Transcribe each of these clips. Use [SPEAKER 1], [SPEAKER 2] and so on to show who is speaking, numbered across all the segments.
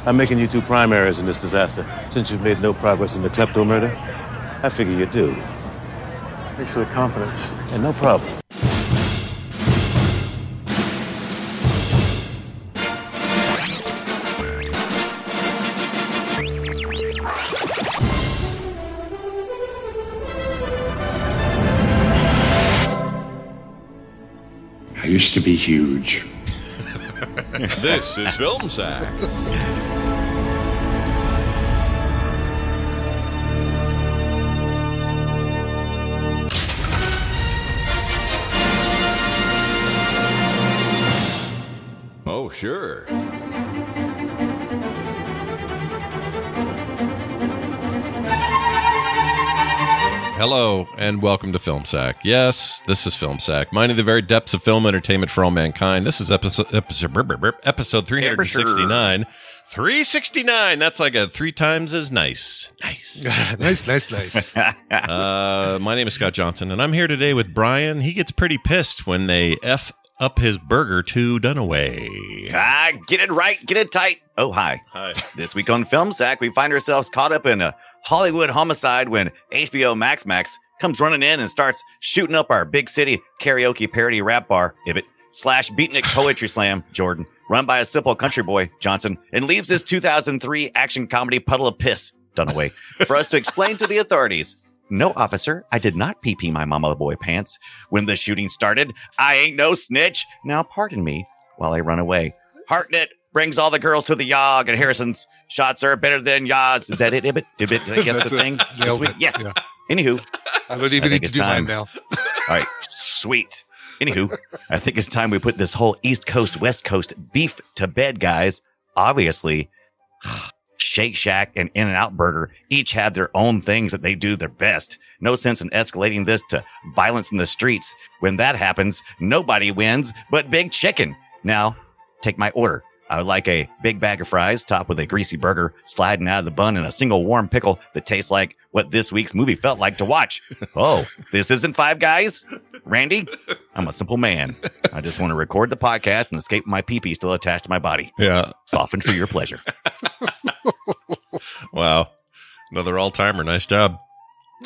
[SPEAKER 1] I'm making you two primaries in this disaster. Since you've made no progress in the klepto murder, I figure you do.
[SPEAKER 2] Thanks for the confidence.
[SPEAKER 1] And no problem.
[SPEAKER 3] I used to be huge.
[SPEAKER 4] This is Film Sack. Oh, sure.
[SPEAKER 5] Hello and welcome to Film Sack. Yes, this is Film Sack, mining the very depths of film entertainment for all mankind. This is episode episode, brr, brr, brr, episode 369. 369. That's like a three times as nice. Nice.
[SPEAKER 6] nice, nice, nice.
[SPEAKER 5] Uh, my name is Scott Johnson, and I'm here today with Brian. He gets pretty pissed when they f up his burger to Dunaway.
[SPEAKER 7] Ah, get it right, get it tight. Oh, hi.
[SPEAKER 5] Hi.
[SPEAKER 7] This week on Film Sack, we find ourselves caught up in a Hollywood homicide when HBO Max Max comes running in and starts shooting up our big city karaoke parody rap bar, Ibit, slash beatnik poetry slam, Jordan, run by a simple country boy, Johnson, and leaves this 2003 action comedy puddle of piss, Dunaway, for us to explain to the authorities. No, officer, I did not pee pee my mama boy pants when the shooting started. I ain't no snitch. Now, pardon me while I run away. Hartnett brings all the girls to the yog, and Harrison's shots are better than Yaz. Is that it, Ibbit? Did it, did I guess the
[SPEAKER 6] That's it.
[SPEAKER 7] thing? this
[SPEAKER 6] Nailed
[SPEAKER 7] week?
[SPEAKER 6] it.
[SPEAKER 7] Yes.
[SPEAKER 6] Yeah.
[SPEAKER 7] Anywho,
[SPEAKER 6] I don't
[SPEAKER 7] I
[SPEAKER 6] even
[SPEAKER 7] think
[SPEAKER 6] need to
[SPEAKER 7] it's
[SPEAKER 6] do
[SPEAKER 7] time.
[SPEAKER 6] mine now.
[SPEAKER 7] all right, sweet. Anywho, I think it's time we put this whole East Coast, West Coast beef to bed, guys. Obviously, Shake Shack and In N Out Burger each have their own things that they do their best. No sense in escalating this to violence in the streets. When that happens, nobody wins but Big Chicken. Now, take my order. I would like a big bag of fries topped with a greasy burger sliding out of the bun and a single warm pickle that tastes like what this week's movie felt like to watch. Oh, this isn't Five Guys? Randy, I'm a simple man. I just want to record the podcast and escape my pee-pee still attached to my body.
[SPEAKER 5] Yeah.
[SPEAKER 7] Softened for your pleasure.
[SPEAKER 5] Wow. Another all timer. Nice job.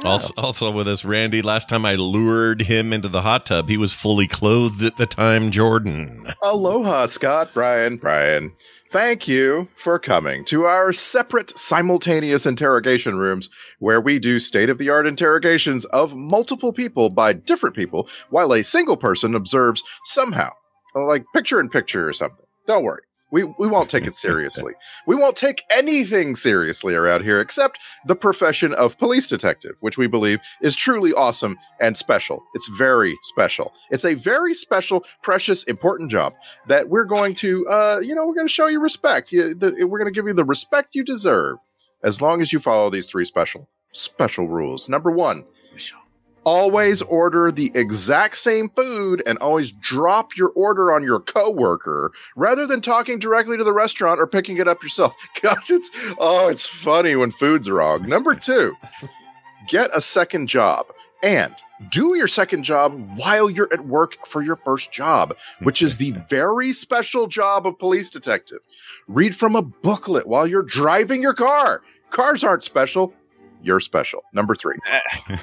[SPEAKER 5] Also, also with us, Randy. Last time I lured him into the hot tub, he was fully clothed at the time, Jordan.
[SPEAKER 8] Aloha, Scott, Brian, Brian. Thank you for coming to our separate simultaneous interrogation rooms where we do state of the art interrogations of multiple people by different people while a single person observes somehow, like picture in picture or something. Don't worry. We, we won't take it seriously. we won't take anything seriously around here except the profession of police detective, which we believe is truly awesome and special. It's very special. It's a very special, precious, important job that we're going to, uh, you know, we're going to show you respect. You, the, we're going to give you the respect you deserve as long as you follow these three special, special rules. Number one, always order the exact same food and always drop your order on your coworker rather than talking directly to the restaurant or picking it up yourself. Gosh, it's oh, it's funny when food's wrong. Number two, get a second job and do your second job while you're at work for your first job, which is the very special job of police detective. Read from a booklet while you're driving your car. Cars aren't special. You're special. Number three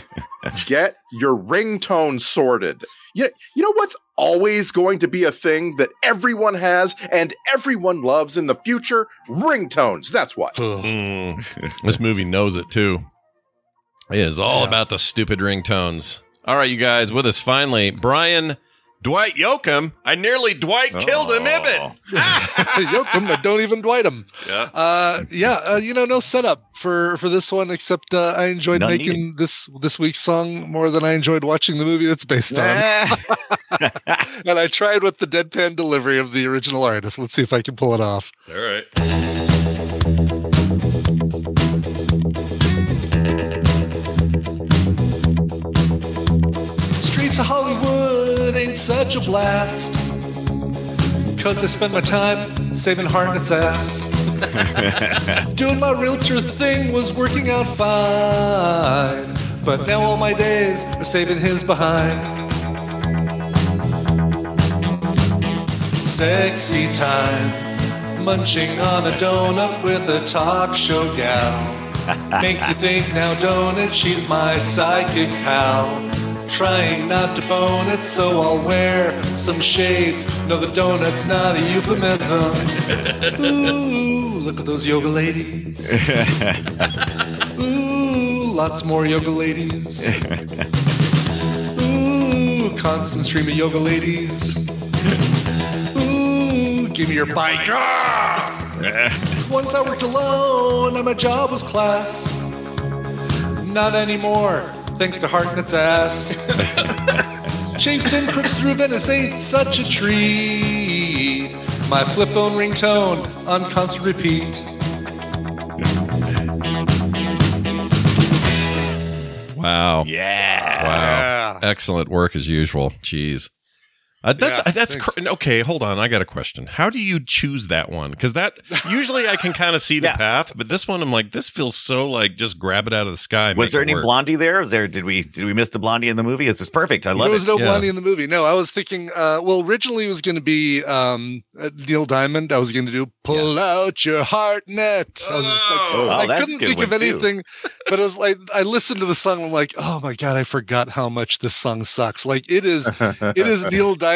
[SPEAKER 8] get your ringtone sorted. You, you know what's always going to be a thing that everyone has and everyone loves in the future? Ringtones. That's what.
[SPEAKER 5] Mm. this movie knows it too. It is all about the stupid ringtones. All right, you guys, with us finally, Brian Dwight Yoakam. I nearly Dwight killed him, Ibbit.
[SPEAKER 6] Yoakum, but don't even dwight him.
[SPEAKER 5] Yeah.
[SPEAKER 6] Uh, yeah, uh, you know, no setup for for this one except uh, I enjoyed
[SPEAKER 7] None
[SPEAKER 6] making this this week's song more than I enjoyed watching the movie it's based on. And I tried with the deadpan delivery of the original artist. Let's see if I can pull it off.
[SPEAKER 5] All right.
[SPEAKER 6] Streets of Hollywood ain't such a blast. Cause I spend my time saving Hartnett's ass. Doing my realtor thing was working out fine. But now all my days are saving his behind. Sexy time. Munching on a donut with a talk show gal. Makes you think now, donut, she's my psychic pal. Trying not to bone it, so I'll wear some shades. No, the donut's not a euphemism. Ooh, look at those yoga ladies. Ooh, lots more yoga ladies. Ooh, constant stream of yoga ladies. Ooh, give me your bike. Ah! Once I worked alone and my job was class. Not anymore, thanks to Hartnett's ass. Chasing crips through Venice ain't such a treat. My flip phone ringtone on constant repeat.
[SPEAKER 5] Wow.
[SPEAKER 7] Yeah.
[SPEAKER 5] Wow. Excellent work as usual. Jeez. Uh, that's
[SPEAKER 6] Yeah,
[SPEAKER 5] that's
[SPEAKER 6] thanks.
[SPEAKER 5] cr- okay. Hold on, I got a question. How do you choose that one? Because that usually I can kind of see the
[SPEAKER 7] Yeah.
[SPEAKER 5] path, but this one I'm like, this feels so like just grab it out of the sky. and
[SPEAKER 7] Was
[SPEAKER 5] make
[SPEAKER 7] there
[SPEAKER 5] it
[SPEAKER 7] any
[SPEAKER 5] work.
[SPEAKER 7] Blondie there? Was there? Did we did we miss the Blondie in the movie? This is perfect. I love
[SPEAKER 6] there was
[SPEAKER 7] it.
[SPEAKER 6] no
[SPEAKER 5] Yeah.
[SPEAKER 6] Blondie in the movie. No, I was thinking. Uh, well, originally it was going to be um, uh, Neil Diamond. I was going to do "Pull Out Your Heart Net." I was just like,
[SPEAKER 7] Oh,
[SPEAKER 6] I
[SPEAKER 7] that's a
[SPEAKER 6] couldn't
[SPEAKER 7] good
[SPEAKER 6] think of
[SPEAKER 7] one, too.
[SPEAKER 6] anything. but it was like I listened to the song. I'm like, oh my god, I forgot how much this song sucks. Like it is, it is Neil Diamond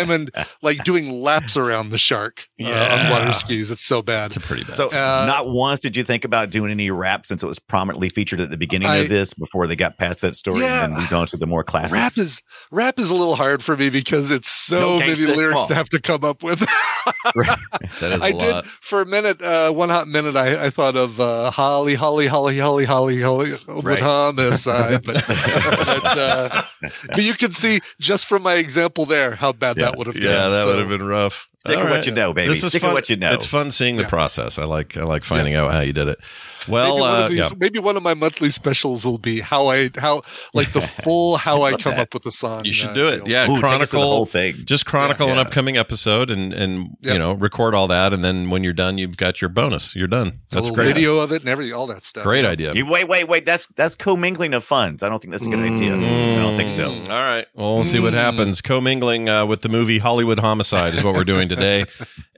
[SPEAKER 6] like doing laps around the shark uh, on
[SPEAKER 5] Yeah.
[SPEAKER 6] water skis. It's so bad.
[SPEAKER 5] It's a pretty bad.
[SPEAKER 7] So
[SPEAKER 6] Uh,
[SPEAKER 7] not once did you think about doing any rap since it was prominently featured at the beginning
[SPEAKER 6] I-
[SPEAKER 7] of this before they got past that story
[SPEAKER 6] Yeah.
[SPEAKER 7] and then moved on to the more classics.
[SPEAKER 6] Rap is rap is a little hard for me because it's so
[SPEAKER 7] No
[SPEAKER 6] many
[SPEAKER 7] gangsta
[SPEAKER 6] lyrics
[SPEAKER 7] call.
[SPEAKER 6] to have to come up with.
[SPEAKER 5] That is a
[SPEAKER 6] I
[SPEAKER 5] lot.
[SPEAKER 6] did for a minute, uh, one hot minute. I, I thought of uh, Holly, Holly, Holly, Holly, Holly, Holly with
[SPEAKER 7] Right.
[SPEAKER 6] homicide, but but, uh, but you can see just from my example there how bad that would have.
[SPEAKER 5] Yeah,
[SPEAKER 6] been.
[SPEAKER 5] that
[SPEAKER 6] So,
[SPEAKER 5] would have been rough.
[SPEAKER 7] Stick
[SPEAKER 5] All
[SPEAKER 7] with what you know, baby.
[SPEAKER 5] This is
[SPEAKER 7] Stick
[SPEAKER 5] fun.
[SPEAKER 7] with what you know.
[SPEAKER 5] It's fun seeing the
[SPEAKER 6] Yeah.
[SPEAKER 5] process. I like I like finding out how you did it.
[SPEAKER 6] Maybe,
[SPEAKER 5] Well,
[SPEAKER 6] one
[SPEAKER 5] uh,
[SPEAKER 6] of these,
[SPEAKER 5] yeah.
[SPEAKER 6] maybe one of my monthly specials will be how I how like the full how I, come up with a song.
[SPEAKER 5] you should
[SPEAKER 6] uh,
[SPEAKER 5] do it.
[SPEAKER 6] deal.
[SPEAKER 5] Yeah,
[SPEAKER 7] Ooh, take us to the
[SPEAKER 5] chronicle
[SPEAKER 7] whole thing.
[SPEAKER 5] just chronicle an
[SPEAKER 7] Yeah.
[SPEAKER 5] upcoming episode and and you
[SPEAKER 6] Yep.
[SPEAKER 5] know record all that and then when you're done you've got your bonus you're done
[SPEAKER 6] A
[SPEAKER 5] that's a
[SPEAKER 6] little
[SPEAKER 5] great
[SPEAKER 6] video of it and everything, all that stuff.
[SPEAKER 5] great idea
[SPEAKER 7] You wait, wait, wait. That's that's commingling of funds. I don't think that's a good idea. I don't think so.
[SPEAKER 5] Mm, all right well we'll see what happens commingling uh, with the movie hollywood homicide is what we're doing today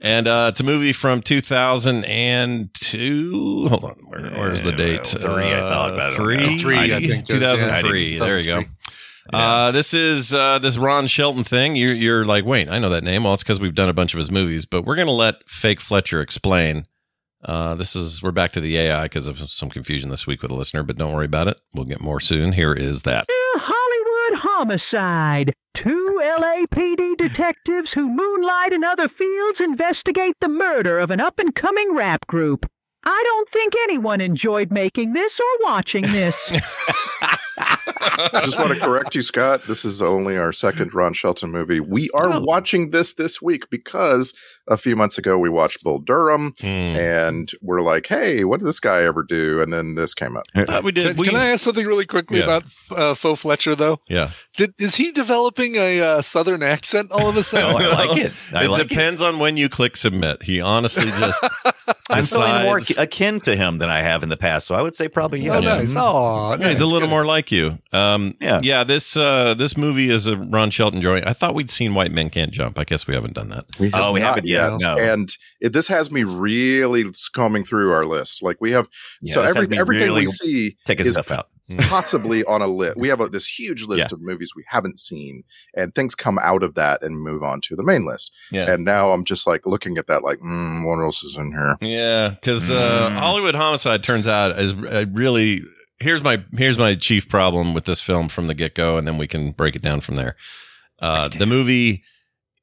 [SPEAKER 5] and uh, it's a movie from 2002 hold on where, where's the
[SPEAKER 7] Yeah,
[SPEAKER 5] date
[SPEAKER 7] well, three, I thought, but I
[SPEAKER 5] uh,
[SPEAKER 7] don't know.
[SPEAKER 5] three
[SPEAKER 6] Three, I think, is, yeah.
[SPEAKER 5] 2003 there you go Uh, this is uh, this Ron Shelton thing. You're, you're like, wait, I know that name. Well, it's because we've done a bunch of his movies, but we're gonna let Fake Fletcher explain. Uh, this is we're back to the AI because of some confusion this week with a listener, but don't worry about it. We'll get more soon. Here is that.
[SPEAKER 9] Hollywood homicide. Two LAPD detectives who moonlight in other fields investigate the murder of an up and coming rap group. I don't think anyone enjoyed making this or watching this.
[SPEAKER 8] I just want to correct you, Scott. This is only our second Ron Shelton movie. We are
[SPEAKER 7] Oh.
[SPEAKER 8] watching this this week because a few months ago we watched Bull Durham
[SPEAKER 7] Hmm.
[SPEAKER 8] and we're like, hey, what did this guy ever do? And then this came up.
[SPEAKER 5] Thought Uh, we
[SPEAKER 6] Can,
[SPEAKER 5] did. we-
[SPEAKER 6] can I ask something really quickly
[SPEAKER 5] Yeah.
[SPEAKER 6] about uh, Faux Fletcher though?
[SPEAKER 5] yeah,
[SPEAKER 6] Did is he developing a uh, southern accent all of a
[SPEAKER 7] Oh,
[SPEAKER 6] sudden?
[SPEAKER 7] I like it. I
[SPEAKER 5] it
[SPEAKER 7] like it.
[SPEAKER 5] depends on when you click submit. He honestly just
[SPEAKER 7] I'm feeling more
[SPEAKER 5] decides-
[SPEAKER 7] akin to him than I have in the past, so I would say probably yeah.
[SPEAKER 6] Oh, nice. Oh,
[SPEAKER 5] Yeah, he's a little more like you. Um, yeah,
[SPEAKER 7] Yeah.
[SPEAKER 5] yeah. This uh, this movie is a Ron Shelton joint. I thought we'd seen White Men Can't Jump. I guess we haven't done that.
[SPEAKER 7] Oh, we
[SPEAKER 8] Not
[SPEAKER 7] haven't yet. No.
[SPEAKER 8] And it, this has me really combing through our list. Like we have,
[SPEAKER 7] Yeah,
[SPEAKER 8] so
[SPEAKER 7] this has
[SPEAKER 8] every,
[SPEAKER 7] me
[SPEAKER 8] everything
[SPEAKER 7] really
[SPEAKER 8] we see
[SPEAKER 7] taking
[SPEAKER 8] is
[SPEAKER 7] stuff out.
[SPEAKER 8] possibly on a list. We have a, this huge list of movies we haven't seen, and things come out of that and move on to the main list.
[SPEAKER 5] Yeah.
[SPEAKER 8] And now I'm just like looking at that, like, mm, what else is in here?
[SPEAKER 5] Yeah, because uh, Hollywood Homicide turns out is uh, really here's my here's my chief problem with this film from the get go, and then we can break it down from there. Uh, the movie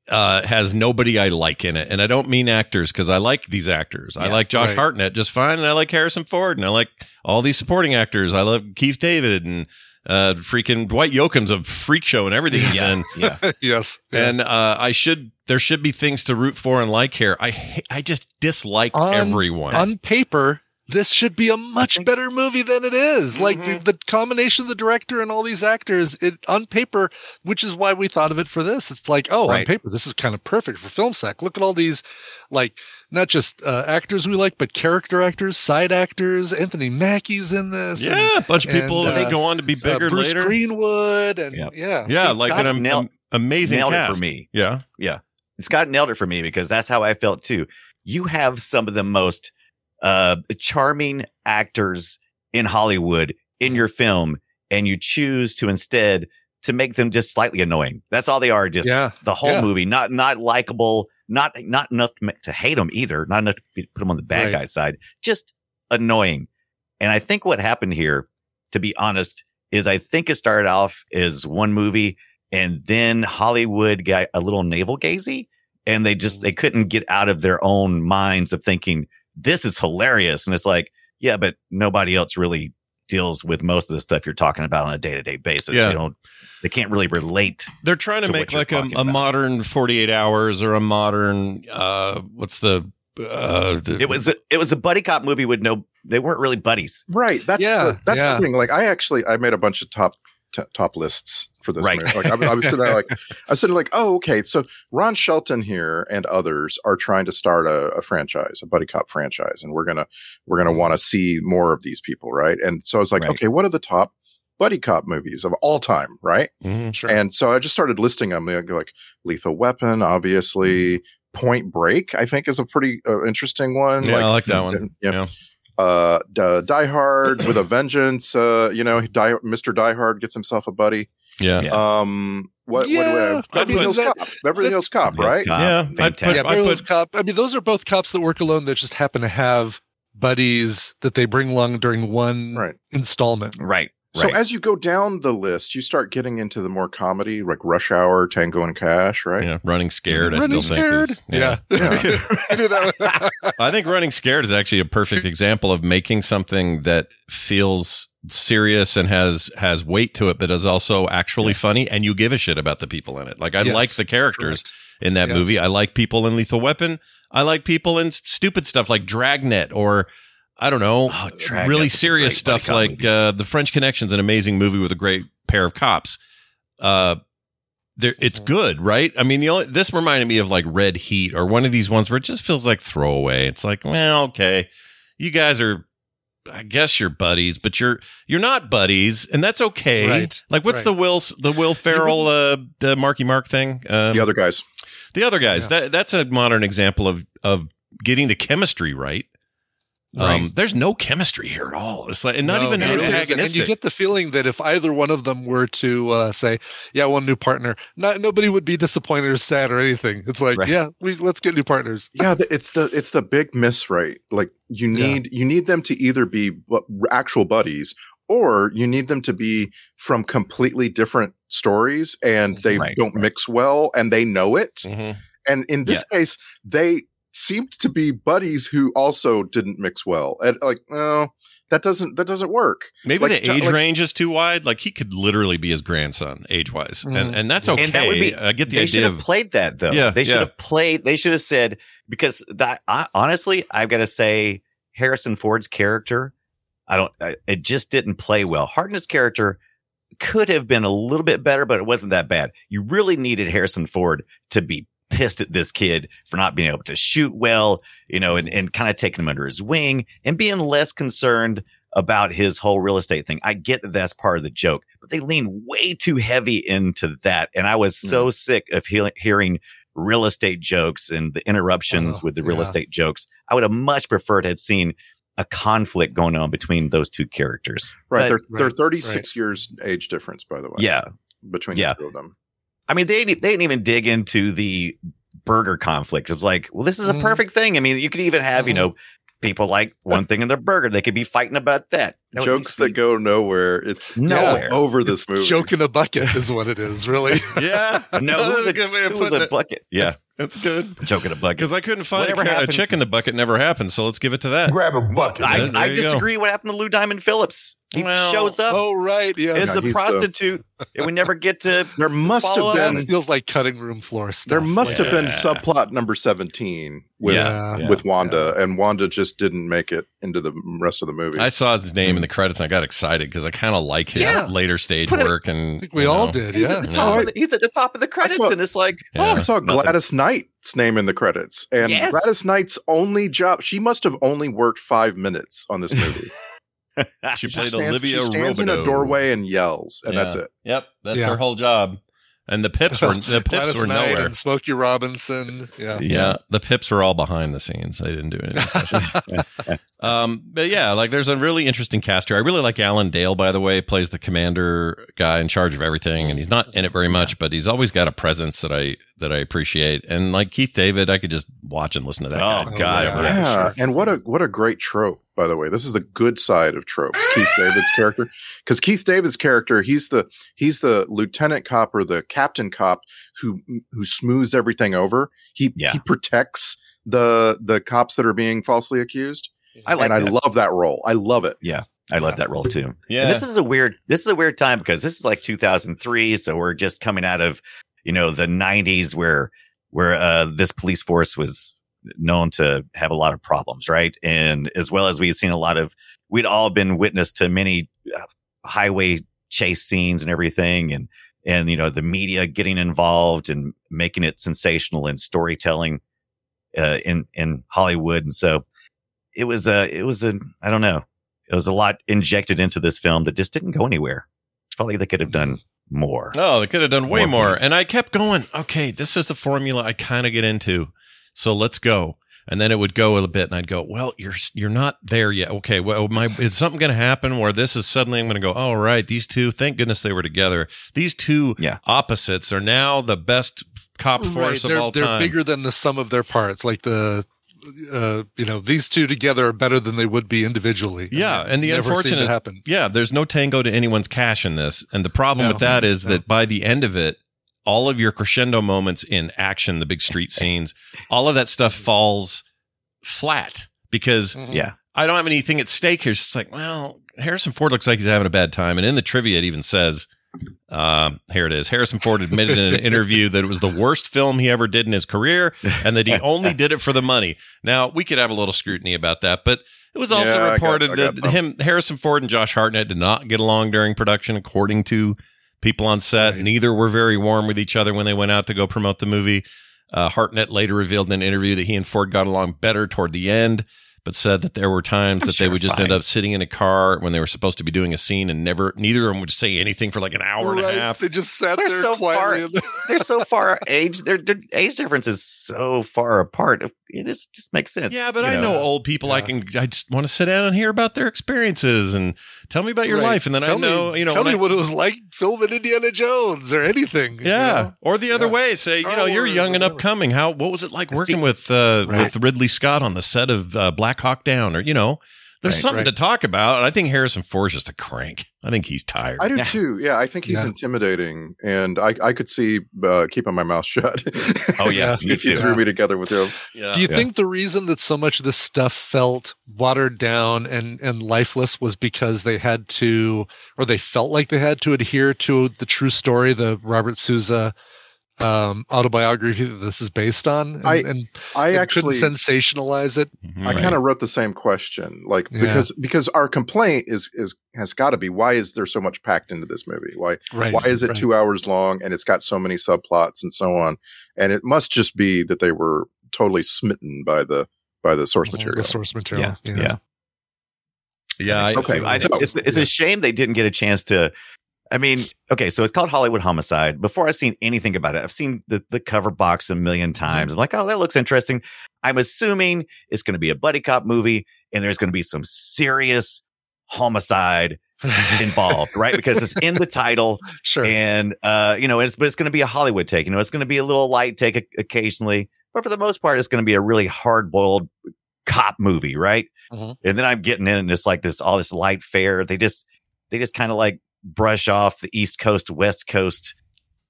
[SPEAKER 5] uh, has nobody I like in it, and I don't mean actors because I like these actors. I
[SPEAKER 7] Yeah,
[SPEAKER 5] like Josh
[SPEAKER 6] right.
[SPEAKER 5] Hartnett just fine, and I like Harrison Ford, and I like all these supporting actors. I love Keith David and uh, freaking Dwight Yoakam's a freak show and everything. he's in.
[SPEAKER 6] yes. Yeah.
[SPEAKER 5] And uh, I should there should be things to root for and like here. I ha- I just dislike
[SPEAKER 6] On-
[SPEAKER 5] everyone.
[SPEAKER 6] on paper, this should be a much better movie than it is. Like the, the combination of the director and all these actors, it on paper, which is why we thought of it for this. It's like, oh, on
[SPEAKER 7] Right.
[SPEAKER 6] paper, this is kind of perfect for film sack. Look at all these, like not just uh, actors we like, but character actors, side actors. Anthony Mackie's in this. and,
[SPEAKER 5] Yeah, a bunch of
[SPEAKER 6] and,
[SPEAKER 5] people
[SPEAKER 6] uh,
[SPEAKER 5] that go on to be
[SPEAKER 6] uh,
[SPEAKER 5] bigger
[SPEAKER 6] Bruce
[SPEAKER 5] later.
[SPEAKER 6] Greenwood, and
[SPEAKER 7] Yep.
[SPEAKER 6] yeah,
[SPEAKER 5] Yeah,
[SPEAKER 7] See,
[SPEAKER 5] like
[SPEAKER 7] Scott
[SPEAKER 5] an am-
[SPEAKER 7] nailed-
[SPEAKER 5] am- amazing
[SPEAKER 7] nailed it
[SPEAKER 5] cast.
[SPEAKER 7] for me.
[SPEAKER 5] Yeah,
[SPEAKER 7] Yeah. Scott nailed it for me because that's how I felt too. you have some of the most uh, charming actors in Hollywood in your film, and you choose to instead to make them just slightly annoying. That's all they are. Just
[SPEAKER 6] yeah.
[SPEAKER 7] the whole
[SPEAKER 6] Yeah.
[SPEAKER 7] movie, not not likable, not not enough to ma- to hate them either, not enough to be- put them on the bad
[SPEAKER 6] Right.
[SPEAKER 7] guy side, just annoying. And I think what happened here, to be honest, is I think it started off as one movie, and then Hollywood got a little navel gazy, and they just they couldn't get out of their own minds of thinking this is hilarious, and it's like yeah, but nobody else really deals with most of the stuff you're talking about on a day to day basis.
[SPEAKER 5] Yeah.
[SPEAKER 7] They don't they can't really relate.
[SPEAKER 5] They're trying to
[SPEAKER 7] to
[SPEAKER 5] make
[SPEAKER 7] what you're
[SPEAKER 5] like a,
[SPEAKER 7] talking
[SPEAKER 5] a
[SPEAKER 7] about.
[SPEAKER 5] modern 48 hours or a modern, uh, what's the, uh, the
[SPEAKER 7] It was a, it was a buddy cop movie with no they weren't really buddies.
[SPEAKER 8] Right. That's
[SPEAKER 6] Yeah,
[SPEAKER 8] the, that's
[SPEAKER 6] yeah.
[SPEAKER 8] the thing. Like I actually I made a bunch of top t- top lists for this.
[SPEAKER 7] Right.
[SPEAKER 8] movie. Like I, was- I was sitting there like I was sitting like oh okay so Ron Shelton here and others are trying to start a, a franchise a buddy cop franchise and we're gonna we're gonna want to see more of these people right and so I was like
[SPEAKER 7] Right.
[SPEAKER 8] okay what are the top buddy cop movies of all time right
[SPEAKER 5] Mhm.
[SPEAKER 8] and so I just started listing them like, like Lethal Weapon
[SPEAKER 5] Mm-hmm.
[SPEAKER 8] obviously Point Break I think is a pretty uh, interesting one
[SPEAKER 5] Yeah, I like that one.
[SPEAKER 8] yeah
[SPEAKER 5] Yeah.
[SPEAKER 8] uh, D- Die Hard with a Vengeance. Uh, you know, Die, Mr. Die Hard gets himself a buddy.
[SPEAKER 5] Yeah.
[SPEAKER 7] Yeah.
[SPEAKER 8] Um, what? what do I
[SPEAKER 6] Yeah,
[SPEAKER 8] have? Beverly
[SPEAKER 6] I
[SPEAKER 8] Hills
[SPEAKER 6] mean, that-
[SPEAKER 8] Cop. Beverly Hills Cop,
[SPEAKER 7] Beverly
[SPEAKER 8] right?
[SPEAKER 7] Hills Cop,
[SPEAKER 5] Yeah, I'd put-
[SPEAKER 7] fantastic.
[SPEAKER 6] yeah,
[SPEAKER 5] I
[SPEAKER 6] Beverly Hills
[SPEAKER 5] put-
[SPEAKER 6] Cop. I mean, those are both cops that work alone that just happen to have buddies that they bring along during one
[SPEAKER 8] Right.
[SPEAKER 6] installment.
[SPEAKER 7] Right.
[SPEAKER 8] So
[SPEAKER 7] right.
[SPEAKER 8] as you go down the list, you start getting into the more comedy, like Rush Hour, Tango and Cash, right?
[SPEAKER 5] Yeah, running scared. I
[SPEAKER 6] Running
[SPEAKER 5] still
[SPEAKER 6] scared.
[SPEAKER 5] think. Is,
[SPEAKER 6] yeah. I do that one.
[SPEAKER 5] I think running scared is actually a perfect example of making something that feels serious and has has weight to it, but is also actually funny, and you give a shit about the people in it. Like I
[SPEAKER 6] Yes,
[SPEAKER 5] like the characters in that
[SPEAKER 6] Yeah.
[SPEAKER 5] movie. I like people in Lethal Weapon. I like people in s- stupid stuff like Dragnet or. I don't know, uh,
[SPEAKER 7] Oh, Dragnet's
[SPEAKER 5] really
[SPEAKER 7] such a
[SPEAKER 5] serious
[SPEAKER 7] great
[SPEAKER 5] stuff
[SPEAKER 7] buddy cop
[SPEAKER 5] like
[SPEAKER 7] movie.
[SPEAKER 5] uh, The French Connection's an amazing movie with a great pair of cops. Uh, there it's
[SPEAKER 7] Mm-hmm.
[SPEAKER 5] good, right? I mean, the only this reminded me of like Red Heat or one of these ones where it just feels like throwaway. It's like, well, okay, you guys are, I guess you're buddies, but you're you're not buddies, and that's okay.
[SPEAKER 6] Right,
[SPEAKER 5] Like, what's
[SPEAKER 6] right.
[SPEAKER 5] the Will the Will Ferrell uh, the Marky Mark thing? Um,
[SPEAKER 8] The other guys.
[SPEAKER 5] the other guys.
[SPEAKER 6] Yeah.
[SPEAKER 5] That that's a modern example of of getting the chemistry right. Um, there's no chemistry here at all. It's like, and not
[SPEAKER 6] No,
[SPEAKER 5] even
[SPEAKER 6] there isn't.
[SPEAKER 5] antagonistic.
[SPEAKER 6] And you get the feeling that if either one of them were to uh, say, "Yeah, one new partner," not nobody would be disappointed or sad or anything. It's like,
[SPEAKER 7] Right.
[SPEAKER 6] yeah, we let's get new partners.
[SPEAKER 8] Yeah, the, it's the it's the big miss, right? Like you
[SPEAKER 6] Yeah.
[SPEAKER 8] need you need them to either be bu- actual buddies or you need them to be from completely different stories and they
[SPEAKER 7] Right,
[SPEAKER 8] don't mix well and they know it.
[SPEAKER 5] Mhm.
[SPEAKER 8] And in this case, they seemed to be buddies who also didn't mix well. And like, no, that doesn't that doesn't work.
[SPEAKER 5] Maybe
[SPEAKER 8] like,
[SPEAKER 5] the
[SPEAKER 8] ju-
[SPEAKER 5] age
[SPEAKER 8] like-
[SPEAKER 5] range is too wide. Like he could literally be his grandson age wise, and
[SPEAKER 6] Mhm.
[SPEAKER 5] and that's okay.
[SPEAKER 7] And that would be-
[SPEAKER 5] I get the
[SPEAKER 7] they should
[SPEAKER 5] idea
[SPEAKER 7] have
[SPEAKER 5] of
[SPEAKER 7] played that though.
[SPEAKER 5] Yeah,
[SPEAKER 7] they should
[SPEAKER 5] yeah.
[SPEAKER 7] have played. They should have said because that. I, honestly, I've got to say Harrison Ford's character. I don't. I, it just didn't play well. Hartnett's character could have been a little bit better, but it wasn't that bad. You really needed Harrison Ford to be pissed at this kid for not being able to shoot well, you know, and, and kind of taking him under his wing and being less concerned about his whole real estate thing. I get that that's part of the joke, but they lean way too heavy into that. And I was
[SPEAKER 6] Mm.
[SPEAKER 7] so sick of he- hearing real estate jokes and the interruptions
[SPEAKER 6] Oh,
[SPEAKER 7] with the real
[SPEAKER 6] yeah.
[SPEAKER 7] estate jokes. I would have much preferred had seen a conflict going on between those two characters.
[SPEAKER 8] Right.
[SPEAKER 7] But,
[SPEAKER 8] They're they're
[SPEAKER 6] right,
[SPEAKER 8] 36 years age difference, by the way.
[SPEAKER 7] yeah.
[SPEAKER 8] Between
[SPEAKER 7] yeah.
[SPEAKER 8] the two of them.
[SPEAKER 7] I mean, they didn't, they didn't even dig into the burger conflict. It's like, well, this is a
[SPEAKER 5] Mm.
[SPEAKER 6] Mhm.
[SPEAKER 7] perfect thing. I mean, you could even have, you
[SPEAKER 5] Mm-hmm.
[SPEAKER 7] know, people like one thing in their burger. They could be fighting about that. That would be
[SPEAKER 8] Jokes that
[SPEAKER 7] sweet.
[SPEAKER 8] go nowhere. It's
[SPEAKER 7] Nowhere.
[SPEAKER 8] all over this movie.
[SPEAKER 6] Joke in a bucket is what it is, really.
[SPEAKER 5] yeah.
[SPEAKER 7] No, it was a,
[SPEAKER 5] good way of
[SPEAKER 7] it was
[SPEAKER 5] putting
[SPEAKER 7] a
[SPEAKER 5] it.
[SPEAKER 7] bucket. Yeah.
[SPEAKER 5] That's, that's good
[SPEAKER 7] Joke in a bucket.
[SPEAKER 5] because I couldn't find a,
[SPEAKER 7] Whatever
[SPEAKER 5] ca- a
[SPEAKER 7] happened
[SPEAKER 5] chick
[SPEAKER 7] to-
[SPEAKER 5] in the bucket. Never happened. So let's give it to that.
[SPEAKER 3] Grab a bucket.
[SPEAKER 7] I,
[SPEAKER 5] There
[SPEAKER 7] I
[SPEAKER 5] you go.
[SPEAKER 7] disagree. What happened to Lou Diamond Phillips? He
[SPEAKER 5] Well,
[SPEAKER 7] shows up
[SPEAKER 6] oh, right.
[SPEAKER 7] as
[SPEAKER 6] Yes.
[SPEAKER 8] Yeah,
[SPEAKER 7] a
[SPEAKER 8] he's the-
[SPEAKER 7] prostitute, and we never get to.
[SPEAKER 8] There must have
[SPEAKER 7] Follow up.
[SPEAKER 8] been
[SPEAKER 6] That feels like cutting room floor stuff.
[SPEAKER 8] there must have been
[SPEAKER 5] Yeah.
[SPEAKER 8] subplot number 17 with
[SPEAKER 6] Yeah.
[SPEAKER 8] with Wanda and Wanda just didn't make it into the rest of the movie.
[SPEAKER 5] I saw his name in the credits and I got excited because I kind of like his
[SPEAKER 7] Yeah.
[SPEAKER 5] later stage
[SPEAKER 7] Put it-
[SPEAKER 5] work. and
[SPEAKER 6] I think we
[SPEAKER 5] you
[SPEAKER 6] all
[SPEAKER 5] know,
[SPEAKER 6] did.
[SPEAKER 7] He's
[SPEAKER 6] Yeah.
[SPEAKER 7] at, the top of the, he's at the top of the credits,
[SPEAKER 8] saw-
[SPEAKER 7] and it's like,
[SPEAKER 8] Oh, I
[SPEAKER 5] yeah.
[SPEAKER 8] saw
[SPEAKER 7] nothing.
[SPEAKER 8] Gladys Knight's name in the credits, and
[SPEAKER 7] Yes.
[SPEAKER 8] Gladys Knight's only job. She must have only worked five minutes on this movie.
[SPEAKER 5] She
[SPEAKER 8] She
[SPEAKER 5] played
[SPEAKER 8] stands,
[SPEAKER 5] Olivia
[SPEAKER 8] she stands in
[SPEAKER 5] Robideau.
[SPEAKER 8] a doorway and yells, and that's
[SPEAKER 5] Yeah.
[SPEAKER 8] it.
[SPEAKER 5] Yep, that's
[SPEAKER 6] Yeah.
[SPEAKER 5] her whole job. and the pips were the pips
[SPEAKER 6] Gladys
[SPEAKER 5] were
[SPEAKER 6] Knight
[SPEAKER 5] nowhere.
[SPEAKER 6] and Smokey Robinson. Yeah.
[SPEAKER 5] Yeah, the pips were all behind the scenes. They didn't do anything special. um, but yeah, like there's a really interesting cast here. I really like Alan Dale, by the way, plays the commander guy in charge of everything, and he's not in it very much, but he's always got a presence that I that I appreciate. And like Keith David, I could just watch and listen to that. guy.
[SPEAKER 7] Oh,
[SPEAKER 6] Oh,
[SPEAKER 7] God.
[SPEAKER 6] yeah.
[SPEAKER 7] yeah.
[SPEAKER 8] Yeah, and what a what a great trope, by the way. This is the good side of tropes. Keith David's character, because Keith David's character, he's the he's the lieutenant cop or the captain cop who who smooths everything over. He
[SPEAKER 7] Yeah.
[SPEAKER 8] he protects the the cops that are being falsely accused,
[SPEAKER 7] I like
[SPEAKER 8] and
[SPEAKER 7] that.
[SPEAKER 8] I love that role. I love it.
[SPEAKER 7] I love that role too.
[SPEAKER 5] Yeah.
[SPEAKER 7] And this is a weird this is a weird time because this is like 2003, so we're just coming out of, you know, the 90s where where uh this police force was known to have a lot of problems, right? And as well as we've seen a lot of we'd all been witness to many uh, highway chase scenes and everything and and you know the media getting involved and making it sensational and storytelling uh, in in Hollywood and so it was a it was a I don't know it was a lot injected into this film that just didn't go anywhere. It's probably they could have done more.
[SPEAKER 5] Oh, they could have done way
[SPEAKER 7] More
[SPEAKER 5] more.
[SPEAKER 7] police.
[SPEAKER 5] And I kept going, okay, this is the formula I kind of get into. So let's go. And then it would go a bit, and I'd go, well, you're you're not there yet. Okay, well, my is something going to happen where this is suddenly I'm going to go, all right, these two, thank goodness they were together. These two
[SPEAKER 7] Yeah.
[SPEAKER 5] opposites are now the best cop force
[SPEAKER 6] they're
[SPEAKER 5] of all
[SPEAKER 6] they're
[SPEAKER 5] time.
[SPEAKER 6] bigger than the sum of their parts. Like the, uh, you know, these two together are better than they would be individually.
[SPEAKER 5] Yeah, and the
[SPEAKER 6] never seemed to
[SPEAKER 5] unfortunate-
[SPEAKER 6] happen.
[SPEAKER 5] yeah, there's no tango to anyone's cash in this. And the problem
[SPEAKER 6] No,
[SPEAKER 5] with that is
[SPEAKER 6] no.
[SPEAKER 5] that by the end of it, all of your crescendo moments in action, the big street scenes, all of that stuff falls flat because
[SPEAKER 6] Mm-hmm.
[SPEAKER 7] Yeah.
[SPEAKER 5] I don't have anything at stake here. It's just like, well, Harrison Ford looks like he's having a bad time. And in the trivia, it even says, um, here it is. Harrison Ford admitted in an interview that it was the worst film he ever did in his career and that he only did it for the money. Now, we could have a little scrutiny about that, but it was also
[SPEAKER 8] Yeah, I got-
[SPEAKER 5] reported
[SPEAKER 8] I got
[SPEAKER 5] that
[SPEAKER 8] bumped.
[SPEAKER 5] him, Harrison Ford and Josh Hartnett did not get along during production, according to people on set.
[SPEAKER 6] Right.
[SPEAKER 5] Neither were very warm with each other when they went out to go promote the movie. Uh, Hartnett later revealed in an interview that he and Ford got along better toward the end, but said that there were times
[SPEAKER 7] I'm
[SPEAKER 5] that
[SPEAKER 7] sure
[SPEAKER 5] they would just end
[SPEAKER 7] fine.
[SPEAKER 5] up sitting in a car when they were supposed to be doing a scene and never, neither of them would say anything for like an hour and
[SPEAKER 6] Right,
[SPEAKER 5] a half.
[SPEAKER 6] They just sat
[SPEAKER 7] They're
[SPEAKER 6] there
[SPEAKER 7] so
[SPEAKER 6] quietly.
[SPEAKER 7] They're so far age their, their age difference is so far apart. It just, just makes sense.
[SPEAKER 5] yeah, but
[SPEAKER 7] you
[SPEAKER 5] I know, old people. I
[SPEAKER 6] Yeah.
[SPEAKER 5] can. I just want to sit down and hear about their experiences and tell me about your
[SPEAKER 6] Right.
[SPEAKER 5] life, and then
[SPEAKER 6] Tell
[SPEAKER 5] I know,
[SPEAKER 6] me,
[SPEAKER 5] you know,
[SPEAKER 6] tell
[SPEAKER 5] when
[SPEAKER 6] me
[SPEAKER 5] I-
[SPEAKER 6] what it was like filming Indiana Jones or anything. you
[SPEAKER 5] Yeah,
[SPEAKER 6] know?
[SPEAKER 5] or the other
[SPEAKER 6] Yeah.
[SPEAKER 5] way, say
[SPEAKER 6] Star
[SPEAKER 5] you know you're
[SPEAKER 6] Wars
[SPEAKER 5] young
[SPEAKER 6] or
[SPEAKER 5] and
[SPEAKER 6] whatever.
[SPEAKER 5] upcoming. How what was it like
[SPEAKER 7] See-
[SPEAKER 5] working with uh,
[SPEAKER 6] Right.
[SPEAKER 5] with Ridley Scott on the set of uh, Black Hawk Down, or you know, there's
[SPEAKER 7] Right,
[SPEAKER 5] something
[SPEAKER 6] right.
[SPEAKER 5] to talk about. And I think Harrison Ford's just a crank. I think he's tired.
[SPEAKER 8] I do
[SPEAKER 7] Yeah.
[SPEAKER 8] too. Yeah, I think he's
[SPEAKER 6] Yeah.
[SPEAKER 8] intimidating, and I I could see uh, keeping my mouth shut.
[SPEAKER 7] Oh, yeah, me
[SPEAKER 8] if you
[SPEAKER 7] too.
[SPEAKER 8] threw me together with him.
[SPEAKER 5] yeah.
[SPEAKER 6] Do you
[SPEAKER 8] Yeah.
[SPEAKER 6] think the reason that so much of this stuff felt watered down and and lifeless was because they had to, or they felt like they had to adhere to the true story, the Robert Souza um, autobiography that this is based on, and,
[SPEAKER 8] I-
[SPEAKER 6] and
[SPEAKER 8] I
[SPEAKER 6] they
[SPEAKER 8] actually
[SPEAKER 6] couldn't sensationalize it?
[SPEAKER 5] Mhm.
[SPEAKER 8] I
[SPEAKER 5] Right.
[SPEAKER 8] kind of wrote the same question, like
[SPEAKER 6] Yeah.
[SPEAKER 8] because because our complaint is is has got to be why is there so much packed into this movie? Why
[SPEAKER 6] Right?
[SPEAKER 8] why is it
[SPEAKER 6] right.
[SPEAKER 8] two hours long and it's got so many subplots and so on? And it must just be that they were totally smitten by the by the source
[SPEAKER 6] The
[SPEAKER 8] material.
[SPEAKER 6] source material.
[SPEAKER 7] Yeah. Yeah.
[SPEAKER 5] yeah. I,
[SPEAKER 8] Okay,
[SPEAKER 7] I think
[SPEAKER 8] So-
[SPEAKER 7] it's, it's
[SPEAKER 6] yeah.
[SPEAKER 7] a shame they didn't get a chance to. I mean, okay, so it's called Hollywood Homicide. Before I've seen anything about it, I've seen the, the cover box a million
[SPEAKER 8] Mm-hmm.
[SPEAKER 7] times. I'm like, oh, that looks interesting. I'm assuming it's going to be a buddy cop movie and there's going to be some serious homicide involved, right? Because it's in the title.
[SPEAKER 6] Sure.
[SPEAKER 7] And uh, you know, it's but it's going to be a Hollywood take. You know, it's going to be a little light take o- occasionally, but for the most part, it's going to be a really hard boiled cop movie, right?
[SPEAKER 6] Mhm.
[SPEAKER 7] And then I'm getting in and it's like this all this light fare. They just they just kind of like brush off the East Coast West Coast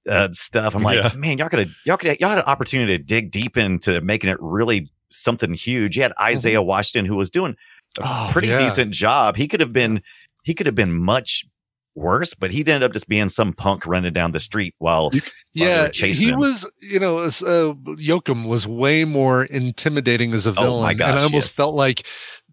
[SPEAKER 7] uh, stuff. I'm like,
[SPEAKER 5] Yeah.
[SPEAKER 7] man, y'all could have y'all could y'all had an opportunity to dig deep into making it really something huge. You had Isaiah Washington who was doing
[SPEAKER 6] Oh,
[SPEAKER 7] pretty
[SPEAKER 6] yeah.
[SPEAKER 7] decent job. He could have been he could have been much worse, but he ended up just being some punk running down the street while while they were
[SPEAKER 6] Yeah,
[SPEAKER 7] chasing
[SPEAKER 6] he
[SPEAKER 7] him.
[SPEAKER 6] was, you know, as, uh, Yoakum was way more intimidating as a
[SPEAKER 7] Oh my
[SPEAKER 6] villain.
[SPEAKER 7] gosh,
[SPEAKER 6] and I almost
[SPEAKER 7] yes.
[SPEAKER 6] felt like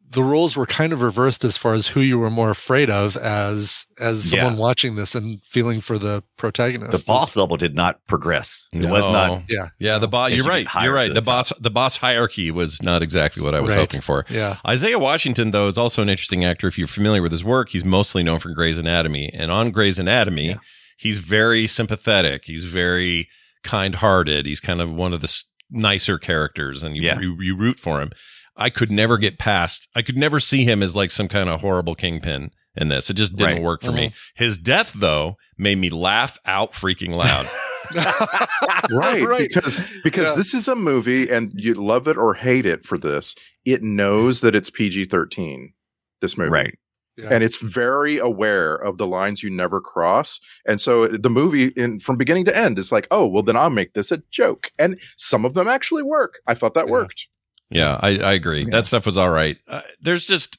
[SPEAKER 6] the roles were kind of reversed as far as who you were more afraid of as as
[SPEAKER 7] Yeah.
[SPEAKER 6] someone watching this and feeling for the protagonist.
[SPEAKER 7] the boss level did not progress. It was not
[SPEAKER 5] No.
[SPEAKER 6] Yeah.
[SPEAKER 5] Yeah, the boss.
[SPEAKER 7] They
[SPEAKER 5] You're
[SPEAKER 7] should be
[SPEAKER 5] right.
[SPEAKER 7] higher
[SPEAKER 5] You're
[SPEAKER 7] to
[SPEAKER 5] right.
[SPEAKER 7] the
[SPEAKER 5] The boss. The boss hierarchy was not exactly what I was
[SPEAKER 6] Right.
[SPEAKER 5] hoping for.
[SPEAKER 6] Yeah.
[SPEAKER 5] Isaiah Washington, though, is also an interesting actor. If you're familiar with his work, he's mostly known for Grey's Anatomy. And on Grey's Anatomy, he's very sympathetic. He's very kind-hearted. He's kind of one of the s- nicer characters, and you,
[SPEAKER 7] Yeah.
[SPEAKER 5] you you root for him. I could never get past. I could never see him as like some kind of horrible kingpin in this. It just didn't
[SPEAKER 7] Right. Mm-hmm.
[SPEAKER 5] work for me. His death though made me laugh out freaking loud.
[SPEAKER 6] Mm-hmm.
[SPEAKER 8] right,
[SPEAKER 6] Right.
[SPEAKER 8] because because
[SPEAKER 6] Yeah.
[SPEAKER 8] this is a movie and you love it or hate it for this it knows that it's pg-13 this movie
[SPEAKER 7] Right.
[SPEAKER 6] Yeah.
[SPEAKER 8] and it's very aware of the lines you never cross and so the movie in from beginning to end is like oh well then i'll make this a joke and some of them actually work i thought that
[SPEAKER 6] Yeah.
[SPEAKER 8] worked
[SPEAKER 5] Yeah, I, I agree. That stuff was all right. Uh, there's just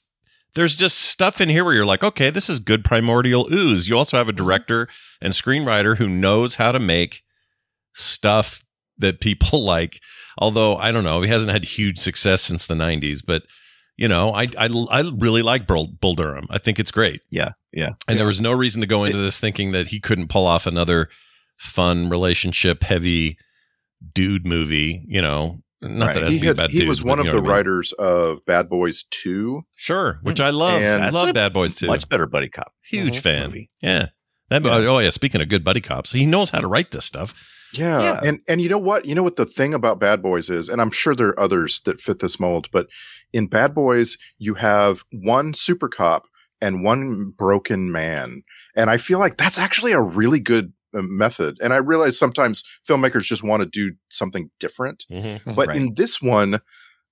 [SPEAKER 5] there's just stuff in here where you're like, okay, this is good primordial ooze. You also have a
[SPEAKER 8] Mm-hmm.
[SPEAKER 5] director and screenwriter who knows how to make stuff that people like. Although I don't know, he hasn't had huge success since the '90s, but you know, I I, I really like Bull, Bull Durham. I think it's great.
[SPEAKER 7] Yeah, yeah.
[SPEAKER 5] And there was no reason to go into this thinking that he couldn't pull off another fun relationship heavy dude movie. You know, not
[SPEAKER 7] Right.
[SPEAKER 5] that it has
[SPEAKER 8] he,
[SPEAKER 5] to be
[SPEAKER 8] had-
[SPEAKER 5] about
[SPEAKER 8] he
[SPEAKER 5] dudes,
[SPEAKER 8] was
[SPEAKER 5] but
[SPEAKER 8] one
[SPEAKER 5] you
[SPEAKER 8] of
[SPEAKER 5] know
[SPEAKER 8] the
[SPEAKER 5] what I mean.
[SPEAKER 8] writers of bad boys 2
[SPEAKER 5] Sure, which I love.
[SPEAKER 8] Mm. And-
[SPEAKER 5] I love
[SPEAKER 7] That's
[SPEAKER 5] Bad Boys too.
[SPEAKER 7] Much better, buddy cop.
[SPEAKER 5] Huge
[SPEAKER 7] Mhm.
[SPEAKER 5] fan.
[SPEAKER 7] Movie.
[SPEAKER 5] Yeah. That,
[SPEAKER 7] Yeah.
[SPEAKER 5] Oh yeah. Speaking of good buddy cops, he knows how to write this stuff.
[SPEAKER 8] Yeah.
[SPEAKER 7] Yeah.
[SPEAKER 8] And and you know what? You know what the thing about Bad Boys is, and I'm sure there are others that fit this mold, but in Bad Boys, you have one super cop and one broken man. And I feel like that's actually a really good uh, method. And I realize sometimes filmmakers just want to do something different. But
[SPEAKER 7] Right.
[SPEAKER 8] in this one,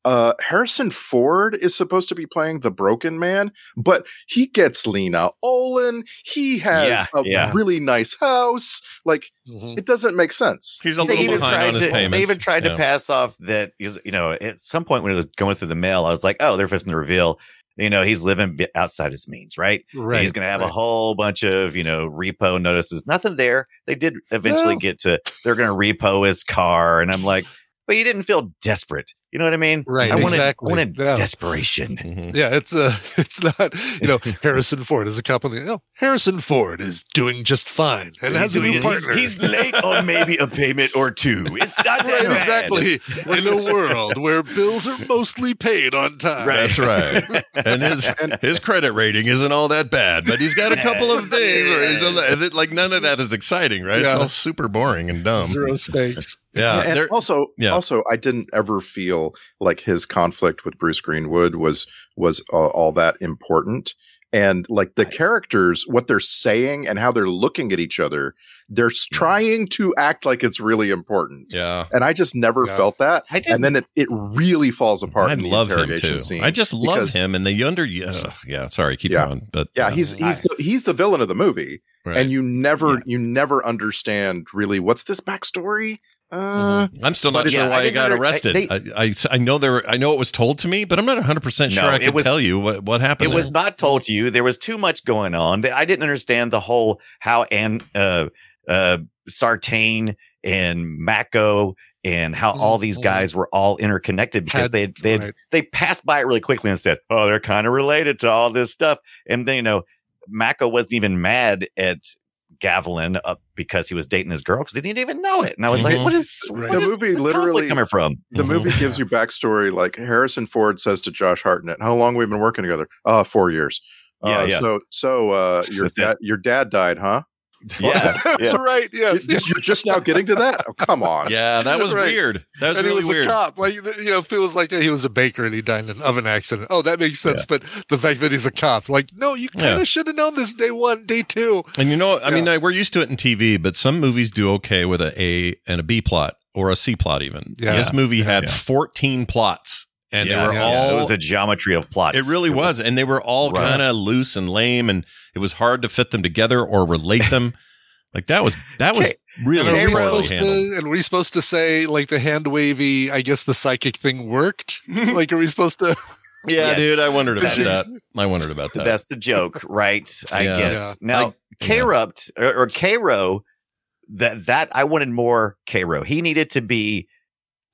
[SPEAKER 8] uh, Harrison Ford is supposed to be playing the broken man, but he gets Lena Olin. He has
[SPEAKER 7] Yeah,
[SPEAKER 8] a
[SPEAKER 7] yeah.
[SPEAKER 8] really nice house. Like, it doesn't make sense.
[SPEAKER 5] He's a
[SPEAKER 7] They
[SPEAKER 5] little
[SPEAKER 7] even
[SPEAKER 5] behind
[SPEAKER 7] tried
[SPEAKER 5] on his
[SPEAKER 7] to-
[SPEAKER 5] payments.
[SPEAKER 7] They even tried
[SPEAKER 5] Yeah.
[SPEAKER 7] to pass off that he's- you know at some point when it was going through the mail, I was like, oh, they're fixing to reveal. You know, he's living bi- outside his means, right?
[SPEAKER 6] Right.
[SPEAKER 7] he's going to have a
[SPEAKER 6] right.
[SPEAKER 7] whole bunch of, you know, repo notices. Nothing there. They did eventually
[SPEAKER 5] No.
[SPEAKER 7] get to, they're going to repo his car. And I'm like, but you didn't feel desperate. You know what I mean?
[SPEAKER 6] Right,
[SPEAKER 7] I wanted,
[SPEAKER 6] exactly.
[SPEAKER 7] wanted
[SPEAKER 6] Yeah.
[SPEAKER 7] desperation.
[SPEAKER 5] Mhm.
[SPEAKER 6] Yeah, it's uh, it's not you know Harrison Ford is a company. No, oh, Harrison Ford is doing just fine and has a
[SPEAKER 7] doing-
[SPEAKER 6] new partner.
[SPEAKER 7] He's, he's late on maybe a payment or two. It's not that
[SPEAKER 6] right,
[SPEAKER 7] bad.
[SPEAKER 6] exactly in a world where bills are mostly paid on time.
[SPEAKER 7] Right.
[SPEAKER 5] That's right. and his his credit rating isn't all that bad, but he's got a couple of things. Where he's done that- and it- like none of that is exciting, right?
[SPEAKER 6] Yeah.
[SPEAKER 5] It's all super boring and
[SPEAKER 7] Um,
[SPEAKER 5] dumb.
[SPEAKER 6] Zero stakes.
[SPEAKER 5] Yeah.
[SPEAKER 8] and
[SPEAKER 5] there-
[SPEAKER 8] also,
[SPEAKER 5] yeah.
[SPEAKER 8] also, I didn't ever feel like his conflict with Bruce Greenwood was was uh, all that important. And like the characters, what they're saying and how they're looking at each other, they're s- trying to act like it's really important.
[SPEAKER 5] Mm-hmm. yeah.
[SPEAKER 8] And I just never
[SPEAKER 6] Yeah.
[SPEAKER 8] felt that.
[SPEAKER 7] I didn't.
[SPEAKER 8] And then it, it really falls apart.
[SPEAKER 5] I
[SPEAKER 8] in the
[SPEAKER 5] love him
[SPEAKER 8] interrogation
[SPEAKER 5] too.
[SPEAKER 8] Scene.
[SPEAKER 5] I just love
[SPEAKER 8] because-
[SPEAKER 5] him and the under. Yeah. yeah sorry. Keep
[SPEAKER 8] Yeah.
[SPEAKER 5] going. But uh,
[SPEAKER 8] yeah, he's he's the, he's the villain of the movie,
[SPEAKER 5] Right.
[SPEAKER 8] and you never you never understand really what's this backstory.
[SPEAKER 5] Mm-hmm.
[SPEAKER 8] Uh,
[SPEAKER 5] I'm still not
[SPEAKER 8] But
[SPEAKER 5] sure
[SPEAKER 7] it's-
[SPEAKER 5] why
[SPEAKER 7] I
[SPEAKER 5] he
[SPEAKER 7] didn't
[SPEAKER 5] got
[SPEAKER 7] under-
[SPEAKER 5] arrested. I, I, I know there were, I know it was told to me, but I'm not 100 percent
[SPEAKER 7] No,
[SPEAKER 5] sure I
[SPEAKER 7] it
[SPEAKER 5] can
[SPEAKER 7] was-
[SPEAKER 5] tell you what what happened.
[SPEAKER 7] It was
[SPEAKER 5] there.
[SPEAKER 7] not told to you. There was too much going on. I didn't understand the whole how and uh, uh, Sartain and Mako and how all these
[SPEAKER 6] Mhm.
[SPEAKER 7] guys were all interconnected because
[SPEAKER 6] Had-
[SPEAKER 7] they had- they had-
[SPEAKER 6] right.
[SPEAKER 7] they passed by it really quickly and said, "Oh, they're kind of related to all this stuff." And then you know, Mako wasn't even mad at Gavilan uh, because he was dating his girl because he didn't even know it. And I was
[SPEAKER 5] Mhm.
[SPEAKER 7] like, "What is
[SPEAKER 6] Right.
[SPEAKER 7] what
[SPEAKER 8] The
[SPEAKER 7] is
[SPEAKER 8] movie
[SPEAKER 7] this conflict
[SPEAKER 8] literally-
[SPEAKER 7] coming from?"
[SPEAKER 8] the
[SPEAKER 5] Mhm.
[SPEAKER 8] movie gives you backstory. Like Harrison Ford says to Josh Hartnett, "How long we've been working together? Uh, four years.
[SPEAKER 7] Yeah,
[SPEAKER 8] uh,
[SPEAKER 7] yeah.
[SPEAKER 8] So, so uh, your
[SPEAKER 7] That's it.
[SPEAKER 8] dad, your dad died, huh?
[SPEAKER 7] Yeah,
[SPEAKER 6] That's
[SPEAKER 7] yeah.
[SPEAKER 6] right. Yes.
[SPEAKER 8] You're you're just now getting to that? Oh, come on.
[SPEAKER 5] Yeah, that was
[SPEAKER 6] Right.
[SPEAKER 5] weird. That was
[SPEAKER 6] and
[SPEAKER 5] really
[SPEAKER 6] he was
[SPEAKER 5] weird.
[SPEAKER 6] a cop. Like you know, feels like he was a baker and he died in an oven accident. Oh, that makes sense. But the fact that he's a cop, like, no, you kind of
[SPEAKER 5] Yeah.
[SPEAKER 6] should have known this day one, day two.
[SPEAKER 5] And you know, I mean, I, we're used to it in TV, but some movies do okay with a A and a B plot or a C plot even.
[SPEAKER 6] Yeah.
[SPEAKER 5] This movie had
[SPEAKER 7] yeah.
[SPEAKER 5] 14 plots, and
[SPEAKER 7] Yeah,
[SPEAKER 5] they were
[SPEAKER 6] yeah.
[SPEAKER 5] all
[SPEAKER 7] it was a geometry of plots.
[SPEAKER 5] It really was. and they were all
[SPEAKER 7] rough.
[SPEAKER 5] kind of loose and lame, and it was hard to fit them together or relate them. like that was that was
[SPEAKER 7] Okay.
[SPEAKER 5] really
[SPEAKER 6] And are, we
[SPEAKER 7] Arrow.
[SPEAKER 5] poorly
[SPEAKER 6] supposed
[SPEAKER 5] handled.
[SPEAKER 6] to, and we supposed to say like the hand wavy? I guess the psychic thing worked. like, are we supposed to?
[SPEAKER 5] Yeah,
[SPEAKER 7] Yes.
[SPEAKER 5] dude, I wondered about
[SPEAKER 6] It's just-
[SPEAKER 5] that. I wondered about that.
[SPEAKER 7] That's the joke, right? I
[SPEAKER 5] Yeah.
[SPEAKER 7] guess.
[SPEAKER 6] Yeah.
[SPEAKER 7] Now,
[SPEAKER 5] I- yeah.
[SPEAKER 7] K-Rupt or, or K-Row, that that I wanted more K-Row. He needed to be.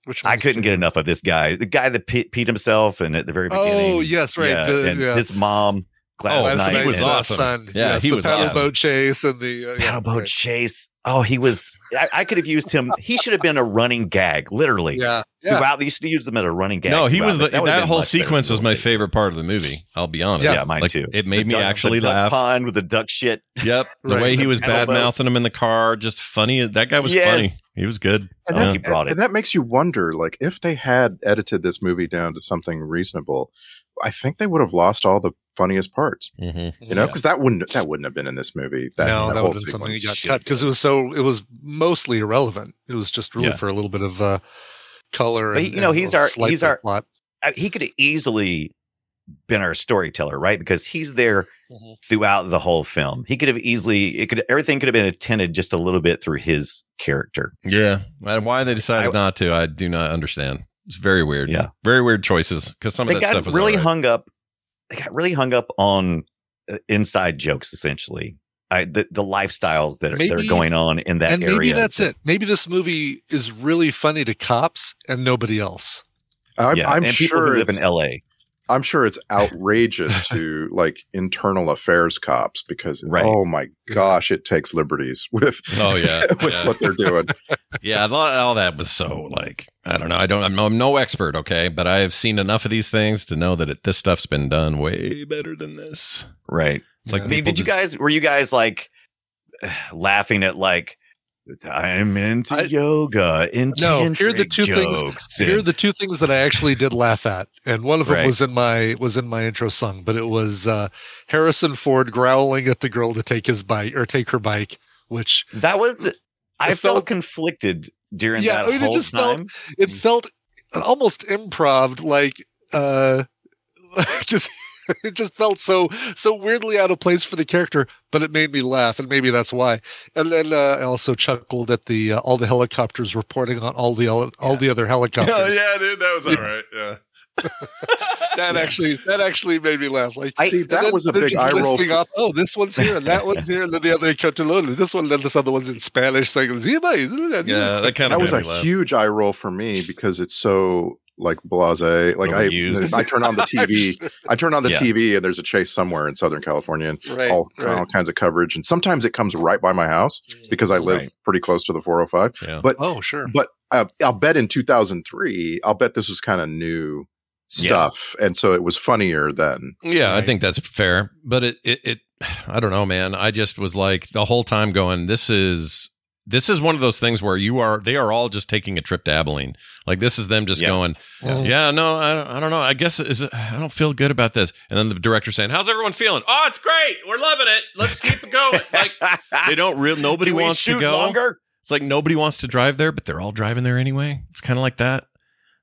[SPEAKER 6] Which
[SPEAKER 7] I
[SPEAKER 6] one's
[SPEAKER 7] couldn't
[SPEAKER 6] true?
[SPEAKER 7] get enough of this guy. The guy that pe- peed himself, and at the very beginning.
[SPEAKER 6] Oh yes, right.
[SPEAKER 7] Yeah,
[SPEAKER 6] the-
[SPEAKER 7] and
[SPEAKER 6] yeah.
[SPEAKER 7] His mom. last
[SPEAKER 5] Oh,
[SPEAKER 6] Last
[SPEAKER 7] night.
[SPEAKER 6] night
[SPEAKER 5] was
[SPEAKER 6] was
[SPEAKER 7] and
[SPEAKER 5] awesome.
[SPEAKER 6] Sun.
[SPEAKER 5] Yeah,
[SPEAKER 6] yes,
[SPEAKER 5] he
[SPEAKER 6] the
[SPEAKER 5] was
[SPEAKER 6] paddle
[SPEAKER 5] awesome.
[SPEAKER 6] boat chase and the uh, yeah,
[SPEAKER 7] Paddleboat
[SPEAKER 6] right.
[SPEAKER 7] Chase. Oh, he was. I, I could have used him. He should have been a running gag, literally.
[SPEAKER 6] Yeah, yeah.
[SPEAKER 7] Throughout, they used to use them as a running gag.
[SPEAKER 5] no, he
[SPEAKER 7] throughout
[SPEAKER 5] was the,
[SPEAKER 7] it.
[SPEAKER 5] that,
[SPEAKER 7] would've been
[SPEAKER 5] whole
[SPEAKER 7] much better
[SPEAKER 5] sequence
[SPEAKER 7] than
[SPEAKER 5] was my
[SPEAKER 7] those things.
[SPEAKER 5] favorite part of the movie. I'll be honest.
[SPEAKER 7] Yeah, mine
[SPEAKER 5] Like,
[SPEAKER 7] too.
[SPEAKER 5] It made
[SPEAKER 7] The
[SPEAKER 5] me
[SPEAKER 7] duck-
[SPEAKER 5] actually
[SPEAKER 7] the duck
[SPEAKER 5] laugh.
[SPEAKER 7] Pond with the duck shit.
[SPEAKER 5] Yep, the
[SPEAKER 6] Right.
[SPEAKER 5] way he was bad
[SPEAKER 7] Elbow.
[SPEAKER 5] mouthing him in the car, just funny. That guy was
[SPEAKER 7] Yes.
[SPEAKER 5] funny. He was good.
[SPEAKER 8] And,
[SPEAKER 5] Yeah.
[SPEAKER 8] that's,
[SPEAKER 7] He brought
[SPEAKER 8] and-
[SPEAKER 7] it.
[SPEAKER 8] and that makes you wonder, like, if they had edited this movie down to something reasonable, I think they would have lost all the funniest parts.
[SPEAKER 5] hmm
[SPEAKER 8] You know, because that wouldn't that wouldn't have been in this movie. That,
[SPEAKER 6] no,
[SPEAKER 8] that
[SPEAKER 6] that
[SPEAKER 8] whole
[SPEAKER 6] would have been something
[SPEAKER 8] sequence.
[SPEAKER 6] that got cut because it was so. It was mostly irrelevant. It was just really
[SPEAKER 7] Yeah.
[SPEAKER 6] for a little bit of uh, color.
[SPEAKER 7] But,
[SPEAKER 6] and,
[SPEAKER 7] you know,
[SPEAKER 6] and
[SPEAKER 7] he's
[SPEAKER 6] a
[SPEAKER 7] our-
[SPEAKER 6] slight
[SPEAKER 7] he's
[SPEAKER 6] bit of
[SPEAKER 7] our-
[SPEAKER 6] plot.
[SPEAKER 7] I- He could have easily been our storyteller, right? Because he's there throughout the whole film. He could have easily. It could everything could have been attended just a little bit through his character.
[SPEAKER 5] Yeah. And why they decided
[SPEAKER 7] I-
[SPEAKER 5] not to, I do not understand. It's very weird.
[SPEAKER 7] Yeah.
[SPEAKER 5] Very weird choices because some of
[SPEAKER 7] they
[SPEAKER 5] that stuff
[SPEAKER 7] got
[SPEAKER 5] was
[SPEAKER 7] really
[SPEAKER 5] alright.
[SPEAKER 7] hung up. They got really hung up on uh, inside jokes, essentially. I, the, the lifestyles that are, that are
[SPEAKER 6] Maybe-
[SPEAKER 7] going on in that
[SPEAKER 6] and
[SPEAKER 7] area.
[SPEAKER 6] maybe that's it. Maybe this movie is really funny to cops and nobody else.
[SPEAKER 8] I'm,
[SPEAKER 7] yeah.
[SPEAKER 8] I'm
[SPEAKER 7] and people
[SPEAKER 8] sure
[SPEAKER 7] who live
[SPEAKER 8] it's,
[SPEAKER 7] in LA.
[SPEAKER 8] I'm sure it's outrageous to like internal affairs cops because
[SPEAKER 7] Right.
[SPEAKER 8] oh my gosh, it takes liberties with
[SPEAKER 5] Oh, yeah.
[SPEAKER 8] with
[SPEAKER 5] Yeah.
[SPEAKER 8] what they're doing.
[SPEAKER 5] Yeah. a lot- All that was so like, I don't know. I don't, I'm no, I'm no expert. Okay. But I have seen enough of these things to know that it, this stuff's been done way better than this.
[SPEAKER 7] Right.
[SPEAKER 5] It's like,
[SPEAKER 6] Yeah.
[SPEAKER 7] I mean,
[SPEAKER 5] people
[SPEAKER 7] did you
[SPEAKER 5] just-
[SPEAKER 7] guys were you guys like laughing at like I'm into
[SPEAKER 6] I-
[SPEAKER 7] yoga and
[SPEAKER 6] No, here are the
[SPEAKER 7] tantric
[SPEAKER 6] two things-
[SPEAKER 7] jokes
[SPEAKER 6] Here are
[SPEAKER 7] and-
[SPEAKER 6] the two things that I actually did laugh at, and one of them
[SPEAKER 7] Right.
[SPEAKER 6] was in my was in my intro song, but it was uh, Harrison Ford growling at the girl to take his bike or take her bike, which
[SPEAKER 7] that was I felt,
[SPEAKER 6] It felt-
[SPEAKER 7] conflicted during
[SPEAKER 6] Yeah,
[SPEAKER 7] that
[SPEAKER 6] I mean, it
[SPEAKER 7] whole
[SPEAKER 6] just felt-
[SPEAKER 7] time.
[SPEAKER 6] it felt almost improv like uh just it just felt so so weirdly out of place for the character but it made me laugh and maybe that's why and then uh, i also chuckled at the uh, all the helicopters reporting on all the all, all the other helicopters
[SPEAKER 5] Oh,
[SPEAKER 8] Oh,
[SPEAKER 5] dude. That was all right. Yeah.
[SPEAKER 6] that actually that actually made me laugh like
[SPEAKER 7] I-
[SPEAKER 8] See,
[SPEAKER 6] and
[SPEAKER 8] that
[SPEAKER 6] then
[SPEAKER 8] was a
[SPEAKER 6] they're
[SPEAKER 8] big
[SPEAKER 6] just
[SPEAKER 8] eye roll.
[SPEAKER 6] listing
[SPEAKER 8] for-
[SPEAKER 6] off, oh this one's here and that one's here and then the other helicopter this one then this other one's in spanish saying "Zima."
[SPEAKER 5] Yeah. That kind of
[SPEAKER 8] that was
[SPEAKER 5] made
[SPEAKER 8] a
[SPEAKER 5] me laugh.
[SPEAKER 8] huge eye roll for me because it's so like blase. Like I,
[SPEAKER 7] Overused.
[SPEAKER 8] I turn on the TV, I turn on the
[SPEAKER 7] Yeah.
[SPEAKER 8] TV, and there's a chase somewhere in Southern California, and
[SPEAKER 6] right,
[SPEAKER 8] all, all
[SPEAKER 6] right.
[SPEAKER 8] kinds of coverage. And sometimes it comes right by my house
[SPEAKER 5] Mm-hmm.
[SPEAKER 8] because I live
[SPEAKER 7] Right.
[SPEAKER 8] pretty close to the 405.
[SPEAKER 5] Yeah.
[SPEAKER 8] But
[SPEAKER 6] oh sure
[SPEAKER 8] but uh, I'll bet in 2003, I'll bet this was kind of new stuff, and so it was funnier then.
[SPEAKER 5] Yeah, I
[SPEAKER 6] Right.
[SPEAKER 5] think that's fair. But it, it, it, I don't know, man. I just was like the whole time going, this is, this is one of those things where you are, they are all just taking a trip to Abilene. Like this is them just
[SPEAKER 7] Yeah.
[SPEAKER 5] going,
[SPEAKER 6] Yeah.
[SPEAKER 5] yeah, no, I, don't- I don't know. I guess is, I don't feel good about this. And then the director saying, how's everyone feeling? Oh, it's great. We're loving it. Let's keep it going. Like they don't real, nobody
[SPEAKER 7] Do we
[SPEAKER 5] wants to
[SPEAKER 7] shoot
[SPEAKER 5] go.
[SPEAKER 7] longer?
[SPEAKER 5] It's like nobody wants to drive there, but they're all driving there anyway. It's kind of like that.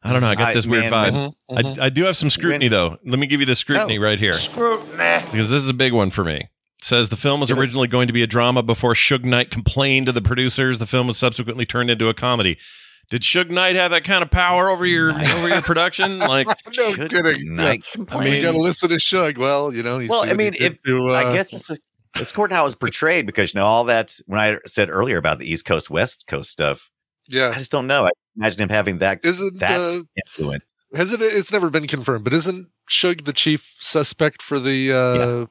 [SPEAKER 5] I don't know. I got
[SPEAKER 7] I-
[SPEAKER 5] this weird
[SPEAKER 7] man,
[SPEAKER 5] vibe.
[SPEAKER 6] Mhm,
[SPEAKER 7] Mm-hmm,
[SPEAKER 6] mhm.
[SPEAKER 5] I, I do have some scrutiny
[SPEAKER 7] When-
[SPEAKER 5] though. Let me give you the scrutiny
[SPEAKER 7] Oh.
[SPEAKER 5] right here. Scrutiny. Because this is a big one for me. It says the film was originally going to be a drama before Suge Knight complained to the producers. The film was subsequently turned into a comedy. Did Suge Knight have that kind of power over your
[SPEAKER 7] Knight.
[SPEAKER 5] over your production? Like
[SPEAKER 6] no
[SPEAKER 7] Should
[SPEAKER 6] kidding
[SPEAKER 7] not
[SPEAKER 6] Yeah.
[SPEAKER 7] complain.
[SPEAKER 6] you gotta listen to Shug. Well, you know, you
[SPEAKER 7] Well,
[SPEAKER 6] see
[SPEAKER 7] I
[SPEAKER 6] what he
[SPEAKER 7] mean,
[SPEAKER 6] did
[SPEAKER 7] if-
[SPEAKER 6] to, uh,
[SPEAKER 7] I guess it's, it's according to how it's portrayed because you know all that when I said earlier about the East Coast West Coast stuff, I
[SPEAKER 6] yeah,
[SPEAKER 7] just don't know. I imagine him having that
[SPEAKER 6] isn't
[SPEAKER 7] that
[SPEAKER 6] uh,
[SPEAKER 7] influence.
[SPEAKER 6] has it? It's never been confirmed, but isn't Shug the chief suspect for the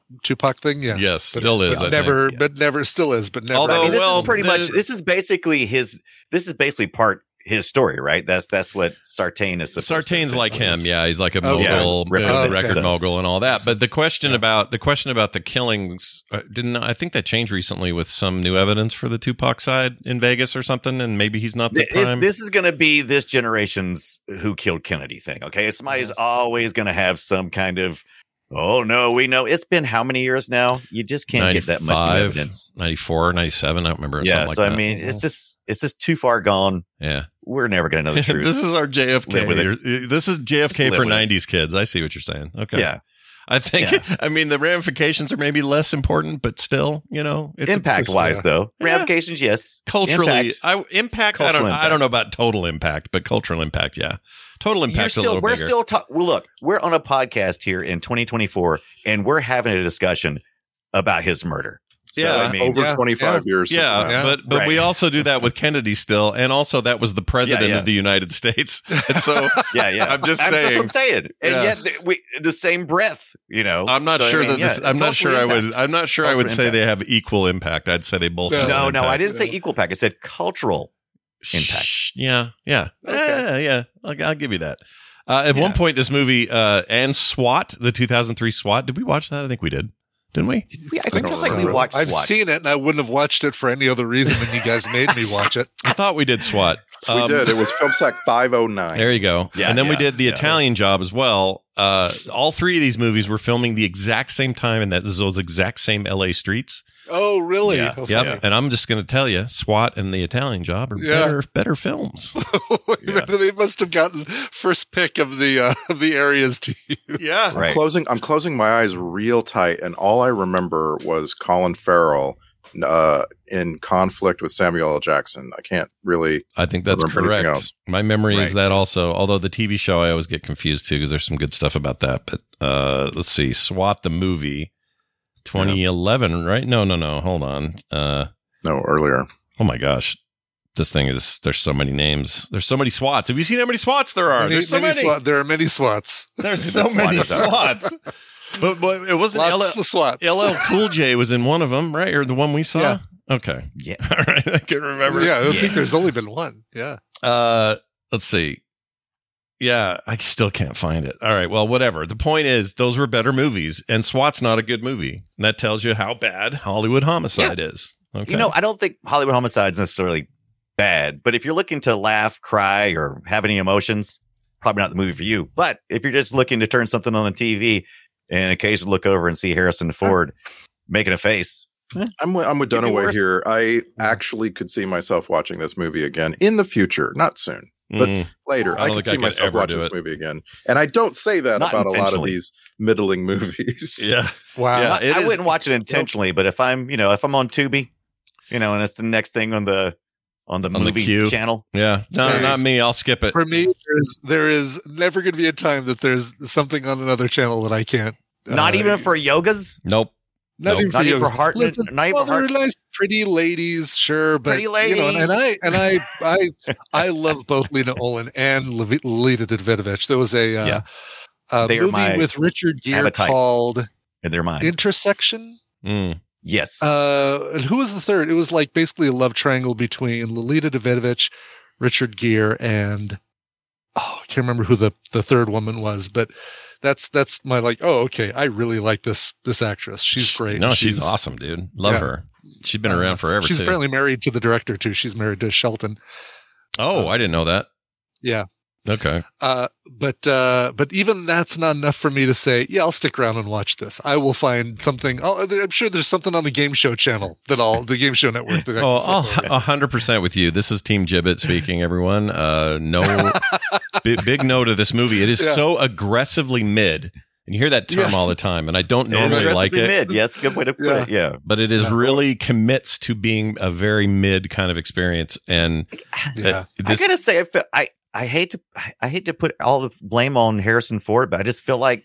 [SPEAKER 6] uh, Tupac thing? Yeah,
[SPEAKER 5] yes,
[SPEAKER 6] But-
[SPEAKER 5] still is.
[SPEAKER 6] but
[SPEAKER 5] I think.
[SPEAKER 6] never,
[SPEAKER 7] yeah.
[SPEAKER 6] but never, still is, but never.
[SPEAKER 5] Although,
[SPEAKER 7] I mean, this
[SPEAKER 5] well,
[SPEAKER 7] is pretty
[SPEAKER 5] the-
[SPEAKER 7] much this is basically his. This is basically part his story, right? That's that's what Sartain is. supposed to
[SPEAKER 5] Sartain's like
[SPEAKER 7] essentially-
[SPEAKER 5] him. Yeah, he's like a
[SPEAKER 6] Oh, yeah.
[SPEAKER 5] mogul,
[SPEAKER 7] Yeah.
[SPEAKER 5] he's a
[SPEAKER 6] Represents
[SPEAKER 5] record
[SPEAKER 7] himself.
[SPEAKER 5] mogul, and all that. But the question
[SPEAKER 7] Yeah.
[SPEAKER 5] about the question about the killings uh, didn't I think that changed recently with some new evidence for the Tupac side in Vegas or something, and maybe he's not the
[SPEAKER 7] Th- This,
[SPEAKER 5] prime.
[SPEAKER 7] this is going to be this generation's "Who Killed Kennedy" thing. Okay, somebody's always going to have some kind of. Oh no, we know it's been how many years now? You just can't get that much new
[SPEAKER 5] 95.
[SPEAKER 7] evidence.
[SPEAKER 5] 94, 97, I don't remember.
[SPEAKER 7] Yeah,
[SPEAKER 5] something
[SPEAKER 7] so
[SPEAKER 5] like
[SPEAKER 7] I
[SPEAKER 5] that.
[SPEAKER 7] mean, it's just it's just too far gone.
[SPEAKER 5] yeah.
[SPEAKER 7] We're never going to know the truth.
[SPEAKER 5] this is our JFK.
[SPEAKER 7] Live with it.
[SPEAKER 5] You're- This is JFK
[SPEAKER 7] Just live
[SPEAKER 5] for
[SPEAKER 7] with it.
[SPEAKER 5] 90s kids. I see what you're saying. Okay.
[SPEAKER 7] yeah,
[SPEAKER 5] I think, I mean, the ramifications are maybe less important, but still, you know, it's a-
[SPEAKER 7] impact wise though,
[SPEAKER 5] Yeah.
[SPEAKER 7] ramifications yes,
[SPEAKER 5] culturally
[SPEAKER 7] Impact,
[SPEAKER 5] I, impact I
[SPEAKER 7] Cultural
[SPEAKER 5] don't I
[SPEAKER 7] impact.
[SPEAKER 5] don't know about total impact, but cultural impact, yeah. Total
[SPEAKER 7] You're
[SPEAKER 5] impact's a
[SPEAKER 7] still
[SPEAKER 5] little
[SPEAKER 7] we're
[SPEAKER 5] bigger.
[SPEAKER 7] still talking. Well, look, we're on a podcast here in 2024, and we're having a discussion about his murder.
[SPEAKER 8] So,
[SPEAKER 5] Yeah, I
[SPEAKER 8] like,
[SPEAKER 5] mean,
[SPEAKER 8] over
[SPEAKER 10] yeah,
[SPEAKER 8] 25 years. since
[SPEAKER 5] Yeah,
[SPEAKER 8] now.
[SPEAKER 10] Yeah.
[SPEAKER 5] but but we
[SPEAKER 8] Right.
[SPEAKER 5] also do that with Kennedy still, and also that was the president
[SPEAKER 7] yeah.
[SPEAKER 5] of the United States. And so
[SPEAKER 7] Yeah, yeah.
[SPEAKER 5] I'm just
[SPEAKER 7] That's what
[SPEAKER 5] saying.
[SPEAKER 7] I'm saying. And
[SPEAKER 5] Yeah.
[SPEAKER 7] yet, th- we the same breath. You know,
[SPEAKER 5] I'm not
[SPEAKER 7] So, I
[SPEAKER 5] sure
[SPEAKER 7] mean,
[SPEAKER 5] that this.
[SPEAKER 7] yeah,
[SPEAKER 5] I'm not
[SPEAKER 7] both
[SPEAKER 5] sure
[SPEAKER 7] will
[SPEAKER 5] I would.
[SPEAKER 7] impact.
[SPEAKER 5] I'm not sure I
[SPEAKER 7] Both
[SPEAKER 5] would
[SPEAKER 7] will
[SPEAKER 5] say
[SPEAKER 7] impact.
[SPEAKER 5] they have equal impact. I'd say they both.
[SPEAKER 6] No.
[SPEAKER 5] have
[SPEAKER 7] No,
[SPEAKER 5] an
[SPEAKER 7] no, I
[SPEAKER 5] impact.
[SPEAKER 7] didn't say equal pack. I said cultural. impact.
[SPEAKER 5] Shh, Yeah, yeah,
[SPEAKER 7] Okay.
[SPEAKER 5] yeah, yeah. I'll, I'll give you that. Uh, at one
[SPEAKER 7] Yeah.
[SPEAKER 5] point, this movie uh, and SWAT, the 2003 SWAT. Did we watch that? I think we did. Didn't we?
[SPEAKER 7] We, I think
[SPEAKER 10] don't
[SPEAKER 7] it's like we
[SPEAKER 10] remember.
[SPEAKER 7] watched
[SPEAKER 6] I've
[SPEAKER 7] SWAT.
[SPEAKER 6] seen it, and I wouldn't have watched it for any other reason than you guys made me watch it.
[SPEAKER 5] I thought we did SWAT.
[SPEAKER 8] we
[SPEAKER 5] Um,
[SPEAKER 8] did. It was FilmSec 509.
[SPEAKER 5] There you go.
[SPEAKER 7] Yeah,
[SPEAKER 5] and then we
[SPEAKER 7] yeah,
[SPEAKER 5] did the
[SPEAKER 7] yeah.
[SPEAKER 5] Italian job as well. Uh, all three of these movies were filming the exact same time in that those exact same LA streets.
[SPEAKER 6] Oh, really?
[SPEAKER 7] Yeah.
[SPEAKER 6] Oh,
[SPEAKER 5] Yep.
[SPEAKER 6] funny.
[SPEAKER 5] And I'm just going to tell you, SWAT and the Italian job are
[SPEAKER 6] Yeah.
[SPEAKER 5] better better films.
[SPEAKER 6] they must have gotten first pick of the uh, of the areas to use.
[SPEAKER 5] yeah.
[SPEAKER 8] I'm closing. I'm closing my eyes real tight, and all I remember was Colin Farrell uh, in conflict with Samuel L. Jackson. I can't really.
[SPEAKER 5] I think that's
[SPEAKER 8] Remember anything
[SPEAKER 5] correct.
[SPEAKER 8] else?
[SPEAKER 5] My memory is
[SPEAKER 7] Right.
[SPEAKER 5] that also, although the TV show I always get confused too because there's some good stuff about that. But uh, let's see, SWAT the movie, 2011, right? No, no, no. Hold on. Uh,
[SPEAKER 8] No, earlier.
[SPEAKER 5] Oh my gosh. This thing is there's so many names. There's so many swats. Have you seen how many swats there are?
[SPEAKER 6] Many-
[SPEAKER 5] there's so
[SPEAKER 6] many
[SPEAKER 5] many.
[SPEAKER 6] SWAT- there are many SWATs.
[SPEAKER 5] There's so many swats. but, but it wasn't
[SPEAKER 6] Lots
[SPEAKER 5] LL,
[SPEAKER 6] of SWATs.
[SPEAKER 5] LL Cool J was in one of them, right? Or the one we saw?
[SPEAKER 6] Yeah.
[SPEAKER 5] Okay.
[SPEAKER 7] Yeah.
[SPEAKER 5] All right. I can remember.
[SPEAKER 6] Yeah, I
[SPEAKER 7] Yeah.
[SPEAKER 6] think there's only been one. Yeah.
[SPEAKER 5] Uh, let's see. Yeah, I still can't find it. All right. Well, whatever. The point is, those were better movies, and SWAT's not a good movie. And that tells you how bad Hollywood homicide is. Okay.
[SPEAKER 7] You know, I don't think Hollywood Homicide is necessarily bad, but if you're looking to laugh, cry, or have any emotions, probably not the movie for you. But if you're just looking to turn something on the TV and occasionally look over and see Harrison Ford making a face,
[SPEAKER 8] I'm with, I'm with
[SPEAKER 7] Could be
[SPEAKER 8] Dunaway
[SPEAKER 7] worse.
[SPEAKER 8] here. I
[SPEAKER 5] Mm-hmm.
[SPEAKER 8] actually could see myself watching this movie again in the future, not soon, but-
[SPEAKER 5] Mm.
[SPEAKER 8] later.
[SPEAKER 5] I
[SPEAKER 8] I,
[SPEAKER 5] don't
[SPEAKER 8] could
[SPEAKER 5] think I
[SPEAKER 8] see
[SPEAKER 5] could
[SPEAKER 8] myself
[SPEAKER 5] ever do
[SPEAKER 8] watching this
[SPEAKER 5] it.
[SPEAKER 8] movie again, and I don't say that
[SPEAKER 7] Not
[SPEAKER 8] about a lot of
[SPEAKER 7] intentionally.
[SPEAKER 8] these middling movies.
[SPEAKER 5] yeah.
[SPEAKER 6] Wow.
[SPEAKER 5] Yeah.
[SPEAKER 7] I,
[SPEAKER 5] it
[SPEAKER 7] I
[SPEAKER 5] is-
[SPEAKER 7] wouldn't watch it intentionally. But if I'm, you know, if I'm on Tubi, you know, and it's the next thing on the on the
[SPEAKER 5] the
[SPEAKER 7] movie
[SPEAKER 5] queue.
[SPEAKER 7] channel,
[SPEAKER 5] Yeah. No,
[SPEAKER 6] There
[SPEAKER 5] not
[SPEAKER 6] is-
[SPEAKER 5] me. I'll skip it.
[SPEAKER 6] For me, there is, there is never going to be a time that there's something on another channel that I can't.
[SPEAKER 7] not
[SPEAKER 6] uh,
[SPEAKER 7] even for yogas,
[SPEAKER 5] Nope.
[SPEAKER 6] Not
[SPEAKER 5] Nope.
[SPEAKER 6] even for,
[SPEAKER 7] Not even
[SPEAKER 6] yogas.
[SPEAKER 7] for heart-
[SPEAKER 6] Listen,
[SPEAKER 7] not even
[SPEAKER 6] well,
[SPEAKER 7] for heart-
[SPEAKER 6] they're nice, pretty ladies, sure, but
[SPEAKER 7] Pretty
[SPEAKER 6] you know, and, and I and I I I love both Lena Olin and Levi- Lita Davidovich. There was a uh,
[SPEAKER 7] Yeah.
[SPEAKER 6] uh,
[SPEAKER 7] They are my
[SPEAKER 6] movie with Richard Gere
[SPEAKER 7] appetite.
[SPEAKER 6] called
[SPEAKER 7] in their mind.
[SPEAKER 6] Intersection.
[SPEAKER 5] Mm.
[SPEAKER 7] yes.
[SPEAKER 6] Uh, and who was the third? It was like basically a love triangle between Lolita Davidovich, Richard Gere, and oh, I can't remember who the the third woman was, but that's that's my like. Oh, okay, I really like this this actress. She's great.
[SPEAKER 5] No, she's, awesome, dude. Love
[SPEAKER 6] Yeah. Uh,
[SPEAKER 5] her. She's been around forever.
[SPEAKER 6] She's
[SPEAKER 5] too.
[SPEAKER 6] apparently married to the director too. She's married to Shelton.
[SPEAKER 5] Oh, I didn't know that.
[SPEAKER 6] uh, Yeah.
[SPEAKER 5] Okay.
[SPEAKER 6] Uh, but uh, but even that's not enough for me to say, yeah, I'll stick around and watch this. I will find something. I'll, I'm sure there's something on the game show channel that I'll the game show network. That I
[SPEAKER 5] Oh,
[SPEAKER 6] can
[SPEAKER 5] I'll-
[SPEAKER 6] flip over.
[SPEAKER 5] a hundred percent with you. This is Team Gibbet speaking. Everyone, uh, no, big, big no to this movie. It is
[SPEAKER 6] Yeah.
[SPEAKER 5] so aggressively mid, and you hear that term
[SPEAKER 6] Yes.
[SPEAKER 5] all the time. And I don't
[SPEAKER 7] And
[SPEAKER 5] normally like
[SPEAKER 7] aggressively
[SPEAKER 5] it,
[SPEAKER 7] mid. Yes, good way to put
[SPEAKER 6] Yeah.
[SPEAKER 7] it. Yeah.
[SPEAKER 5] but it is
[SPEAKER 6] Yeah.
[SPEAKER 5] really commits to being a very mid kind of experience. And uh,
[SPEAKER 6] yeah.
[SPEAKER 5] this,
[SPEAKER 7] I gotta say, I feel, I I hate to I- I hate to put all the blame on Harrison Ford, but I just feel like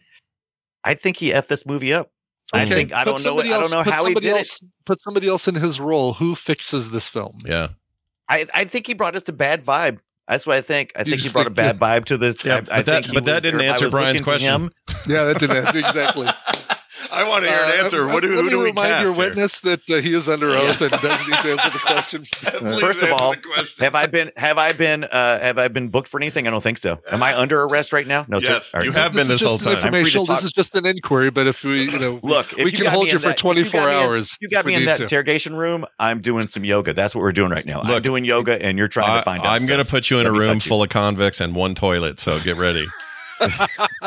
[SPEAKER 7] I think he effed this movie up. I
[SPEAKER 6] Okay,
[SPEAKER 7] think I
[SPEAKER 6] put
[SPEAKER 7] don't know.
[SPEAKER 6] somebody
[SPEAKER 7] I don't
[SPEAKER 6] else-
[SPEAKER 7] know
[SPEAKER 6] put
[SPEAKER 7] how he
[SPEAKER 6] somebody
[SPEAKER 7] did it.
[SPEAKER 6] else, Put somebody else in his role. Who fixes this film?
[SPEAKER 5] yeah,
[SPEAKER 7] I I think he brought us to bad vibe. That's what I think. I think he
[SPEAKER 6] just
[SPEAKER 7] brought a bad
[SPEAKER 6] think-
[SPEAKER 7] vibe to this.
[SPEAKER 5] Yeah,
[SPEAKER 7] I, I
[SPEAKER 5] but that-
[SPEAKER 7] think he
[SPEAKER 5] but that
[SPEAKER 7] was-
[SPEAKER 5] didn't
[SPEAKER 7] or I
[SPEAKER 5] answer
[SPEAKER 7] was
[SPEAKER 5] Brian's
[SPEAKER 7] looking
[SPEAKER 5] question.
[SPEAKER 7] to him.
[SPEAKER 6] Yeah, that didn't answer exactly.
[SPEAKER 5] I want to hear an
[SPEAKER 6] Uh,
[SPEAKER 5] answer. what do,
[SPEAKER 6] let
[SPEAKER 5] who
[SPEAKER 6] me
[SPEAKER 5] do we
[SPEAKER 6] remind
[SPEAKER 5] cast
[SPEAKER 6] your
[SPEAKER 5] here?
[SPEAKER 6] witness that uh, he is under oath and doesn't need to answer the question.
[SPEAKER 7] First of
[SPEAKER 5] answer
[SPEAKER 7] all,
[SPEAKER 5] the question.
[SPEAKER 7] have I been have I been uh, have I been booked for anything? I don't think so. Am I under arrest right now? No, sir.
[SPEAKER 5] Yes,
[SPEAKER 7] All right,
[SPEAKER 5] you
[SPEAKER 7] no.
[SPEAKER 5] have been
[SPEAKER 6] is
[SPEAKER 5] this
[SPEAKER 6] just
[SPEAKER 5] whole time.
[SPEAKER 6] an
[SPEAKER 5] I'm free to
[SPEAKER 6] Informational.
[SPEAKER 7] talk.
[SPEAKER 6] This is just an inquiry, but if we, you know,
[SPEAKER 7] Look, if you
[SPEAKER 6] we can
[SPEAKER 7] got
[SPEAKER 6] hold
[SPEAKER 7] me
[SPEAKER 6] you
[SPEAKER 7] in
[SPEAKER 6] for
[SPEAKER 7] that- if you got
[SPEAKER 6] 24
[SPEAKER 7] me in-
[SPEAKER 6] hours.
[SPEAKER 7] You got
[SPEAKER 6] if
[SPEAKER 7] me
[SPEAKER 6] we
[SPEAKER 7] in
[SPEAKER 6] need
[SPEAKER 7] that
[SPEAKER 6] to.
[SPEAKER 7] interrogation room. I'm doing some yoga. That's what we're doing right now. I'm
[SPEAKER 5] Look,
[SPEAKER 7] doing yoga, and you're trying to find out.
[SPEAKER 5] I, am
[SPEAKER 7] stuff.
[SPEAKER 5] going to put you in a
[SPEAKER 7] Let me
[SPEAKER 5] room
[SPEAKER 7] touch you.
[SPEAKER 5] full of convicts and one toilet. So get ready.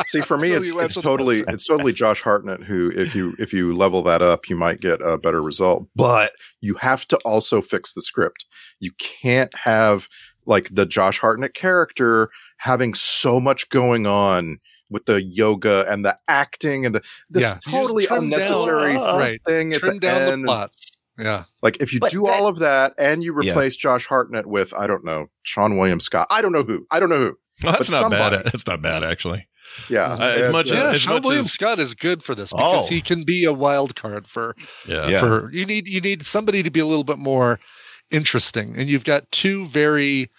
[SPEAKER 8] See, for me,
[SPEAKER 6] Until
[SPEAKER 8] it's,
[SPEAKER 6] you
[SPEAKER 8] it's
[SPEAKER 6] answer the
[SPEAKER 8] totally it's totally Josh Hartnett. Who, if you if you level that up, you might get a better result. But you have to also fix the script. You can't have like the Josh Hartnett character having so much going on with the yoga and the acting and the this
[SPEAKER 6] Yeah. You
[SPEAKER 8] totally
[SPEAKER 6] just trim down-
[SPEAKER 8] unnecessary
[SPEAKER 6] Right.
[SPEAKER 8] thing at
[SPEAKER 6] Trim
[SPEAKER 8] the
[SPEAKER 6] down
[SPEAKER 8] end.
[SPEAKER 6] the plots. Yeah.
[SPEAKER 8] Like if you
[SPEAKER 7] But
[SPEAKER 8] do
[SPEAKER 7] that-
[SPEAKER 8] all of that and you
[SPEAKER 7] Yeah.
[SPEAKER 8] replace Josh Hartnett with I don't know Sean William Scott. I don't know who. I don't know who.
[SPEAKER 5] Well, that's
[SPEAKER 8] But
[SPEAKER 5] not bad.
[SPEAKER 8] somebody-
[SPEAKER 5] That's not bad actually.
[SPEAKER 8] Yeah.
[SPEAKER 5] Uh, as
[SPEAKER 8] It's,
[SPEAKER 5] much
[SPEAKER 8] uh,
[SPEAKER 5] as-
[SPEAKER 6] Yeah,
[SPEAKER 5] as
[SPEAKER 6] Sean
[SPEAKER 5] much
[SPEAKER 6] William
[SPEAKER 5] as-
[SPEAKER 6] Scott is good for this because
[SPEAKER 7] Oh.
[SPEAKER 6] he can be a wild card for
[SPEAKER 5] Yeah.
[SPEAKER 8] Yeah.
[SPEAKER 6] for you need you need somebody to be a little bit more interesting and you've got two very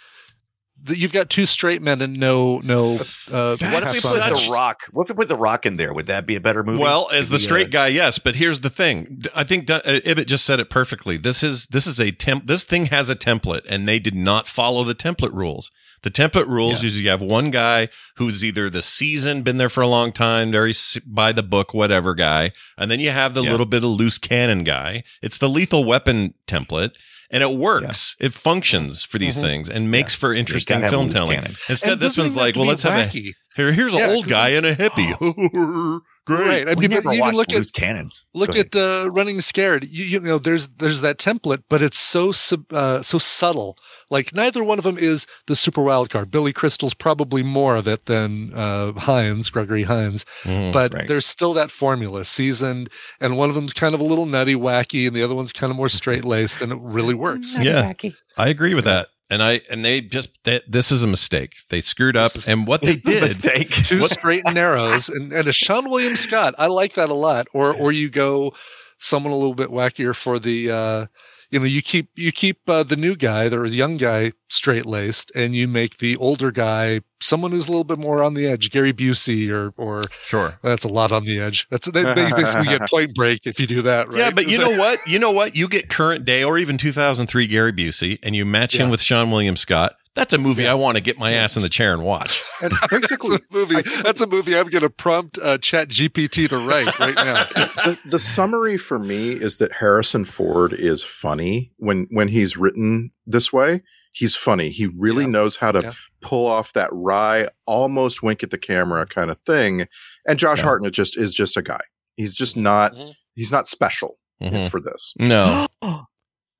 [SPEAKER 6] th- you've got two straight men and no no uh,
[SPEAKER 7] What if we put
[SPEAKER 5] such-
[SPEAKER 7] the Rock? What if we put the Rock in there? Would that be a better movie? uh,
[SPEAKER 5] Well, as the
[SPEAKER 6] Yeah.
[SPEAKER 5] straight guy, yes. But here's the thing. D- I think Dun- uh, Ibbett just said it perfectly. This is this is a temp. This thing has a template, and they did not follow the template rules. The template rules usually you have one guy who's either the seasoned, been there for a long time, very s- by the book, whatever guy, and then you have the
[SPEAKER 7] Yeah.
[SPEAKER 5] little bit of loose cannon guy. It's the lethal weapon template. And it works. It functions for these things and makes for interesting
[SPEAKER 7] Mm-hmm. gotta have
[SPEAKER 5] film
[SPEAKER 7] loose
[SPEAKER 5] telling.
[SPEAKER 7] cannon.
[SPEAKER 5] Instead, this one's like, well, let's have a
[SPEAKER 6] wacky.
[SPEAKER 5] here, here's
[SPEAKER 6] Yeah,
[SPEAKER 5] an old
[SPEAKER 6] 'cause
[SPEAKER 5] guy and a hippie. Great.
[SPEAKER 6] right I
[SPEAKER 7] we
[SPEAKER 6] mean,
[SPEAKER 7] never
[SPEAKER 6] but even
[SPEAKER 7] watched
[SPEAKER 6] look at
[SPEAKER 7] Loose Cannons.
[SPEAKER 6] look
[SPEAKER 7] Go ahead.
[SPEAKER 6] at uh, running scared you, you know there's there's that template but it's so sub, uh, so subtle like neither one of them is the super wild card billy crystal's probably more of it than uh hines gregory hines
[SPEAKER 7] Oh.
[SPEAKER 5] Mm.
[SPEAKER 6] but
[SPEAKER 7] right.
[SPEAKER 6] there's still that formula seasoned and one of them's kind of a little nutty wacky and the other one's kind of more straight laced and it really works
[SPEAKER 5] Mm, yeah, I agree with that. And I and they just that this is a mistake. They screwed up.
[SPEAKER 6] This is-
[SPEAKER 5] and what they
[SPEAKER 7] It's the
[SPEAKER 5] did,
[SPEAKER 7] mistake.
[SPEAKER 6] two straight and narrows and, and a sean william scott i like that a lot or or you go someone a little bit wackier for the uh you know you keep you keep uh, the new guy or the young guy straight laced and you make the older guy someone who's a little bit more on the edge gary busey or or
[SPEAKER 5] sure.
[SPEAKER 6] that's a lot on the edge that's they, they basically get point break if you do that right
[SPEAKER 5] Yeah, but you
[SPEAKER 6] Is that-
[SPEAKER 5] know what? You know what? You get current day or even 2003 Gary Busey, and you match him
[SPEAKER 6] Yeah.
[SPEAKER 5] with Sean William Scott. That's a movie
[SPEAKER 6] Yeah.
[SPEAKER 5] I want to get my ass in the chair and watch.
[SPEAKER 8] and basically,
[SPEAKER 6] That's a movie.
[SPEAKER 8] I think-
[SPEAKER 6] That's a movie. I'm going to prompt uh, Chat GPT to write right now.
[SPEAKER 8] the, the summary for me is that Harrison Ford is funny when when he's written this way. He's funny. He really
[SPEAKER 6] Yeah.
[SPEAKER 8] knows how to
[SPEAKER 6] Yeah.
[SPEAKER 8] pull off that wry, almost wink at the camera kind of thing. And Josh
[SPEAKER 7] Yeah.
[SPEAKER 8] Hartnett just is just a guy. He's just not.
[SPEAKER 6] Mhm.
[SPEAKER 8] He's not special
[SPEAKER 5] Mhm.
[SPEAKER 8] for this.
[SPEAKER 5] No,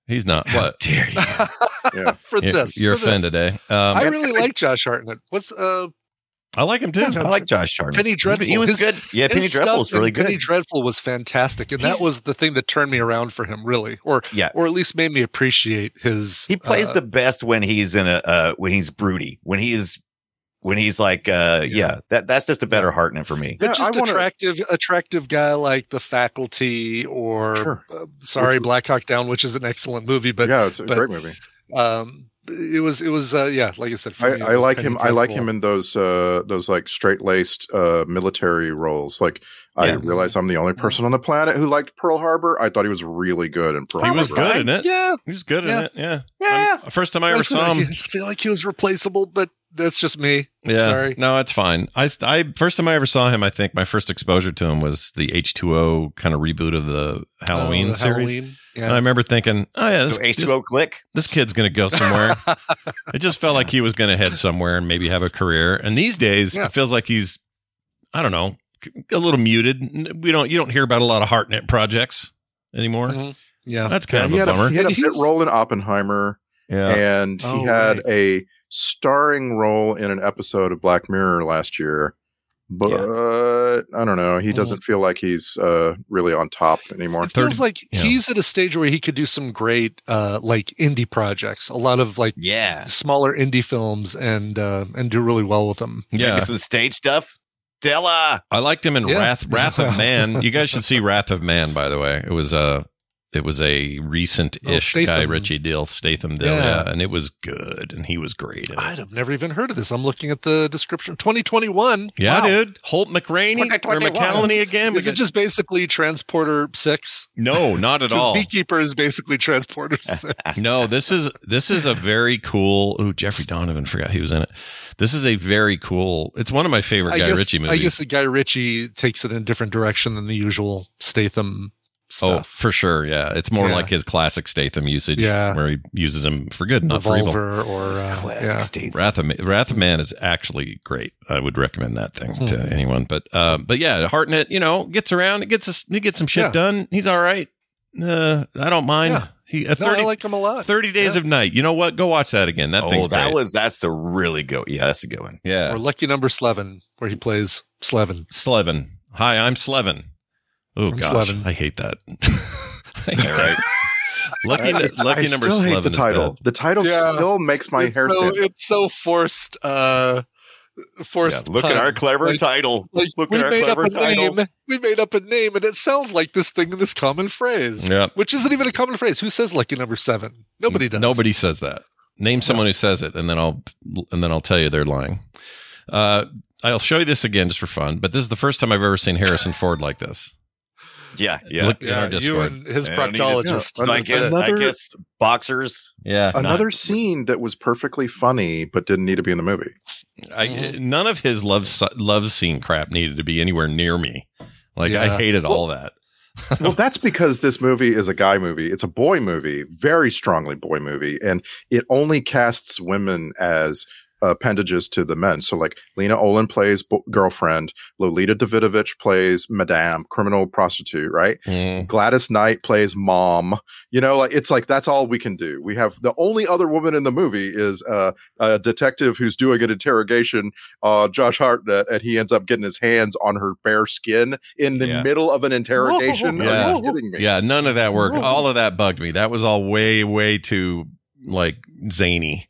[SPEAKER 5] he's not.
[SPEAKER 7] How
[SPEAKER 5] What?
[SPEAKER 7] dare you?
[SPEAKER 6] for
[SPEAKER 5] You're,
[SPEAKER 6] this,
[SPEAKER 5] you're
[SPEAKER 6] for this.
[SPEAKER 5] offended, eh? Um, I,
[SPEAKER 6] I really like Josh Hartnett. What's uh,
[SPEAKER 5] like him too.
[SPEAKER 6] Yeah,
[SPEAKER 7] I like Josh Sharman.
[SPEAKER 6] Penny Dreadful.
[SPEAKER 7] He was
[SPEAKER 6] His-
[SPEAKER 7] good. Yeah, Penny
[SPEAKER 6] his
[SPEAKER 7] Dreadful is
[SPEAKER 6] stuff in
[SPEAKER 7] really good.
[SPEAKER 6] Penny Dreadful was fantastic, and
[SPEAKER 7] He's-
[SPEAKER 6] that was the thing that turned me around for him, really, or
[SPEAKER 7] Yeah.
[SPEAKER 6] or at least made me appreciate his.
[SPEAKER 7] He plays
[SPEAKER 6] uh,
[SPEAKER 7] the best when he's in a uh, when he's broody. When he's when he's like uh yeah, that that's just a better Hartnett for me.
[SPEAKER 6] but
[SPEAKER 8] Yeah,
[SPEAKER 6] just
[SPEAKER 8] I wanna-
[SPEAKER 6] attractive, attractive guy like the faculty or
[SPEAKER 8] Sure.
[SPEAKER 6] uh, sorry,
[SPEAKER 8] Which-
[SPEAKER 6] Black Hawk Down, which is an excellent movie, but
[SPEAKER 8] yeah, it's a
[SPEAKER 6] but-
[SPEAKER 8] great movie.
[SPEAKER 6] um, it was it was uh, yeah, like I said, for
[SPEAKER 8] I,
[SPEAKER 6] me, it
[SPEAKER 8] I
[SPEAKER 6] was
[SPEAKER 8] like
[SPEAKER 6] Penny
[SPEAKER 8] him. I like
[SPEAKER 6] Dreadful.
[SPEAKER 8] him in those uh, those like straight laced uh, military roles. Like I
[SPEAKER 7] Yeah.
[SPEAKER 8] realize I'm the only person on the planet who liked Pearl Harbor. I thought he was really good in Pearl
[SPEAKER 5] He
[SPEAKER 8] Harbor.
[SPEAKER 5] was good in it.
[SPEAKER 6] Yeah,
[SPEAKER 5] He was good
[SPEAKER 6] Yeah.
[SPEAKER 5] in it. Yeah.
[SPEAKER 7] Yeah.
[SPEAKER 5] I'm- first time I ever
[SPEAKER 6] feel
[SPEAKER 5] saw
[SPEAKER 6] like
[SPEAKER 5] him.
[SPEAKER 6] he- I feel like he was replaceable, but that's just me.
[SPEAKER 5] Yeah.
[SPEAKER 6] Sorry.
[SPEAKER 5] No, it's fine. I, I first time I ever saw him, I think my first exposure to him was the H2O kind of reboot of the Halloween
[SPEAKER 6] Uh,
[SPEAKER 5] series.
[SPEAKER 6] Halloween.
[SPEAKER 5] And I
[SPEAKER 6] Yeah.
[SPEAKER 5] remember thinking, oh yeah, this,
[SPEAKER 7] so H two
[SPEAKER 5] this,
[SPEAKER 7] O click.
[SPEAKER 5] this kid's going to go somewhere. it just felt like he was going to head somewhere and maybe have a career. And these days,
[SPEAKER 6] Yeah.
[SPEAKER 5] it feels like he's, I don't know, a little muted. We don't, you don't hear about a lot of Heartnet projects anymore.
[SPEAKER 6] Mhm. Yeah.
[SPEAKER 5] That's kind
[SPEAKER 8] he
[SPEAKER 5] of a
[SPEAKER 8] had
[SPEAKER 5] bummer.
[SPEAKER 8] A, he had a
[SPEAKER 6] And
[SPEAKER 8] bit
[SPEAKER 6] he's-
[SPEAKER 8] role in Oppenheimer,
[SPEAKER 5] yeah.
[SPEAKER 8] and he
[SPEAKER 6] Oh,
[SPEAKER 8] had
[SPEAKER 6] right.
[SPEAKER 8] a starring role in an episode of Black Mirror last year. But uh, I don't know. He
[SPEAKER 6] Mhm.
[SPEAKER 8] doesn't feel like he's uh, really on top anymore.
[SPEAKER 6] It feels like
[SPEAKER 5] yeah.
[SPEAKER 6] he's at a stage where he could do some great, uh, like indie projects. A lot of like
[SPEAKER 7] Yeah.
[SPEAKER 6] smaller indie films, and uh, and do really well with them.
[SPEAKER 5] yeah.
[SPEAKER 7] Get some stage stuff. Della.
[SPEAKER 5] I liked him in
[SPEAKER 6] Yeah.
[SPEAKER 5] Wrath Wrath of Man. You guys should see Wrath of Man, by the way. It was a it was a recent ish
[SPEAKER 6] Oh, Statham.
[SPEAKER 5] guy, Richie Deal, Statham Deal, yeah.
[SPEAKER 6] Yeah.
[SPEAKER 5] and it was good, and he was great. In it.
[SPEAKER 6] I'd have never even heard of this. I'm looking at the description. 2021.
[SPEAKER 5] Yeah,
[SPEAKER 6] Wow.
[SPEAKER 5] dude. Holt McRaney or
[SPEAKER 7] 2021.
[SPEAKER 5] McCallany again? We
[SPEAKER 6] Is it
[SPEAKER 5] got-
[SPEAKER 6] just basically Transporter Six?
[SPEAKER 5] no, not at
[SPEAKER 6] Because
[SPEAKER 5] all.
[SPEAKER 6] Beekeeper is basically Transporter Six.
[SPEAKER 5] No, this is this is a very cool. Oh, Jeffrey Donovan forgot he was in it. This is a very cool. It's one of my favorite Guy Ritchie movies.
[SPEAKER 6] I guess the Guy Ritchie takes it in a different direction than the usual Statham
[SPEAKER 5] oh,
[SPEAKER 6] stuff.
[SPEAKER 5] for sure. Yeah, it's more
[SPEAKER 6] Yeah.
[SPEAKER 5] like his classic Statham usage.
[SPEAKER 6] Yeah.
[SPEAKER 5] where he uses him for good, not for evil.
[SPEAKER 6] Revolver or uh, yeah.
[SPEAKER 5] Wrath of, Ma- Wrath of Man is actually great. I would recommend that thing to
[SPEAKER 6] Hmm.
[SPEAKER 5] anyone. But uh, but yeah, Hartnett, you know, gets around, it gets us, he gets some shit
[SPEAKER 6] Yeah.
[SPEAKER 5] done. He's all right. Uh, I don't mind.
[SPEAKER 6] Yeah.
[SPEAKER 5] He uh,
[SPEAKER 6] No, I
[SPEAKER 5] 30,
[SPEAKER 6] like him a lot.
[SPEAKER 5] 30 days
[SPEAKER 6] Yeah.
[SPEAKER 5] of night. You know what? Go watch that again. That
[SPEAKER 7] Oh,
[SPEAKER 5] thing's
[SPEAKER 7] that
[SPEAKER 5] great.
[SPEAKER 7] was that's a really good. Yeah, that's a good one.
[SPEAKER 6] or
[SPEAKER 5] yeah.
[SPEAKER 6] Lucky Number Slevin, where he plays Slevin.
[SPEAKER 5] Slevin. Hi, I'm Slevin. Oh
[SPEAKER 6] I'm
[SPEAKER 5] gosh,
[SPEAKER 6] Slevin.
[SPEAKER 5] I hate that. I hate that. Lucky,
[SPEAKER 8] I, it's-
[SPEAKER 5] lucky
[SPEAKER 8] I
[SPEAKER 5] number
[SPEAKER 8] still hate
[SPEAKER 5] Slevin
[SPEAKER 8] the
[SPEAKER 5] is
[SPEAKER 8] title.
[SPEAKER 5] bad.
[SPEAKER 8] The title
[SPEAKER 6] Yeah.
[SPEAKER 8] still makes my
[SPEAKER 6] it's
[SPEAKER 8] hair
[SPEAKER 6] so,
[SPEAKER 8] stand. up.
[SPEAKER 6] It's so forced. Uh, forced.
[SPEAKER 10] look at
[SPEAKER 6] pun.
[SPEAKER 10] our clever
[SPEAKER 6] uh, Like,
[SPEAKER 10] title.
[SPEAKER 6] Like,
[SPEAKER 10] look
[SPEAKER 6] we
[SPEAKER 10] at our
[SPEAKER 6] made up
[SPEAKER 10] clever
[SPEAKER 6] a
[SPEAKER 10] title.
[SPEAKER 6] name. We made up a name, and it sounds like this thing, this common phrase,
[SPEAKER 5] Yep.
[SPEAKER 6] which isn't even a common phrase. Who says lucky number seven? Nobody does.
[SPEAKER 5] Nobody says that. Name someone who says it, and then I'll and then I'll tell you they're lying. Uh, I'll show you this again just for fun, but this is the first time I've ever seen Harrison Ford like this.
[SPEAKER 7] Yeah, yeah.
[SPEAKER 5] Look in
[SPEAKER 6] Yeah,
[SPEAKER 5] our
[SPEAKER 6] you
[SPEAKER 5] Discord.
[SPEAKER 6] and his
[SPEAKER 10] I don't need to-
[SPEAKER 6] proctologist. uh,
[SPEAKER 10] Yeah.
[SPEAKER 7] So I guess
[SPEAKER 8] Another-
[SPEAKER 7] I guess boxers.
[SPEAKER 5] Yeah,
[SPEAKER 8] Another scene that was perfectly funny but didn't need to be in the movie.
[SPEAKER 5] I,
[SPEAKER 6] mm-hmm.
[SPEAKER 5] none of his love s- love scene crap needed to be anywhere near me. Like I
[SPEAKER 6] Yeah.
[SPEAKER 5] hated all that.
[SPEAKER 8] well, that's because this movie is a guy movie. It's a boy movie, very strongly boy movie, and it only casts women as appendages to the men. So, like Lena Olin plays bo- girlfriend, Lolita Davidovich plays Madame, criminal prostitute, right?
[SPEAKER 6] mm-hmm.
[SPEAKER 8] Gladys Knight plays mom. You know, like it's like that's all we can do. We have the only other woman in the movie is uh, a detective who's doing an interrogation, uh, Josh Hartnett, and he ends up getting his hands on her bare skin in the
[SPEAKER 10] Yeah.
[SPEAKER 8] middle of an interrogation. Are
[SPEAKER 5] Yeah.
[SPEAKER 8] you kidding me?
[SPEAKER 5] Yeah, none of that worked. All of that bugged me. That was all way, way too like zany.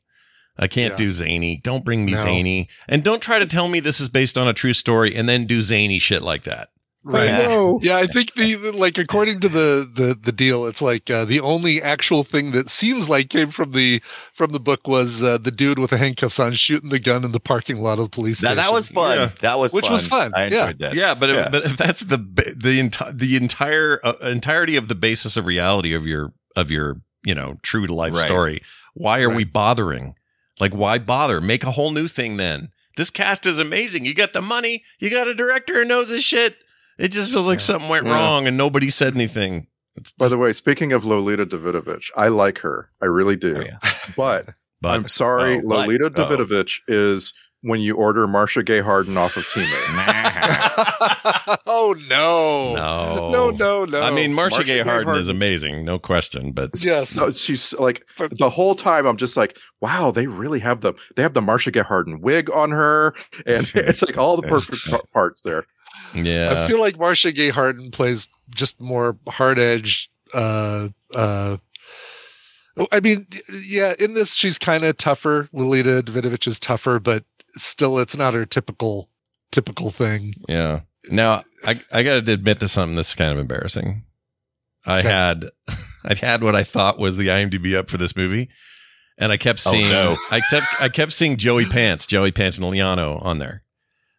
[SPEAKER 5] I can't
[SPEAKER 6] Yeah.
[SPEAKER 5] do zany. Don't bring me
[SPEAKER 6] No.
[SPEAKER 5] zany, and don't try to tell me this is based on a true story and then do zany shit like that.
[SPEAKER 6] Right.
[SPEAKER 10] Yeah.
[SPEAKER 8] No.
[SPEAKER 6] Yeah, I think the the- like according to the the the deal, it's like uh, the only actual thing that seems like came from the from the book was uh, the dude with the handcuffs on shooting the gun in the parking lot of the police
[SPEAKER 7] That,
[SPEAKER 6] station.
[SPEAKER 7] that was fun.
[SPEAKER 5] Yeah.
[SPEAKER 7] That was
[SPEAKER 6] Which
[SPEAKER 7] fun.
[SPEAKER 6] was fun.
[SPEAKER 7] I
[SPEAKER 6] Yeah.
[SPEAKER 7] enjoyed that.
[SPEAKER 5] Yeah, but
[SPEAKER 10] Yeah.
[SPEAKER 5] If, but if that's the ba- the entire the entire uh, entirety of the basis of reality of your of your you know true to life
[SPEAKER 10] Right.
[SPEAKER 5] story, why are
[SPEAKER 10] Right.
[SPEAKER 5] we bothering? Like, why bother? Make a whole new thing then. This cast is amazing. You got the money. You got a director who knows his shit. It just feels like something went
[SPEAKER 10] Yeah.
[SPEAKER 5] wrong and nobody said anything. It's
[SPEAKER 8] By
[SPEAKER 5] just,
[SPEAKER 8] the way, speaking of Lolita Davidovich, I like her. I really do.
[SPEAKER 7] Oh, yeah.
[SPEAKER 8] But
[SPEAKER 5] but
[SPEAKER 8] I'm sorry,
[SPEAKER 7] Oh, but-
[SPEAKER 8] Lolita
[SPEAKER 7] uh-oh.
[SPEAKER 8] Davidovich is when you order Marsha Gay Harden off of Teammate.
[SPEAKER 6] oh no.
[SPEAKER 5] no,
[SPEAKER 6] No, no, no.
[SPEAKER 5] I mean, Marcia,
[SPEAKER 8] Marcia
[SPEAKER 5] Gay
[SPEAKER 8] Gay
[SPEAKER 5] Harden is
[SPEAKER 8] Harden.
[SPEAKER 5] amazing, no question. But
[SPEAKER 6] Yes.
[SPEAKER 8] No, she's like the whole time. I'm just like, wow, they really have the they have the Marsha Gay Harden wig on her, and it's like all the perfect par- parts there.
[SPEAKER 5] yeah,
[SPEAKER 6] I feel like Marcia Gay Harden plays just more hard edged. Uh, uh, I mean, yeah, in this she's kind of tougher. Lolita Davidovich is tougher, but still, it's not her typical typical thing.
[SPEAKER 5] Yeah. Now I I got to admit to something that's kind of embarrassing. I
[SPEAKER 6] Okay.
[SPEAKER 5] had I had what I thought was the IMDb up for this movie, and I kept
[SPEAKER 7] Oh,
[SPEAKER 5] seeing
[SPEAKER 7] no.
[SPEAKER 5] I kept I kept seeing Joey Pants, Joey Pantoliano on there,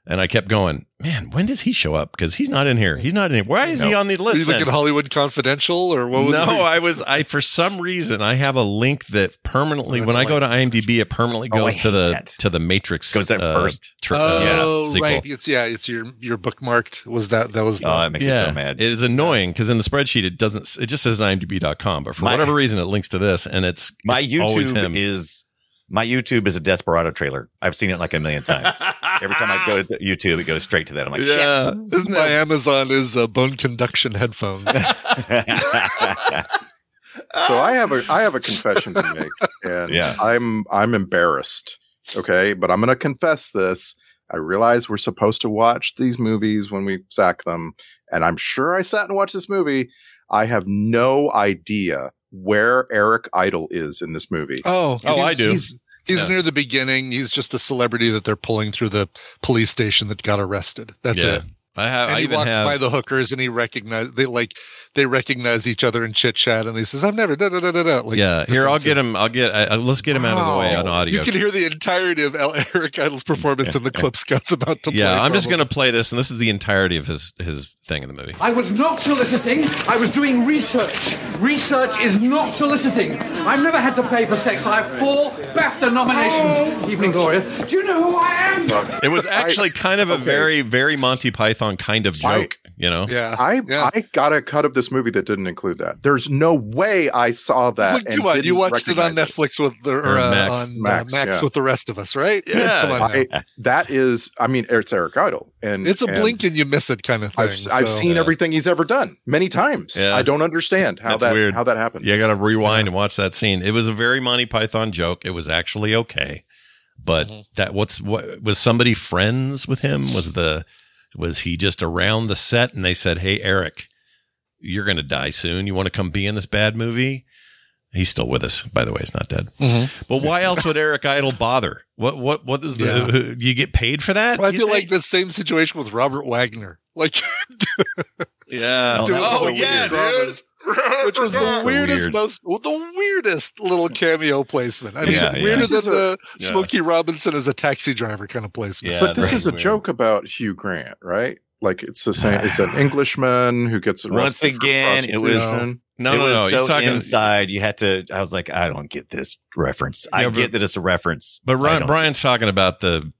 [SPEAKER 5] and I kept going, man, when does he show up? Because he's not in here. He's not in here. Why is he on the
[SPEAKER 6] Were you
[SPEAKER 5] list?
[SPEAKER 6] looking
[SPEAKER 5] then?
[SPEAKER 6] at Hollywood Confidential or what was
[SPEAKER 5] no,
[SPEAKER 6] it?
[SPEAKER 5] I was I for some reason I have a link that permanently
[SPEAKER 6] Oh,
[SPEAKER 5] when
[SPEAKER 6] that's
[SPEAKER 5] I go to
[SPEAKER 6] why-
[SPEAKER 5] IMDb, it permanently
[SPEAKER 7] Oh, I
[SPEAKER 5] goes to
[SPEAKER 7] hate
[SPEAKER 5] the
[SPEAKER 7] that.
[SPEAKER 5] to the Matrix
[SPEAKER 7] Goes that
[SPEAKER 5] uh,
[SPEAKER 7] first?
[SPEAKER 5] tr- uh,
[SPEAKER 6] oh,
[SPEAKER 5] sequel.
[SPEAKER 6] right. It's yeah, it's your your bookmarked. Was that that was the,
[SPEAKER 10] Oh, that makes me so mad.
[SPEAKER 5] It is annoying because in the spreadsheet it doesn't. It just says imdb.com, but for
[SPEAKER 7] My-
[SPEAKER 5] whatever reason it links to this, and it's
[SPEAKER 7] My
[SPEAKER 5] it's always
[SPEAKER 7] YouTube
[SPEAKER 5] him.
[SPEAKER 7] is my YouTube is a Desperado trailer. I've seen it like a million times. Every time I go to YouTube, it goes straight to that. I'm like,
[SPEAKER 5] yeah, isn't
[SPEAKER 6] my
[SPEAKER 5] that?
[SPEAKER 6] Amazon is uh, bone conduction headphones.
[SPEAKER 7] shit.
[SPEAKER 8] So I have a I have a confession to make, and
[SPEAKER 10] Yeah.
[SPEAKER 8] I'm I'm embarrassed. Okay, but I'm gonna confess this. I realize we're supposed to watch these movies when we sack them, and I'm sure I sat and watched this movie. I have no idea where Eric Idle is in this movie.
[SPEAKER 6] oh,
[SPEAKER 5] Oh, I
[SPEAKER 6] he's-
[SPEAKER 5] do.
[SPEAKER 6] He's, he's
[SPEAKER 5] Yeah.
[SPEAKER 6] near the beginning. He's just a celebrity that they're pulling through the police station that got arrested. That's
[SPEAKER 5] Yeah.
[SPEAKER 6] it.
[SPEAKER 5] I have.
[SPEAKER 6] And
[SPEAKER 5] I
[SPEAKER 6] he
[SPEAKER 5] even
[SPEAKER 6] walks by
[SPEAKER 5] have.
[SPEAKER 6] the hookers and he recognizes they like they recognize each other and chit chat and he says, "I've never da da da da da." Like,
[SPEAKER 5] yeah, here I'll
[SPEAKER 6] defensive.
[SPEAKER 5] get him. I'll get. I, I- let's get him out of the way
[SPEAKER 6] Wow.
[SPEAKER 5] on audio.
[SPEAKER 6] You can hear the entirety of L. Eric Idle's performance in the clip Scott's about to play.
[SPEAKER 5] yeah, I'm just
[SPEAKER 6] probably.
[SPEAKER 5] gonna play this, and this is the entirety of his his thing in the movie.
[SPEAKER 11] I was not soliciting. I was doing research. Research is not soliciting. I've never had to pay for sex. I have four BAFTA nominations. Evening, Gloria. Do you know who I am?
[SPEAKER 5] It was actually kind of a
[SPEAKER 8] okay.
[SPEAKER 5] very very Monty Python kind of
[SPEAKER 8] I-
[SPEAKER 5] joke, you know.
[SPEAKER 6] Yeah,
[SPEAKER 8] I
[SPEAKER 6] Uh, yeah.
[SPEAKER 8] I got a cut of this movie that didn't include that. There's no way I saw that.
[SPEAKER 6] Look,
[SPEAKER 8] and
[SPEAKER 6] come on, you
[SPEAKER 8] didn't
[SPEAKER 6] watched it on
[SPEAKER 8] recognize
[SPEAKER 6] Netflix with the, or,
[SPEAKER 5] Or
[SPEAKER 6] uh,
[SPEAKER 5] Max.
[SPEAKER 6] on
[SPEAKER 8] Max,
[SPEAKER 6] Max, uh, Max
[SPEAKER 8] yeah.
[SPEAKER 6] with the rest of us, right?
[SPEAKER 5] Yeah.
[SPEAKER 6] come on now.
[SPEAKER 8] I- that is, I mean, it's Eric Idle, and
[SPEAKER 6] it's a
[SPEAKER 8] and
[SPEAKER 6] blink and you miss it kind of thing.
[SPEAKER 8] I've, I've
[SPEAKER 6] so-
[SPEAKER 8] seen
[SPEAKER 5] Yeah.
[SPEAKER 8] everything he's ever done many times.
[SPEAKER 5] Yeah.
[SPEAKER 8] I don't understand how
[SPEAKER 5] That's
[SPEAKER 8] that
[SPEAKER 5] weird.
[SPEAKER 8] how that happened.
[SPEAKER 5] You got to rewind and watch that scene. It was a very Monty Python joke. It was actually okay, but
[SPEAKER 7] Mm-hmm.
[SPEAKER 5] that what's what was somebody friends with him? Was the was he just around the set and they said, "Hey, Eric, you're gonna die soon. You want to come be in this bad movie?" He's still with us, by the way. He's not dead.
[SPEAKER 6] Mm-hmm.
[SPEAKER 5] But why else would Eric Idle bother? What what what is the you get paid for that?
[SPEAKER 6] Well, I
[SPEAKER 5] You
[SPEAKER 6] feel
[SPEAKER 5] think?
[SPEAKER 6] like the same situation with Robert Wagner. Like,
[SPEAKER 5] yeah.
[SPEAKER 7] Dude,
[SPEAKER 5] Oh,
[SPEAKER 6] doing the
[SPEAKER 5] yeah,
[SPEAKER 6] weird dramas, which was the weirdest,
[SPEAKER 5] Weird.
[SPEAKER 6] most well, the weirdest little cameo placement. I mean,
[SPEAKER 5] Yeah, yeah.
[SPEAKER 6] weirder
[SPEAKER 8] This
[SPEAKER 6] than
[SPEAKER 8] is
[SPEAKER 6] the
[SPEAKER 5] yeah.
[SPEAKER 6] Smokey Robinson as a taxi driver kind of placement.
[SPEAKER 5] Yeah,
[SPEAKER 8] but this
[SPEAKER 5] right.
[SPEAKER 8] is a joke about Hugh Grant, right? Like it's the same. It's an Englishman who gets arrested
[SPEAKER 7] Once
[SPEAKER 8] for
[SPEAKER 7] again, it was-
[SPEAKER 8] prostitution.
[SPEAKER 5] No,
[SPEAKER 7] It
[SPEAKER 5] no,
[SPEAKER 7] was
[SPEAKER 5] no.
[SPEAKER 7] So
[SPEAKER 5] He's talking.
[SPEAKER 7] inside. You had to. I was like, I don't get this reference. I
[SPEAKER 5] Yeah, but-
[SPEAKER 7] get that it's a reference.
[SPEAKER 5] But
[SPEAKER 7] I
[SPEAKER 5] Ryan,
[SPEAKER 7] don't-
[SPEAKER 5] Brian's talking about the.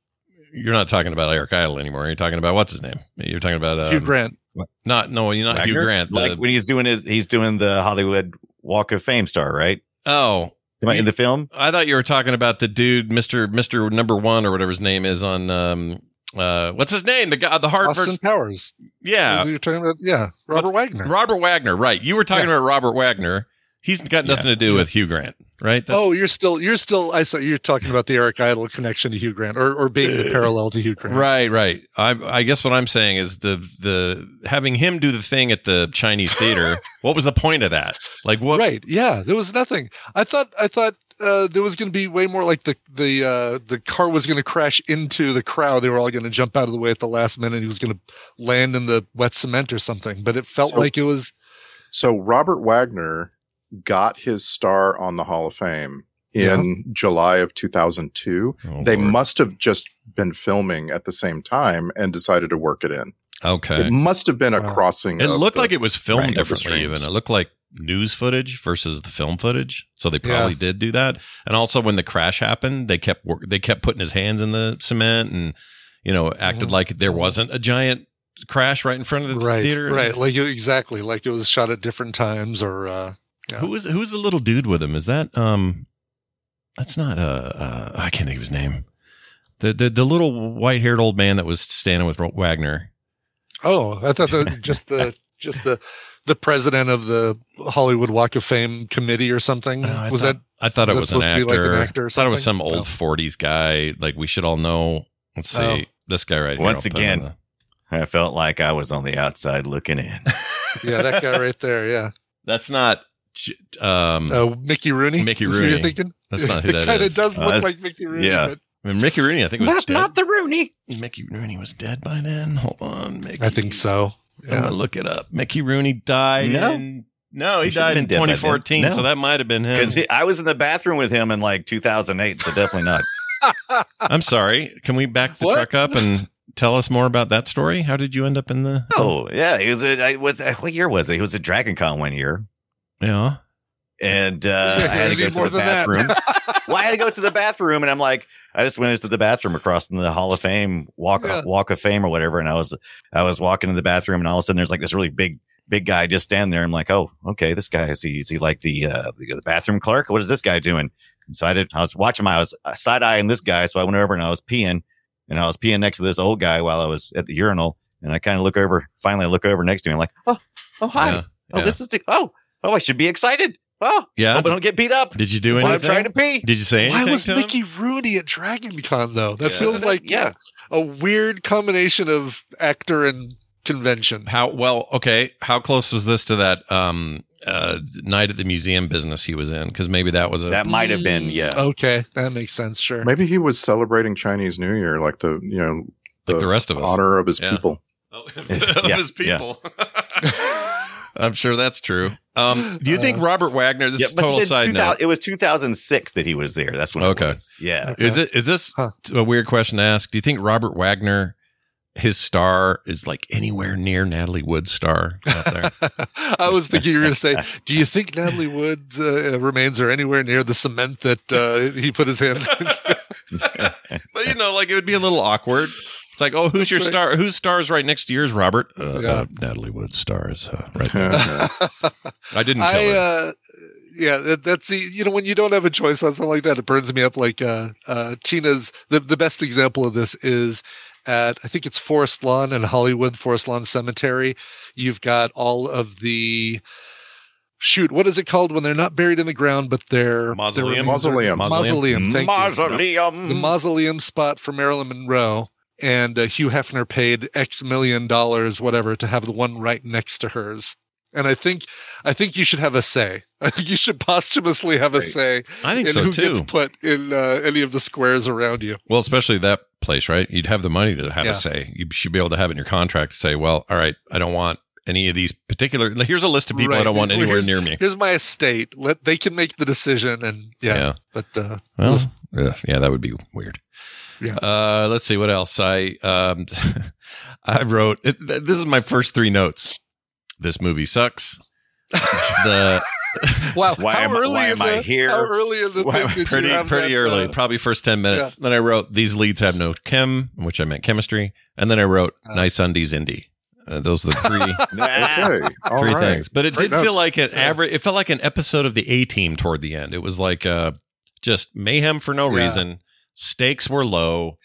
[SPEAKER 5] You're not talking about Eric Idle anymore. You're talking about what's his name? You're talking about um,
[SPEAKER 6] Hugh Grant.
[SPEAKER 5] Not no, you're not Hugh
[SPEAKER 7] Wagner?
[SPEAKER 5] Grant. the-
[SPEAKER 7] like when he's doing his, he's doing the Hollywood Walk of Fame star, right?
[SPEAKER 5] oh,
[SPEAKER 7] Am I in the film?
[SPEAKER 5] I thought you were talking about the dude, Mister Mister Number One or whatever his name is on. Um, uh, what's his name? The guy, the Harvard.
[SPEAKER 6] Austin Powers.
[SPEAKER 5] yeah,
[SPEAKER 6] You're talking about, yeah, Robert Wagner.
[SPEAKER 5] Robert Wagner. Right, you were talking about Robert Wagner. He's got nothing to do with Hugh Grant, right? That's-
[SPEAKER 6] oh, you're still, you're still. I saw you're talking about the Eric Idle connection to Hugh Grant, or or being the parallel to Hugh Grant.
[SPEAKER 5] Uh, Right, right. I, I guess what I'm saying is the the having him do the thing at the Chinese theater. what was the point of that? Like what?
[SPEAKER 6] Right. Yeah. There was nothing. I thought. I thought. Uh, there was going to be way more like the the uh, the car was going to crash into the crowd. They were all going to jump out of the way at the last minute. He was going to land in the wet cement or something. But it felt
[SPEAKER 8] So-
[SPEAKER 6] like it was
[SPEAKER 8] So Robert Wagner got his star on the Hall of Fame in July of 2002.
[SPEAKER 5] Oh,
[SPEAKER 8] they
[SPEAKER 5] Lord.
[SPEAKER 8] must have just been filming at the same time and decided to work it in.
[SPEAKER 5] Okay.
[SPEAKER 8] It must have been a
[SPEAKER 6] Wow.
[SPEAKER 8] crossing.
[SPEAKER 5] It
[SPEAKER 8] of
[SPEAKER 5] looked
[SPEAKER 8] the-
[SPEAKER 5] like it was filmed
[SPEAKER 8] Right, of the
[SPEAKER 5] differently. Even
[SPEAKER 8] streams.
[SPEAKER 5] it looked like news footage versus the film footage. So they probably
[SPEAKER 6] Yeah.
[SPEAKER 5] did do that. And also when the crash happened, they kept work, they kept putting his hands in the cement and you know acted
[SPEAKER 6] Mhm.
[SPEAKER 5] like there wasn't a giant crash right in front of the
[SPEAKER 6] right,
[SPEAKER 5] theater.
[SPEAKER 6] right, like it- exactly like it was shot at different times or uh, yeah.
[SPEAKER 5] Who is who's the little dude with him? Is that um? That's not uh, uh I can't think of his name. The the, the little white haired old man that was standing with Ro- Wagner.
[SPEAKER 6] oh, I thought that just the just the the president of the Hollywood Walk of Fame committee or something
[SPEAKER 5] Oh, I
[SPEAKER 6] Mm. was
[SPEAKER 5] thought,
[SPEAKER 6] that
[SPEAKER 5] I thought
[SPEAKER 6] was
[SPEAKER 5] it
[SPEAKER 6] that
[SPEAKER 5] was an
[SPEAKER 6] supposed to be
[SPEAKER 5] actor.
[SPEAKER 6] like an actor or
[SPEAKER 5] I thought it was some
[SPEAKER 6] something?
[SPEAKER 5] old
[SPEAKER 6] No.
[SPEAKER 5] '40s guy. Like we should all know. Let's see
[SPEAKER 6] Oh.
[SPEAKER 5] this guy right here.
[SPEAKER 7] Once
[SPEAKER 5] I'll put him
[SPEAKER 7] again.
[SPEAKER 5] on
[SPEAKER 7] I felt like I was on the outside looking in.
[SPEAKER 5] the-
[SPEAKER 6] yeah that guy right there yeah
[SPEAKER 5] That's not. j- Um,
[SPEAKER 6] uh, Mickey Rooney
[SPEAKER 5] Mickey
[SPEAKER 6] is who you're
[SPEAKER 5] Rooney.
[SPEAKER 6] thinking
[SPEAKER 5] that's not who
[SPEAKER 6] it
[SPEAKER 5] that
[SPEAKER 6] kind of
[SPEAKER 5] is.
[SPEAKER 6] does
[SPEAKER 7] Uh,
[SPEAKER 6] look
[SPEAKER 7] that's-
[SPEAKER 6] like Mickey Rooney.
[SPEAKER 7] yeah.
[SPEAKER 6] but
[SPEAKER 5] I mean, Mickey Rooney, I think was dead.
[SPEAKER 7] the Rooney.
[SPEAKER 5] Mickey Rooney was dead by then. Hold on, Mickey.
[SPEAKER 6] I think so.
[SPEAKER 5] I'm
[SPEAKER 6] Yeah.
[SPEAKER 5] gonna look it up. Mickey Rooney died.
[SPEAKER 7] No.
[SPEAKER 5] in, no, he
[SPEAKER 7] He should've
[SPEAKER 5] died
[SPEAKER 7] been
[SPEAKER 5] in
[SPEAKER 7] dead by then.
[SPEAKER 5] 2014,
[SPEAKER 7] No.
[SPEAKER 5] so that might have been him.
[SPEAKER 7] Because I was in the bathroom with him in like 2008, so definitely not.
[SPEAKER 5] I'm sorry. Can we back the
[SPEAKER 6] What?
[SPEAKER 5] truck up and tell us more about that story? How did you end up in the?
[SPEAKER 7] oh yeah, he was. A, I, what, what year was it? He was at Dragon Con one year,
[SPEAKER 5] yeah.
[SPEAKER 7] and uh, I
[SPEAKER 6] Yeah,
[SPEAKER 7] had to
[SPEAKER 6] you
[SPEAKER 7] go
[SPEAKER 6] need
[SPEAKER 7] to
[SPEAKER 6] more
[SPEAKER 7] the
[SPEAKER 6] than that.
[SPEAKER 7] bathroom. well, I had to go to the bathroom, and I'm like, I just went into the bathroom across from the Hall of Fame walk
[SPEAKER 6] Yeah.
[SPEAKER 7] Walk of Fame or whatever, and I was I was walking in the bathroom, and all of a sudden there's like this really big big guy just standing there. I'm like, oh, okay, this guy is he is he like the uh, the, the bathroom clerk? What is this guy doing? And so I did. I was watching my I was side eyeing this guy, so I went over and I was peeing, and I was peeing next to this old guy while I was at the urinal, and I kind of look over. Finally, I look over next to him, I'm like, oh, oh hi,
[SPEAKER 5] Yeah.
[SPEAKER 7] oh
[SPEAKER 5] yeah.
[SPEAKER 7] this is the oh oh I should be excited. Oh,
[SPEAKER 5] Yeah.
[SPEAKER 7] hope I don't get beat up.
[SPEAKER 5] Did you do
[SPEAKER 7] Well,
[SPEAKER 5] anything?
[SPEAKER 7] I'm trying to pee.
[SPEAKER 5] Did you say anything?
[SPEAKER 6] Why was
[SPEAKER 5] to him?
[SPEAKER 6] Mickey Rooney at Dragon Con though? That
[SPEAKER 5] Yeah.
[SPEAKER 6] feels like
[SPEAKER 7] Yeah.
[SPEAKER 6] a weird combination of actor and convention.
[SPEAKER 5] How well? Okay. How close was this to that um uh night at the museum business he was in? Because maybe that was a.
[SPEAKER 7] That might have been, yeah.
[SPEAKER 6] Okay, that makes sense. Sure.
[SPEAKER 8] Maybe he was celebrating Chinese New Year, like the you know
[SPEAKER 5] like the rest of us.
[SPEAKER 8] honor of his
[SPEAKER 5] Yeah.
[SPEAKER 8] people.
[SPEAKER 6] Oh,
[SPEAKER 5] of
[SPEAKER 7] Yeah,
[SPEAKER 5] his people. I'm sure that's true. Um, do you think
[SPEAKER 6] Uh,
[SPEAKER 5] Robert Wagner? This
[SPEAKER 7] Yeah,
[SPEAKER 5] is
[SPEAKER 7] but
[SPEAKER 5] total
[SPEAKER 7] it's
[SPEAKER 5] side
[SPEAKER 7] 2000
[SPEAKER 5] note.
[SPEAKER 7] It was 2006 that he was there. That's when. it
[SPEAKER 5] Okay.
[SPEAKER 7] was. Yeah.
[SPEAKER 6] Okay.
[SPEAKER 5] Is it is this
[SPEAKER 6] Huh.
[SPEAKER 5] a weird question to ask? Do you think Robert Wagner, his star, is like anywhere near Natalie Wood's star out there?
[SPEAKER 6] I was thinking you were going to say, "Do you think Natalie Wood's uh, remains are anywhere near the cement that uh, he put his hands into?"
[SPEAKER 5] but you know, like it would be a little awkward. It's like, oh, who's your
[SPEAKER 6] right.
[SPEAKER 5] star? Whose star is right next to yours, Robert? Uh,
[SPEAKER 6] Yeah.
[SPEAKER 5] uh, Natalie Wood's star is uh, right there. I didn't kill
[SPEAKER 6] I
[SPEAKER 5] her.
[SPEAKER 6] uh yeah, that, that's the you know when you don't have a choice on something like that, it burns me up. Like uh, uh, Tina's the the best example of this is at I think it's Forest Lawn in Hollywood, Forest Lawn Cemetery. You've got all of the shoot. What is it called when they're not buried in the ground, but they're
[SPEAKER 5] Mausoleum?
[SPEAKER 6] They're
[SPEAKER 8] Mausoleum.
[SPEAKER 6] Mausoleum. Thank you Mm-hmm.
[SPEAKER 7] Mausoleum.
[SPEAKER 6] the mausoleum spot for Marilyn Monroe, and uh, Hugh Hefner paid X million dollars, whatever, to have the one right next to hers. And I think I think you should have a say. I think you should posthumously have a say
[SPEAKER 5] I think
[SPEAKER 6] in
[SPEAKER 5] so
[SPEAKER 6] who
[SPEAKER 5] too.
[SPEAKER 6] gets put in uh, any of the squares around you.
[SPEAKER 5] Well, especially that place, right? You'd have the money to have
[SPEAKER 6] Yeah.
[SPEAKER 5] a say. You should be able to have it in your contract to say, well, all right, I don't want any of these particular. Here's a list of people I
[SPEAKER 6] Right.
[SPEAKER 5] don't want
[SPEAKER 6] Well,
[SPEAKER 5] anywhere
[SPEAKER 6] here's-
[SPEAKER 5] near me.
[SPEAKER 6] Here's my estate. Let they can make the decision, and yeah.
[SPEAKER 5] Yeah.
[SPEAKER 6] But uh,
[SPEAKER 5] Well, ugh, yeah, that would be weird.
[SPEAKER 6] Yeah.
[SPEAKER 5] Uh, let's see what else I um, I wrote. It, th- this is my first three notes. This movie sucks. the
[SPEAKER 6] wow,
[SPEAKER 7] Why
[SPEAKER 6] how
[SPEAKER 7] am-
[SPEAKER 6] early
[SPEAKER 7] why
[SPEAKER 6] in
[SPEAKER 7] am
[SPEAKER 6] the,
[SPEAKER 7] I here?
[SPEAKER 6] How early in the
[SPEAKER 7] Why am I
[SPEAKER 6] thing did
[SPEAKER 5] pretty
[SPEAKER 6] you have
[SPEAKER 5] pretty
[SPEAKER 6] that,
[SPEAKER 5] early,
[SPEAKER 6] uh,
[SPEAKER 5] probably first ten minutes. Then I wrote these leads have no chem, which I meant chemistry, and then I wrote
[SPEAKER 6] Uh.
[SPEAKER 5] nice undies indie. Uh, those are the three.
[SPEAKER 7] Nah.
[SPEAKER 8] Okay. all
[SPEAKER 5] three
[SPEAKER 8] right.
[SPEAKER 5] things. But it
[SPEAKER 8] Great
[SPEAKER 5] did feel
[SPEAKER 8] notes.
[SPEAKER 5] like an average. It felt like an episode of the A Team toward the end. It was like uh, just mayhem for no
[SPEAKER 6] Yeah.
[SPEAKER 5] reason. Stakes were low.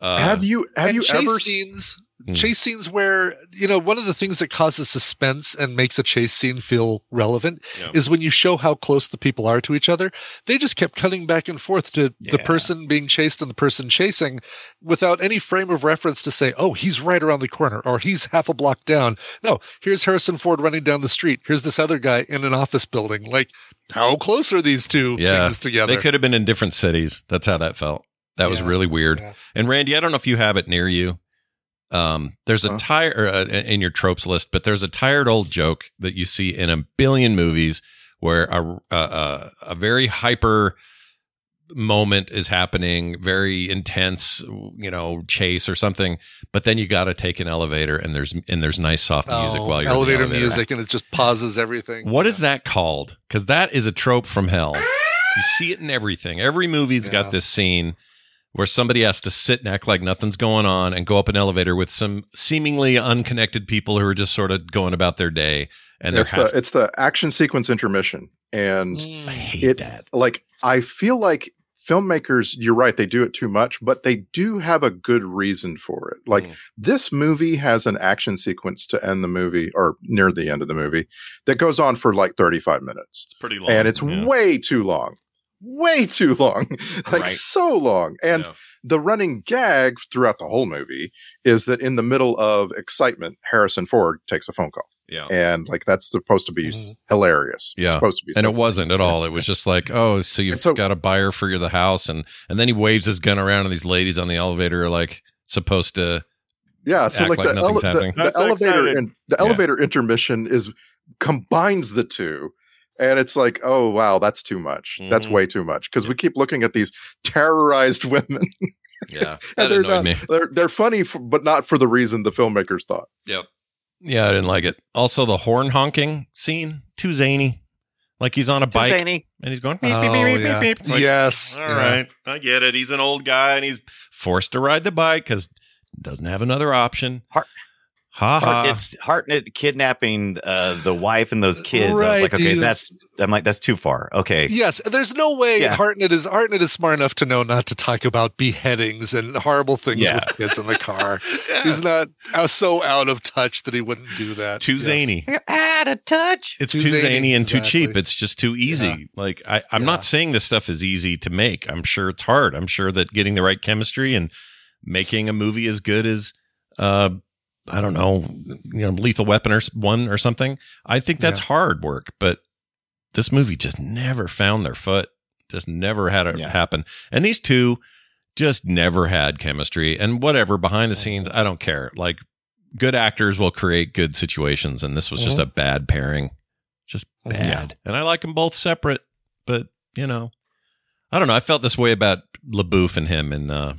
[SPEAKER 5] Uh,
[SPEAKER 8] have you have
[SPEAKER 6] and
[SPEAKER 8] you
[SPEAKER 6] chase
[SPEAKER 8] ever seen
[SPEAKER 6] scenes?
[SPEAKER 5] Hmm.
[SPEAKER 6] Chase scenes where you know one of the things that causes suspense and makes a chase scene feel relevant
[SPEAKER 5] Yeah.
[SPEAKER 6] is when you show how close the people are to each other. They just kept cutting back and forth to the
[SPEAKER 7] Yeah.
[SPEAKER 6] person being chased and the person chasing, without any frame of reference to say, "Oh, he's right around the corner," or "He's half a block down." No, here's Harrison Ford running down the street. Here's this other guy in an office building. Like, how close are these two
[SPEAKER 5] Yeah.
[SPEAKER 6] things together?
[SPEAKER 5] They could have been in different cities. That's how that felt. That was
[SPEAKER 6] Yeah.
[SPEAKER 5] really weird.
[SPEAKER 6] Yeah.
[SPEAKER 5] And Randy, I don't know if you have it near you. Um, there's a
[SPEAKER 8] Huh?
[SPEAKER 5] tire uh, in your tropes list, but there's a tired old joke that you see in a billion movies where a a, a, a very hyper moment is happening, very intense, you know, chase or something. But then you got to take an elevator, and there's and there's nice soft music
[SPEAKER 6] Oh,
[SPEAKER 5] while you're in the
[SPEAKER 6] elevator,
[SPEAKER 5] elevator.
[SPEAKER 6] music, and it just pauses everything.
[SPEAKER 5] What
[SPEAKER 6] Yeah.
[SPEAKER 5] is that called? Because that is a trope from hell. You see it in everything. Every movie's
[SPEAKER 6] Yeah.
[SPEAKER 5] got this scene where somebody has to sit and act like nothing's going on and go up an elevator with some seemingly unconnected people who are just sort of going about their day. And
[SPEAKER 8] it's
[SPEAKER 5] there has
[SPEAKER 8] the it's the action sequence intermission and
[SPEAKER 5] I
[SPEAKER 6] Mm.
[SPEAKER 5] hate
[SPEAKER 8] it-
[SPEAKER 5] that.
[SPEAKER 8] like I feel like filmmakers you're right they do it too much but they do have a good reason for it like
[SPEAKER 5] Mm.
[SPEAKER 8] this movie has an action sequence to end the movie or near the end of the movie that goes on for like 35 minutes
[SPEAKER 5] It's pretty long.
[SPEAKER 8] and it's
[SPEAKER 5] Yeah.
[SPEAKER 8] way too long way too long like
[SPEAKER 7] Right.
[SPEAKER 8] so long and
[SPEAKER 5] Yeah.
[SPEAKER 8] the running gag throughout the whole movie is that in the middle of excitement harrison ford takes a phone call
[SPEAKER 5] yeah.
[SPEAKER 8] and like that's supposed to be s-
[SPEAKER 5] Oh.
[SPEAKER 8] hilarious It's
[SPEAKER 5] Mm-hmm. Yeah.
[SPEAKER 8] supposed to be
[SPEAKER 5] And
[SPEAKER 8] so
[SPEAKER 5] it wasn't at all. It was just like, oh, so you've
[SPEAKER 8] And so-
[SPEAKER 5] got a buyer for your the house, and and then he waves his gun around, and these ladies on the elevator are like supposed to.
[SPEAKER 8] Yeah, so
[SPEAKER 5] act
[SPEAKER 8] like,
[SPEAKER 5] like
[SPEAKER 8] the,
[SPEAKER 5] nothing's
[SPEAKER 8] ele- the,
[SPEAKER 5] happening.
[SPEAKER 8] the
[SPEAKER 7] Not so
[SPEAKER 8] elevator
[SPEAKER 7] excited.
[SPEAKER 8] and the
[SPEAKER 5] Yeah.
[SPEAKER 8] elevator intermission is combines the two. And it's like, oh wow, that's too much. That's
[SPEAKER 5] Mhm.
[SPEAKER 8] way too much because we keep looking at these terrorized women.
[SPEAKER 5] Yeah,
[SPEAKER 8] and
[SPEAKER 5] that
[SPEAKER 8] they're
[SPEAKER 5] annoyed
[SPEAKER 8] not,
[SPEAKER 5] me.
[SPEAKER 8] they're they're funny, f but not for the reason the filmmakers thought.
[SPEAKER 5] Yeah, I didn't like it. Also, the horn honking scene too zany. Like he's on a bike
[SPEAKER 7] Zany.
[SPEAKER 5] and he's going.
[SPEAKER 6] Oh, yeah.
[SPEAKER 5] It's like,
[SPEAKER 6] yes.
[SPEAKER 5] All right, I get it. He's an old guy and he's forced to ride the bike because doesn't have another option.
[SPEAKER 7] Har-
[SPEAKER 5] ha ha.
[SPEAKER 7] Hart- It's Hartnett kidnapping uh, the wife and those kids. I
[SPEAKER 6] Right,
[SPEAKER 7] was like, okay,
[SPEAKER 6] dude.
[SPEAKER 7] that's I'm like that's too far. Okay,
[SPEAKER 6] Yes, there's no way
[SPEAKER 7] Yeah.
[SPEAKER 6] Hartnett is Hartnett is smart enough to know not to talk about beheadings and horrible things
[SPEAKER 7] Yeah.
[SPEAKER 6] with kids in the car. He's not out- so out of touch that he wouldn't do that.
[SPEAKER 5] too
[SPEAKER 6] Yes.
[SPEAKER 5] zany.
[SPEAKER 7] you're out of touch.
[SPEAKER 5] It's
[SPEAKER 6] Too
[SPEAKER 5] too,
[SPEAKER 6] zany,
[SPEAKER 5] zany, and too
[SPEAKER 6] exactly.
[SPEAKER 5] cheap. It's just too easy.
[SPEAKER 6] Yeah.
[SPEAKER 5] Like I, I'm
[SPEAKER 6] Yeah.
[SPEAKER 5] not saying this stuff is easy to make. I'm sure it's hard. I'm sure that getting the right chemistry and making a movie as good as, uh, I don't know, you know, Lethal Weapon or s- one or something. I think that's hard work. But this movie just never found their foot. Just never had it
[SPEAKER 7] Yeah.
[SPEAKER 5] happen. And these two just never had chemistry. And whatever behind the scenes, I don't care. Like good actors will create good situations, and this was just a bad pairing just
[SPEAKER 6] Mhm.
[SPEAKER 5] bad. And I like them both separate, but you know, I don't know. I felt this way about LaBouffe and him and uh,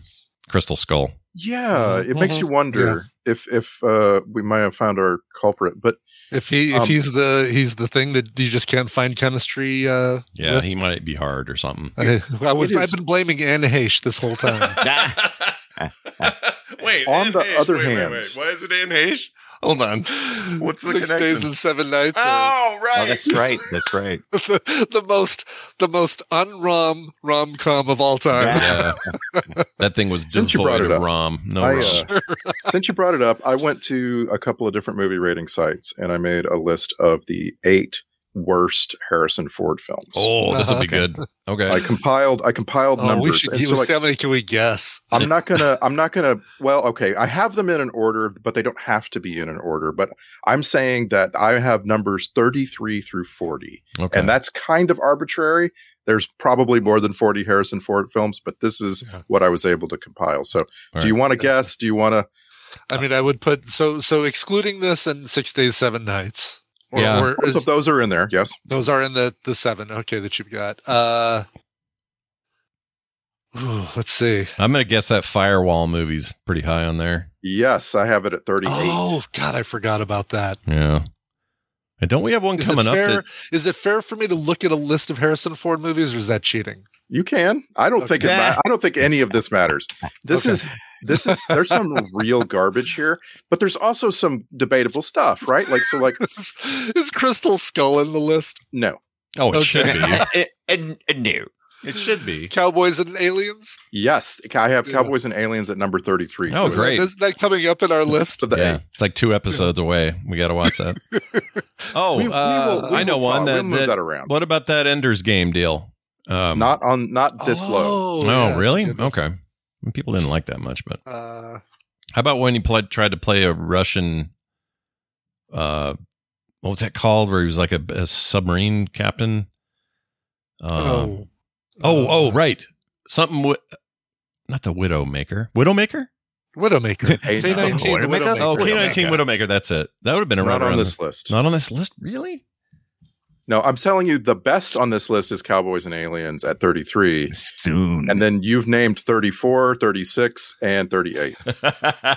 [SPEAKER 5] Crystal Skull.
[SPEAKER 8] Yeah,
[SPEAKER 5] Mm-hmm.
[SPEAKER 8] it makes
[SPEAKER 6] Mhm.
[SPEAKER 8] you wonder if if uh, we might have found our culprit. But
[SPEAKER 6] If he if
[SPEAKER 8] Um,
[SPEAKER 6] he's the he's the thing that you just can't find chemistry. Uh,
[SPEAKER 5] Yeah,
[SPEAKER 6] with.
[SPEAKER 5] he might be hard or something.
[SPEAKER 6] I, I was
[SPEAKER 8] It is-
[SPEAKER 6] I've been blaming Anne Heche this whole time.
[SPEAKER 7] Nah.
[SPEAKER 5] wait.
[SPEAKER 8] On the other hand-
[SPEAKER 5] why is it Anne Heche? Hold on. What's the
[SPEAKER 6] Six days
[SPEAKER 5] connection?
[SPEAKER 6] and seven nights. or-
[SPEAKER 5] Oh
[SPEAKER 7] Oh,
[SPEAKER 5] right.
[SPEAKER 7] that's right. That's right.
[SPEAKER 6] the, the most the most unrom rom com of all time.
[SPEAKER 7] Yeah.
[SPEAKER 5] yeah. that thing was
[SPEAKER 8] Since you brought
[SPEAKER 5] devoid
[SPEAKER 8] it
[SPEAKER 5] of
[SPEAKER 8] up,
[SPEAKER 5] rom. No
[SPEAKER 8] I,
[SPEAKER 5] rom.
[SPEAKER 8] uh, since you brought it up, I went to a couple of different movie rating sites and I made a list of the eight worst Harrison Ford films.
[SPEAKER 5] Oh, this will be
[SPEAKER 6] Okay.
[SPEAKER 5] good. Okay.
[SPEAKER 8] I compiled I compiled
[SPEAKER 6] Oh,
[SPEAKER 8] numbers.
[SPEAKER 6] we should
[SPEAKER 8] and
[SPEAKER 6] give
[SPEAKER 8] so, like,
[SPEAKER 6] how many can we guess?
[SPEAKER 8] I'm not gonna I'm not gonna well, okay. I have them in an order, but they don't have to be in an order. But I'm saying that I have numbers 33 through 40.
[SPEAKER 5] okay.
[SPEAKER 8] And that's kind of arbitrary. There's probably more than 40 Harrison Ford films, but this is
[SPEAKER 6] Yeah.
[SPEAKER 8] what I was able to compile. So
[SPEAKER 5] All
[SPEAKER 8] do you
[SPEAKER 5] right.
[SPEAKER 8] want to guess? Do you wanna
[SPEAKER 6] I mean, I would put so so excluding this and six days, seven nights. Or,
[SPEAKER 5] Yeah.
[SPEAKER 6] or
[SPEAKER 8] both
[SPEAKER 6] is,
[SPEAKER 8] of those are in there, yes.
[SPEAKER 6] those are in the the seven. Okay, that you've got. Uh, ooh, let's see.
[SPEAKER 5] I'm gonna guess that Firewall movie's pretty high on there.
[SPEAKER 8] Yes, I have it at 38.
[SPEAKER 6] Oh God, I forgot about that.
[SPEAKER 5] Yeah. And don't we have one
[SPEAKER 6] Is
[SPEAKER 5] coming
[SPEAKER 6] it
[SPEAKER 5] up?
[SPEAKER 6] fair?
[SPEAKER 5] That,
[SPEAKER 6] is it fair for me to look at a list of Harrison Ford movies, or is that cheating?
[SPEAKER 8] You can. I don't think it
[SPEAKER 7] Okay.
[SPEAKER 8] ma- I don't think any of this matters. This
[SPEAKER 6] Okay.
[SPEAKER 8] is this is there's some real garbage here, but there's also some debatable stuff, right? Like so like
[SPEAKER 6] is, is Crystal Skull in the list?
[SPEAKER 8] no.
[SPEAKER 5] oh, it
[SPEAKER 6] Okay.
[SPEAKER 5] should be.
[SPEAKER 7] and, and, and no.
[SPEAKER 5] It should be.
[SPEAKER 6] Cowboys and Aliens.
[SPEAKER 8] Yes, I have
[SPEAKER 6] Yeah.
[SPEAKER 8] Cowboys and Aliens at number 33.
[SPEAKER 5] Oh,
[SPEAKER 8] so
[SPEAKER 5] great.
[SPEAKER 6] Is that coming up in our list?
[SPEAKER 8] So the,
[SPEAKER 5] yeah, it's like two episodes away. We got to watch that. Oh,
[SPEAKER 8] we- we will-
[SPEAKER 5] uh,
[SPEAKER 8] we
[SPEAKER 5] I know
[SPEAKER 8] will
[SPEAKER 5] one
[SPEAKER 8] talk- we'll
[SPEAKER 5] that,
[SPEAKER 8] move
[SPEAKER 5] that,
[SPEAKER 8] that around.
[SPEAKER 5] What about that Ender's Game deal? Um,
[SPEAKER 8] not on not this low.
[SPEAKER 5] Oh,
[SPEAKER 6] yeah, that's
[SPEAKER 5] really?
[SPEAKER 6] good.
[SPEAKER 5] Okay. People didn't like that much, but
[SPEAKER 6] Uh,
[SPEAKER 5] how about when he played, tried to play a Russian? Uh, what was that called? Where he was like a, a submarine captain. Uh,
[SPEAKER 6] oh,
[SPEAKER 5] oh, oh, right. Something with not the Widowmaker. Widowmaker.
[SPEAKER 6] Widowmaker.
[SPEAKER 8] Hey,
[SPEAKER 6] K nineteen
[SPEAKER 7] Widowmaker?
[SPEAKER 6] Widowmaker.
[SPEAKER 5] Oh, K nineteen Widowmaker. That's it. That would have been a
[SPEAKER 8] Not
[SPEAKER 5] runner
[SPEAKER 8] on this list.
[SPEAKER 5] Not on this list, really?
[SPEAKER 8] No, I'm telling you, the best on this list is Cowboys and Aliens at 33.
[SPEAKER 7] Soon.
[SPEAKER 8] And then you've named 34, 36, and 38.
[SPEAKER 5] All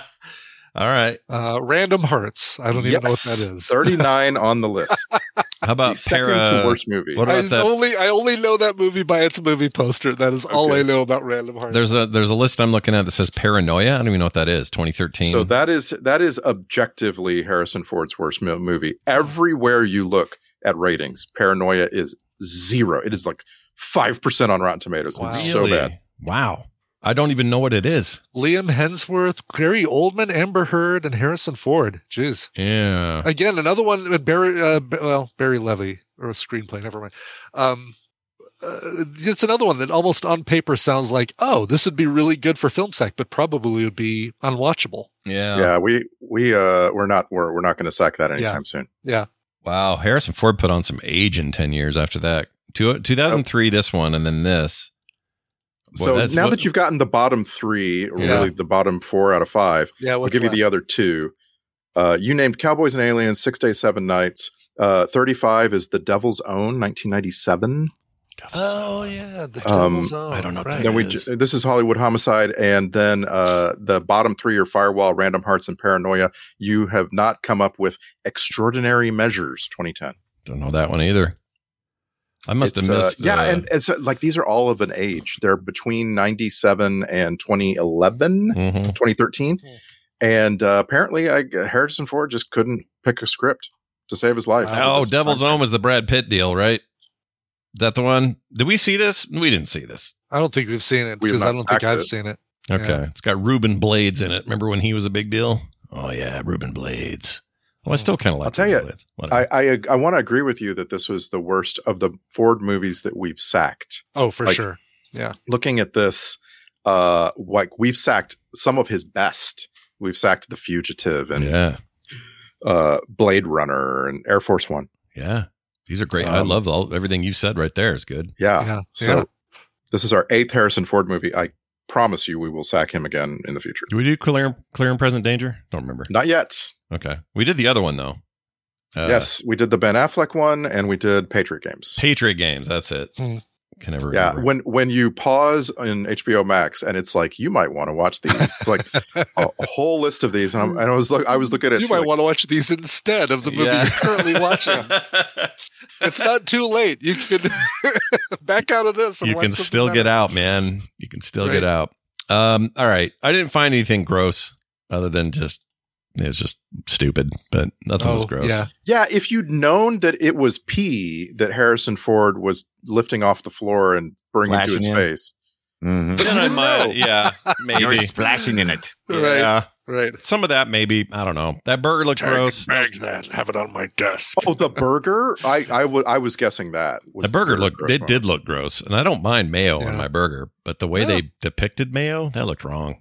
[SPEAKER 5] right.
[SPEAKER 6] Uh, Random Hearts. I don't even know what that is.
[SPEAKER 8] 39 on the list.
[SPEAKER 5] How
[SPEAKER 8] the
[SPEAKER 5] about
[SPEAKER 8] second to
[SPEAKER 5] Para?
[SPEAKER 8] worst movie.
[SPEAKER 5] What
[SPEAKER 6] I
[SPEAKER 5] about that?
[SPEAKER 6] only I only know that movie by its movie poster. That is all
[SPEAKER 8] Okay.
[SPEAKER 6] I know about Random Hearts.
[SPEAKER 5] There's a there's a list I'm looking at that says Paranoia. I don't even know what that is. 2013.
[SPEAKER 8] So that is that is objectively Harrison Ford's worst mo- movie. Everywhere you look at ratings, Paranoia is zero. It is like five percent on Rotten Tomatoes.
[SPEAKER 6] Wow.
[SPEAKER 8] It's so bad.
[SPEAKER 5] Wow. I don't even know what it is.
[SPEAKER 6] Liam Hemsworth, Gary Oldman, Amber Heard, and Harrison Ford. Jeez.
[SPEAKER 5] Yeah.
[SPEAKER 6] Again, another one with Barry. Uh, B- well, Barry Levy or a screenplay. Never mind. Um, uh, it's another one that almost on paper sounds like, oh, this would be really good for film sack, but probably would be unwatchable.
[SPEAKER 5] Yeah.
[SPEAKER 8] yeah, we we uh we're not we're we're not going to sack that anytime soon.
[SPEAKER 5] Wow. Harrison Ford put on some age in 10 years after that. Two, 2003, this one, and then this. Boy,
[SPEAKER 8] so
[SPEAKER 5] that's-
[SPEAKER 8] now
[SPEAKER 5] what-
[SPEAKER 8] that you've gotten the bottom three, or
[SPEAKER 6] Yeah.
[SPEAKER 8] really the bottom four out of five,
[SPEAKER 6] Yeah,
[SPEAKER 8] we'll
[SPEAKER 6] what's
[SPEAKER 8] give you the other two. Uh, you named Cowboys and Aliens, Six Days, Seven Nights. Uh, Thirty-five is The Devil's Own, nineteen ninety-seven.
[SPEAKER 6] Oh yeah, the
[SPEAKER 8] Um,
[SPEAKER 6] Devil's Own,
[SPEAKER 5] I don't know what
[SPEAKER 6] Right.
[SPEAKER 5] that
[SPEAKER 8] then we
[SPEAKER 5] is.
[SPEAKER 8] ju- this is Hollywood Homicide, and then uh, the bottom three are Firewall, Random Hearts, and Paranoia. You have not come up with Extraordinary Measures 2010.
[SPEAKER 5] Don't know that one either. I must
[SPEAKER 8] It's,
[SPEAKER 5] have
[SPEAKER 8] uh,
[SPEAKER 5] missed.
[SPEAKER 8] yeah,
[SPEAKER 5] uh,
[SPEAKER 8] and it's uh, like these are all of an age. They're between 97 and 2011,
[SPEAKER 5] mhm.
[SPEAKER 8] 2013,
[SPEAKER 6] Hmm.
[SPEAKER 8] and uh, apparently I, Harrison Ford just couldn't pick a script to save his life.
[SPEAKER 6] Wow.
[SPEAKER 5] Oh, Devil's Own was the Brad Pitt deal, right? Is that the one? Did we see this? We didn't see this.
[SPEAKER 6] I don't think we've seen it
[SPEAKER 8] We have
[SPEAKER 6] because I
[SPEAKER 8] not
[SPEAKER 6] don't think
[SPEAKER 8] tracked
[SPEAKER 6] I've
[SPEAKER 8] it.
[SPEAKER 6] seen it.
[SPEAKER 5] Okay.
[SPEAKER 6] Yeah.
[SPEAKER 5] It's got Reuben Blades in it. Remember when he was a big deal? Oh yeah, Reuben Blades. Well, I still kind of like.
[SPEAKER 8] Mm. I'll tell
[SPEAKER 5] Reuben
[SPEAKER 8] ya,
[SPEAKER 5] Blades. Whatever.
[SPEAKER 8] I I, I want to agree with you that this was the worst of the Ford movies that we've sacked.
[SPEAKER 6] Oh, for
[SPEAKER 8] Like-
[SPEAKER 6] sure.
[SPEAKER 8] looking at this, uh, like we've sacked some of his best. We've sacked The Fugitive and
[SPEAKER 5] yeah,
[SPEAKER 8] uh, Blade Runner and Air Force One.
[SPEAKER 5] yeah. These are great. I
[SPEAKER 8] Um,
[SPEAKER 5] love all, everything you said right there. Is good.
[SPEAKER 8] Yeah.
[SPEAKER 6] Yeah,
[SPEAKER 8] ah, So
[SPEAKER 6] yeah.
[SPEAKER 8] this is our eighth Harrison Ford movie. I promise you, we will sack him again in the future.
[SPEAKER 5] Do we do clear, clear and present danger? Don't remember.
[SPEAKER 8] Not yet.
[SPEAKER 5] Okay, we did the other one though. Uh,
[SPEAKER 8] yes, we did the Ben Affleck one and we did Patriot Games.
[SPEAKER 5] Patriot Games. That's it.
[SPEAKER 6] Hmm.
[SPEAKER 5] Can never
[SPEAKER 8] yeah,
[SPEAKER 5] remember.
[SPEAKER 8] when when you pause in HBO Max and it's like you might want to watch these. It's like a, a whole list of these, and, I'm, and I was look, I was looking at it
[SPEAKER 6] You
[SPEAKER 8] too,
[SPEAKER 6] might
[SPEAKER 8] like,
[SPEAKER 6] want to watch these instead of the movie
[SPEAKER 5] Yeah.
[SPEAKER 6] you're currently watching. it's not too late. You can back out of this. And
[SPEAKER 5] you
[SPEAKER 6] watch
[SPEAKER 5] can
[SPEAKER 6] something
[SPEAKER 5] still get
[SPEAKER 6] better.
[SPEAKER 5] out, man. You can still
[SPEAKER 6] Right.
[SPEAKER 5] get out. Um, all right. I didn't find anything gross other than just it was just stupid, but nothing was
[SPEAKER 6] Oh,
[SPEAKER 5] gross.
[SPEAKER 6] Yeah,
[SPEAKER 8] Yeah, if you'd known that it was pee that Harrison Ford was lifting off the floor and bringing to
[SPEAKER 7] Flashing
[SPEAKER 8] his
[SPEAKER 7] in.
[SPEAKER 8] face,
[SPEAKER 7] Mhm.
[SPEAKER 5] Then I might, yeah, maybe.
[SPEAKER 7] You're splashing in it.
[SPEAKER 6] right.
[SPEAKER 5] Yeah.
[SPEAKER 10] Right.
[SPEAKER 5] Some of that maybe. I don't know. That burger looked
[SPEAKER 10] Tag
[SPEAKER 5] gross.
[SPEAKER 10] bag that. Have it on my desk.
[SPEAKER 8] Oh, the burger? I I would I was guessing that. Was
[SPEAKER 5] The burger looked
[SPEAKER 8] gross
[SPEAKER 5] it
[SPEAKER 8] one.
[SPEAKER 5] did look gross, and I don't mind mayo on
[SPEAKER 10] Yeah.
[SPEAKER 5] my burger, but the way they depicted mayo, that looked wrong.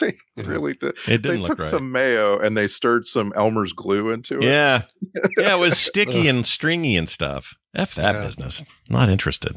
[SPEAKER 8] They really did.
[SPEAKER 5] It
[SPEAKER 8] They
[SPEAKER 5] didn't
[SPEAKER 8] took
[SPEAKER 5] look right.
[SPEAKER 8] some mayo and they stirred some Elmer's glue into it.
[SPEAKER 5] yeah, yeah, it was sticky and stringy and stuff. F that
[SPEAKER 10] Yeah.
[SPEAKER 5] business. Not interested.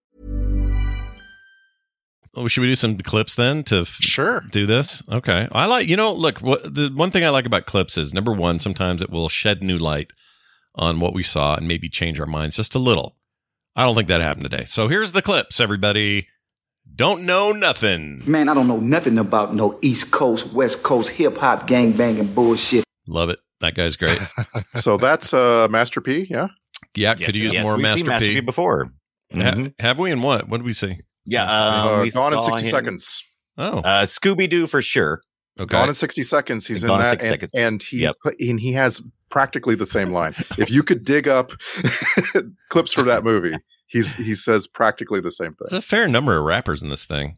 [SPEAKER 5] Oh, should we do some clips then to f-
[SPEAKER 10] Sure.
[SPEAKER 5] do this? Okay. I like you know, look, what the one thing I like about clips is number one, sometimes it will shed new light on what we saw and maybe change our minds just a little. I don't think that happened today. So here's the clips, everybody. Don't know nothing.
[SPEAKER 12] Man, I don't know nothing about no East Coast, West Coast hip hop gang banging bullshit.
[SPEAKER 5] Love it. That guy's great.
[SPEAKER 8] So that's uh Master P, yeah?
[SPEAKER 5] Yeah,
[SPEAKER 7] Yes,
[SPEAKER 5] could you use
[SPEAKER 7] yes,
[SPEAKER 5] more
[SPEAKER 7] we've
[SPEAKER 5] Master,
[SPEAKER 7] seen Master
[SPEAKER 5] P?
[SPEAKER 7] P before.
[SPEAKER 5] Ha-
[SPEAKER 7] Mhm.
[SPEAKER 5] have we and what? What did we see?
[SPEAKER 7] Yeah, um,
[SPEAKER 8] uh,
[SPEAKER 7] we
[SPEAKER 8] gone in
[SPEAKER 7] saw
[SPEAKER 8] 60
[SPEAKER 7] him-
[SPEAKER 8] seconds.
[SPEAKER 5] Oh,
[SPEAKER 7] Uh, Scooby Doo for sure.
[SPEAKER 5] okay.
[SPEAKER 8] Gone in 60 seconds. He's
[SPEAKER 7] Gone
[SPEAKER 8] in
[SPEAKER 7] in
[SPEAKER 8] that
[SPEAKER 7] 60
[SPEAKER 8] and,
[SPEAKER 7] seconds.
[SPEAKER 8] and he
[SPEAKER 7] Yep.
[SPEAKER 8] and he has practically the same line. if you could dig up clips from that movie, he's he says practically the same thing.
[SPEAKER 5] There's a fair number of rappers in this thing.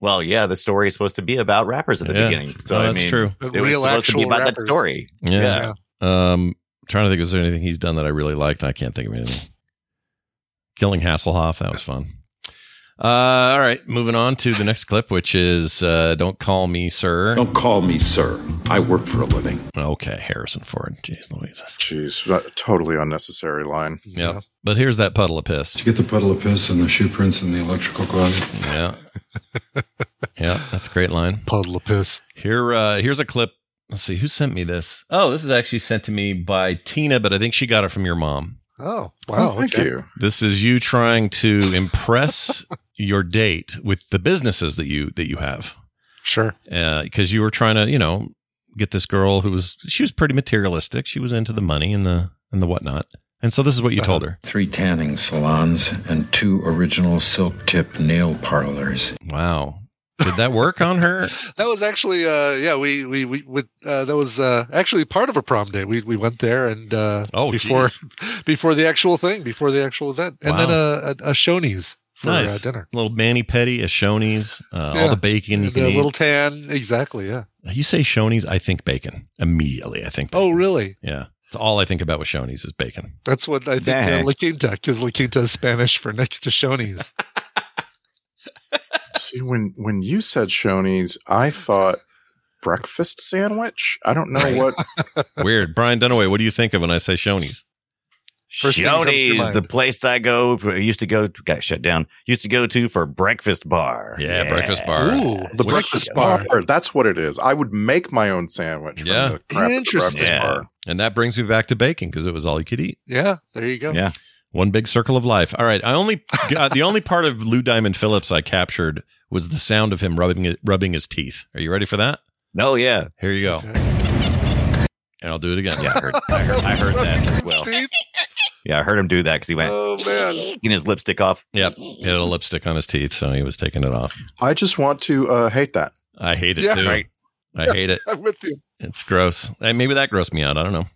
[SPEAKER 7] Well, yeah, the story is supposed to be about rappers at the
[SPEAKER 5] Yeah.
[SPEAKER 7] beginning. So
[SPEAKER 5] Oh,
[SPEAKER 7] I
[SPEAKER 5] that's
[SPEAKER 7] mean,
[SPEAKER 5] true.
[SPEAKER 10] But
[SPEAKER 7] It was supposed to be about that
[SPEAKER 10] rappers.
[SPEAKER 7] story.
[SPEAKER 5] Yeah. Um, trying to think, is there anything he's done that I really liked? I can't think of anything. Killing Hasselhoff, that was fun. Uh, all right, moving on to the next clip, which is uh, "Don't Call Me Sir."
[SPEAKER 3] Don't call me sir. I work for a living.
[SPEAKER 5] Okay, Harrison Ford. Jeez, Louises.
[SPEAKER 8] Jeez, that- totally unnecessary line.
[SPEAKER 5] Yep. But here's that puddle of piss.
[SPEAKER 13] Get the puddle of piss and the shoe prints in the electrical closet.
[SPEAKER 5] Yeah. yeah, that's a great line.
[SPEAKER 10] Puddle of piss.
[SPEAKER 5] Here, uh, here's a clip. Let's see who sent me this. Oh, this is actually sent to me by Tina, but I think she got it from your mom.
[SPEAKER 10] Oh,
[SPEAKER 8] Oh,
[SPEAKER 10] wow.
[SPEAKER 8] thank you.
[SPEAKER 5] This is you trying to impress your date with the businesses that you that you have,
[SPEAKER 10] Sure.
[SPEAKER 5] because you were trying to, you know, get this girl who was she was pretty materialistic. She was into the money and the and the whatnot. And so this is what you
[SPEAKER 10] Uh-huh.
[SPEAKER 5] told her.
[SPEAKER 13] Three tanning salons and two original silk tipped nail parlors.
[SPEAKER 5] Wow, did that work on her?
[SPEAKER 10] That was actually, uh, yeah, we, we, we, with, uh, that was, uh, actually part of a prom day. We, we went there and, uh,
[SPEAKER 5] Oh,
[SPEAKER 10] before,
[SPEAKER 5] geez.
[SPEAKER 10] before the actual thing, before the actual event. And then, uh, a, a Shoney's for
[SPEAKER 5] nice
[SPEAKER 10] uh, dinner.
[SPEAKER 5] little mani pedi, a Shoney's, uh, all
[SPEAKER 10] Yeah.
[SPEAKER 5] the bacon you
[SPEAKER 10] And
[SPEAKER 5] can
[SPEAKER 10] a
[SPEAKER 5] eat.
[SPEAKER 10] little tan. Exactly. Yeah.
[SPEAKER 5] you say Shoney's, I think bacon immediately. I think.
[SPEAKER 10] Oh, really?
[SPEAKER 5] Yeah, it's all I think about with Shoney's is bacon.
[SPEAKER 10] That's what I think
[SPEAKER 7] Dang.
[SPEAKER 10] uh, La Quinta, because La Quinta is Spanish for next to Shoney's.
[SPEAKER 8] See, when when you said Shoney's, I thought breakfast sandwich. I don't know what
[SPEAKER 5] Weird. Brian Dunaway, what do you think of when I say Shoney's?
[SPEAKER 10] First thing comes to
[SPEAKER 7] Shoney's,
[SPEAKER 10] mind.
[SPEAKER 7] the place that I go for, used to go to, got shut down. Used to go to for breakfast bar.
[SPEAKER 5] Yeah, breakfast bar.
[SPEAKER 10] Ooh,
[SPEAKER 8] the
[SPEAKER 5] Which-
[SPEAKER 8] breakfast bar. That's what it is. I would make my own sandwich. from
[SPEAKER 5] Yeah.
[SPEAKER 8] the crap at the
[SPEAKER 10] Interesting.
[SPEAKER 8] breakfast
[SPEAKER 7] Yeah.
[SPEAKER 8] bar.
[SPEAKER 5] And that brings me back to bacon because it was all you could eat.
[SPEAKER 10] Yeah, there you go.
[SPEAKER 7] Yeah.
[SPEAKER 5] One big circle of life. All right. I only got the only part of Lou Diamond Phillips I captured was the sound of him rubbing it, rubbing his teeth. Are you ready for that?
[SPEAKER 7] No, Oh, yeah.
[SPEAKER 5] Here you go.
[SPEAKER 10] Okay.
[SPEAKER 5] And I'll do it again.
[SPEAKER 7] Yeah, I heard, I heard, I heard that as well.
[SPEAKER 10] Steve?
[SPEAKER 7] Yeah, I heard him do that because he went
[SPEAKER 10] Oh man.
[SPEAKER 7] getting his lipstick off.
[SPEAKER 5] Yep. He had a lipstick on his teeth, so he was taking it off.
[SPEAKER 8] I just want to uh, hate that.
[SPEAKER 5] I hate it
[SPEAKER 10] Yeah,
[SPEAKER 5] too.
[SPEAKER 7] right.
[SPEAKER 5] I hate it.
[SPEAKER 10] I'm with you.
[SPEAKER 5] It's gross. Hey, maybe that grossed me out. I don't know.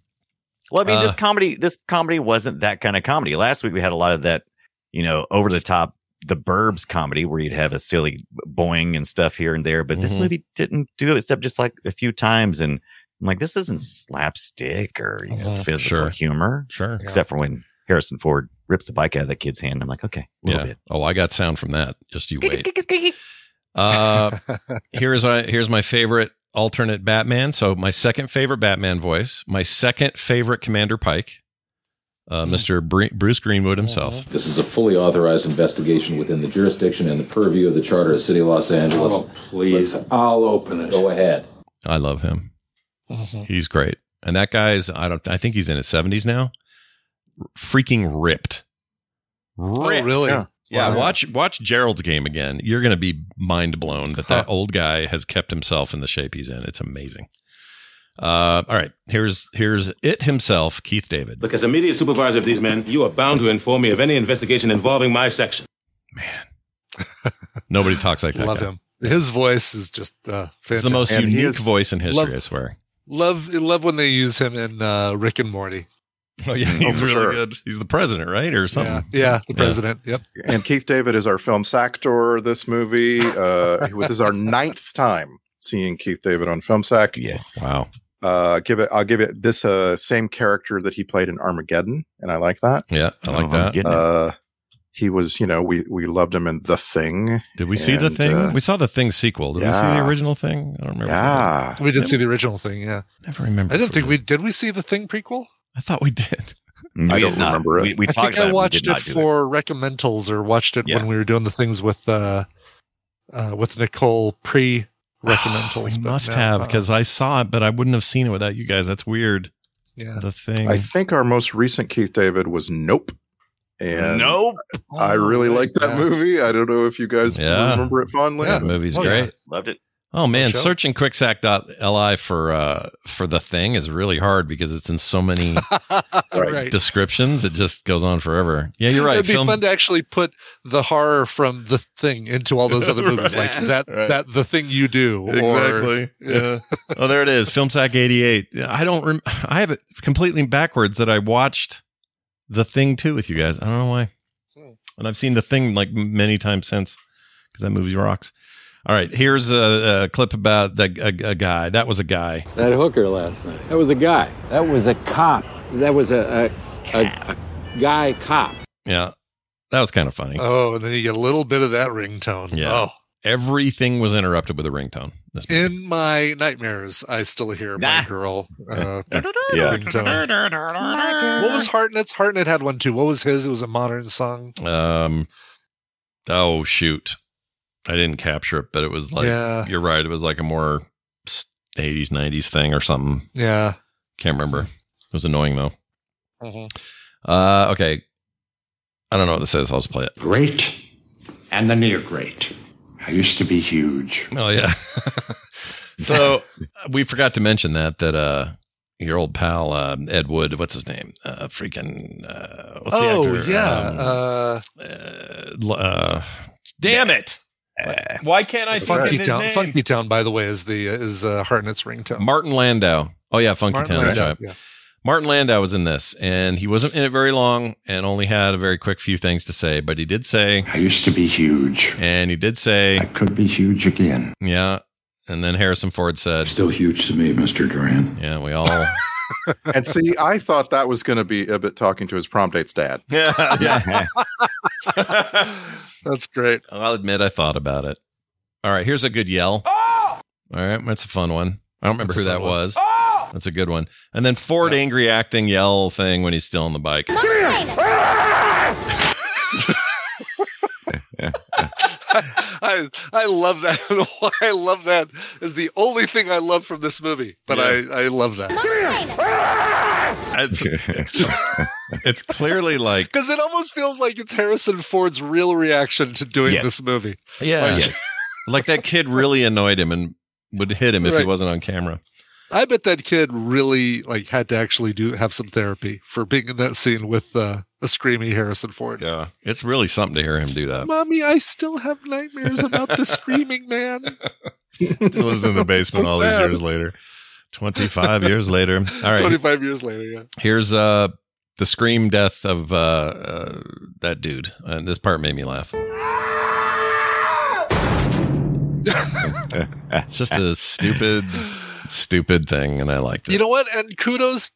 [SPEAKER 7] Well, I mean,
[SPEAKER 5] Uh,
[SPEAKER 7] this comedy, this comedy wasn't that kind of comedy. Last week we had a lot of that, you know, over the top, the Burbs comedy where you'd have a silly boing and stuff here and there. But this
[SPEAKER 5] Mhm.
[SPEAKER 7] movie didn't do it except just like a few times, and I'm like, this isn't slapstick or you know,
[SPEAKER 10] Uh-huh.
[SPEAKER 7] physical
[SPEAKER 5] Uh, Sure.
[SPEAKER 7] humor,
[SPEAKER 5] Sure.
[SPEAKER 7] except for when Harrison Ford rips the bike out of that kid's hand. I'm like, okay, a little
[SPEAKER 5] Yeah. Oh, I got sound from that. Just you wait.
[SPEAKER 7] bit.
[SPEAKER 5] Uh, here's my here's my favorite alternate Batman. So my second favorite Batman voice, my second favorite Commander Pike, uh, Mister Br- Bruce Greenwood himself.
[SPEAKER 13] Mm-hmm.
[SPEAKER 14] This is a fully authorized investigation within the jurisdiction and the purview of the Charter of the City of Los Angeles.
[SPEAKER 3] Oh, please. I'll open it.
[SPEAKER 14] Go ahead.
[SPEAKER 5] I love him. He's great, and that guy's I don't I think he's in his seventies now. Freaking ripped,
[SPEAKER 10] Oh,
[SPEAKER 5] ripped.
[SPEAKER 10] really?
[SPEAKER 8] Yeah.
[SPEAKER 5] Yeah,
[SPEAKER 6] Wow.
[SPEAKER 5] watch watch Gerald's game again. You're going to be mind blown that that old guy has kept himself in the shape he's in. It's amazing. Uh, all right, here's here's it himself, Keith David.
[SPEAKER 1] Because the media supervisor of these men, you are bound to inform me of any investigation involving my section.
[SPEAKER 5] Nobody talks like that.
[SPEAKER 6] Love
[SPEAKER 5] guy.
[SPEAKER 6] him. His voice is just uh, fantastic.
[SPEAKER 5] It's the most
[SPEAKER 6] And he
[SPEAKER 5] unique
[SPEAKER 6] is-
[SPEAKER 5] voice in history.
[SPEAKER 6] Love,
[SPEAKER 5] I swear.
[SPEAKER 6] love, love when they use him in uh, Rick and Morty.
[SPEAKER 5] Oh yeah, he's really good. He's the president, right, or something?
[SPEAKER 6] Yeah, the president. Yep.
[SPEAKER 8] And Keith David is our film Sactor this movie. Uh, this is our ninth time seeing Keith David on Film Sack.
[SPEAKER 5] Yes. Wow.
[SPEAKER 8] Uh, give it. I'll give it this uh, same character that he played in Armageddon, and I like that.
[SPEAKER 5] Yeah, I like
[SPEAKER 7] Uh-huh.
[SPEAKER 5] that.
[SPEAKER 8] Uh, he was, you know, we we loved him in The Thing.
[SPEAKER 5] Did we see the
[SPEAKER 8] and,
[SPEAKER 5] thing?
[SPEAKER 8] uh,
[SPEAKER 5] we saw the thing sequel. Did we see
[SPEAKER 8] yeah.
[SPEAKER 5] the original thing? I don't remember.
[SPEAKER 8] Yeah.
[SPEAKER 6] We did see the original thing. Yeah.
[SPEAKER 5] Never remember.
[SPEAKER 6] I didn't think we did. We see the thing prequel.
[SPEAKER 5] I thought we did.
[SPEAKER 7] I don't remember it. We, we
[SPEAKER 6] I
[SPEAKER 7] talked
[SPEAKER 6] think
[SPEAKER 7] about it.
[SPEAKER 6] I
[SPEAKER 7] we
[SPEAKER 6] watched
[SPEAKER 7] did
[SPEAKER 6] it
[SPEAKER 7] not do
[SPEAKER 6] for recommendals or watched it when we were doing the things with uh, uh, with Nicole pre recommendals.
[SPEAKER 5] Oh, We must have
[SPEAKER 6] uh,
[SPEAKER 5] because I saw it, but I wouldn't have seen it without you guys. That's weird.
[SPEAKER 6] Yeah.
[SPEAKER 5] The thing.
[SPEAKER 8] I think our most recent Keith David was Nope. And
[SPEAKER 7] Nope.
[SPEAKER 8] I really liked that
[SPEAKER 7] Yeah.
[SPEAKER 8] movie. I don't know if you guys
[SPEAKER 5] Oh, Yeah.
[SPEAKER 8] remember it fondly.
[SPEAKER 5] That
[SPEAKER 8] but-
[SPEAKER 6] Oh,
[SPEAKER 5] movie's great.
[SPEAKER 7] Loved it.
[SPEAKER 5] Oh man,
[SPEAKER 8] show.
[SPEAKER 5] searching quicksack.li for uh for the thing is really hard because it's in so many
[SPEAKER 6] Right.
[SPEAKER 5] descriptions. It just goes on forever. Yeah, you're right.
[SPEAKER 6] It'd be
[SPEAKER 5] Film-
[SPEAKER 6] fun to actually put the horror from the thing into all those other movies, like that.
[SPEAKER 5] Right.
[SPEAKER 6] That the thing you do. or-
[SPEAKER 5] Exactly. Yeah. oh, there it is. FilmSack 88. Yeah, I don't rem- I have it completely backwards that I watched The Thing too with you guys. I don't know why.
[SPEAKER 15] Hmm.
[SPEAKER 5] And I've seen The Thing like many times since cuz that movie rocks. All right, here's a, a clip about the a, a guy. That was a guy.
[SPEAKER 15] That hooker last night. That was a guy. That was a cop. That was a a, a, a guy cop.
[SPEAKER 5] Yeah. That was kind of funny.
[SPEAKER 15] Uh.
[SPEAKER 6] Oh, and then you get a little bit of that ringtone.
[SPEAKER 5] yeah.
[SPEAKER 6] Oh.
[SPEAKER 5] Everything was interrupted with a ringtone. This
[SPEAKER 6] In my nightmares, I still hear my girl uh,
[SPEAKER 5] Yeah.
[SPEAKER 6] ringtone. What was Hartnett's? Hartnett had one too. What was his? It was a modern song.
[SPEAKER 5] Um. Oh shoot, I didn't capture it, but it was like
[SPEAKER 6] Yeah.
[SPEAKER 5] you're right. It was like a more s- '80s '90s thing or something.
[SPEAKER 6] Yeah.
[SPEAKER 5] Can't remember. It was annoying though.
[SPEAKER 6] Mhm.
[SPEAKER 5] Uh. Okay. I don't know what this is. I'll just play it.
[SPEAKER 13] Great and the near great. I used to be huge.
[SPEAKER 5] Oh yeah. so we forgot to mention that that uh your old pal uh, Ed Wood. What's his name? Uh, freaking. Uh, what's
[SPEAKER 6] oh
[SPEAKER 5] the actor?
[SPEAKER 6] yeah.
[SPEAKER 5] Um,
[SPEAKER 6] uh,
[SPEAKER 5] l- uh, damn it! Why can't I fucking
[SPEAKER 6] Eh. Funky
[SPEAKER 5] his
[SPEAKER 6] Town.
[SPEAKER 5] name?
[SPEAKER 6] Funky Town, by the way, is the is uh, Hartnett's ringtone.
[SPEAKER 5] Martin Landau. Oh yeah, Funky
[SPEAKER 6] Martin
[SPEAKER 5] Town. that's
[SPEAKER 6] Landau,
[SPEAKER 5] right.
[SPEAKER 6] yeah.
[SPEAKER 5] Martin Landau was in this, and he wasn't in it very long, and only had a very quick few things to say. But he did say,
[SPEAKER 13] I used to be huge.
[SPEAKER 5] and he did say,
[SPEAKER 13] I could be huge again.
[SPEAKER 5] yeah. And then Harrison Ford said,
[SPEAKER 13] Still huge to me, Mr. Duran.
[SPEAKER 5] Yeah, we all.
[SPEAKER 8] and see, I thought that was going to be Ibbot talking to his prom date's dad.
[SPEAKER 5] Yeah,
[SPEAKER 8] yeah.
[SPEAKER 6] That's great.
[SPEAKER 5] I'll admit I thought about it. All right, here's a good yell. All right, that's a fun one. I don't remember
[SPEAKER 6] That's a
[SPEAKER 5] who that
[SPEAKER 6] fun one.
[SPEAKER 5] was. That's a good one. And then Ford angry acting yell thing when he's still on the bike.
[SPEAKER 6] I I love that. I love that is the only thing I love from this movie. But I I love that
[SPEAKER 5] It's, it's clearly like
[SPEAKER 6] because it almost feels like it's Harrison Ford's real reaction to doing
[SPEAKER 5] Yes.
[SPEAKER 6] this movie.
[SPEAKER 5] Yeah.
[SPEAKER 6] Like,
[SPEAKER 5] like that kid really annoyed him and would hit him if he
[SPEAKER 6] Right.
[SPEAKER 5] wasn't on camera.
[SPEAKER 6] I bet that kid really like had to actually do have some therapy for being in that scene with uh, a screamy Harrison Ford.
[SPEAKER 5] Yeah. It's really something to hear him do that.
[SPEAKER 6] Mommy, I still have nightmares about the screaming man.
[SPEAKER 5] Still lives in the basement
[SPEAKER 6] So
[SPEAKER 5] all these
[SPEAKER 6] sad.
[SPEAKER 5] years later. 25 years later. All right.
[SPEAKER 6] 25 years later, yeah.
[SPEAKER 5] Here's uh the scream death of uh, uh that dude. And this part made me laugh. it's just a stupid stupid thing and I liked it.
[SPEAKER 6] You know what? And kudos,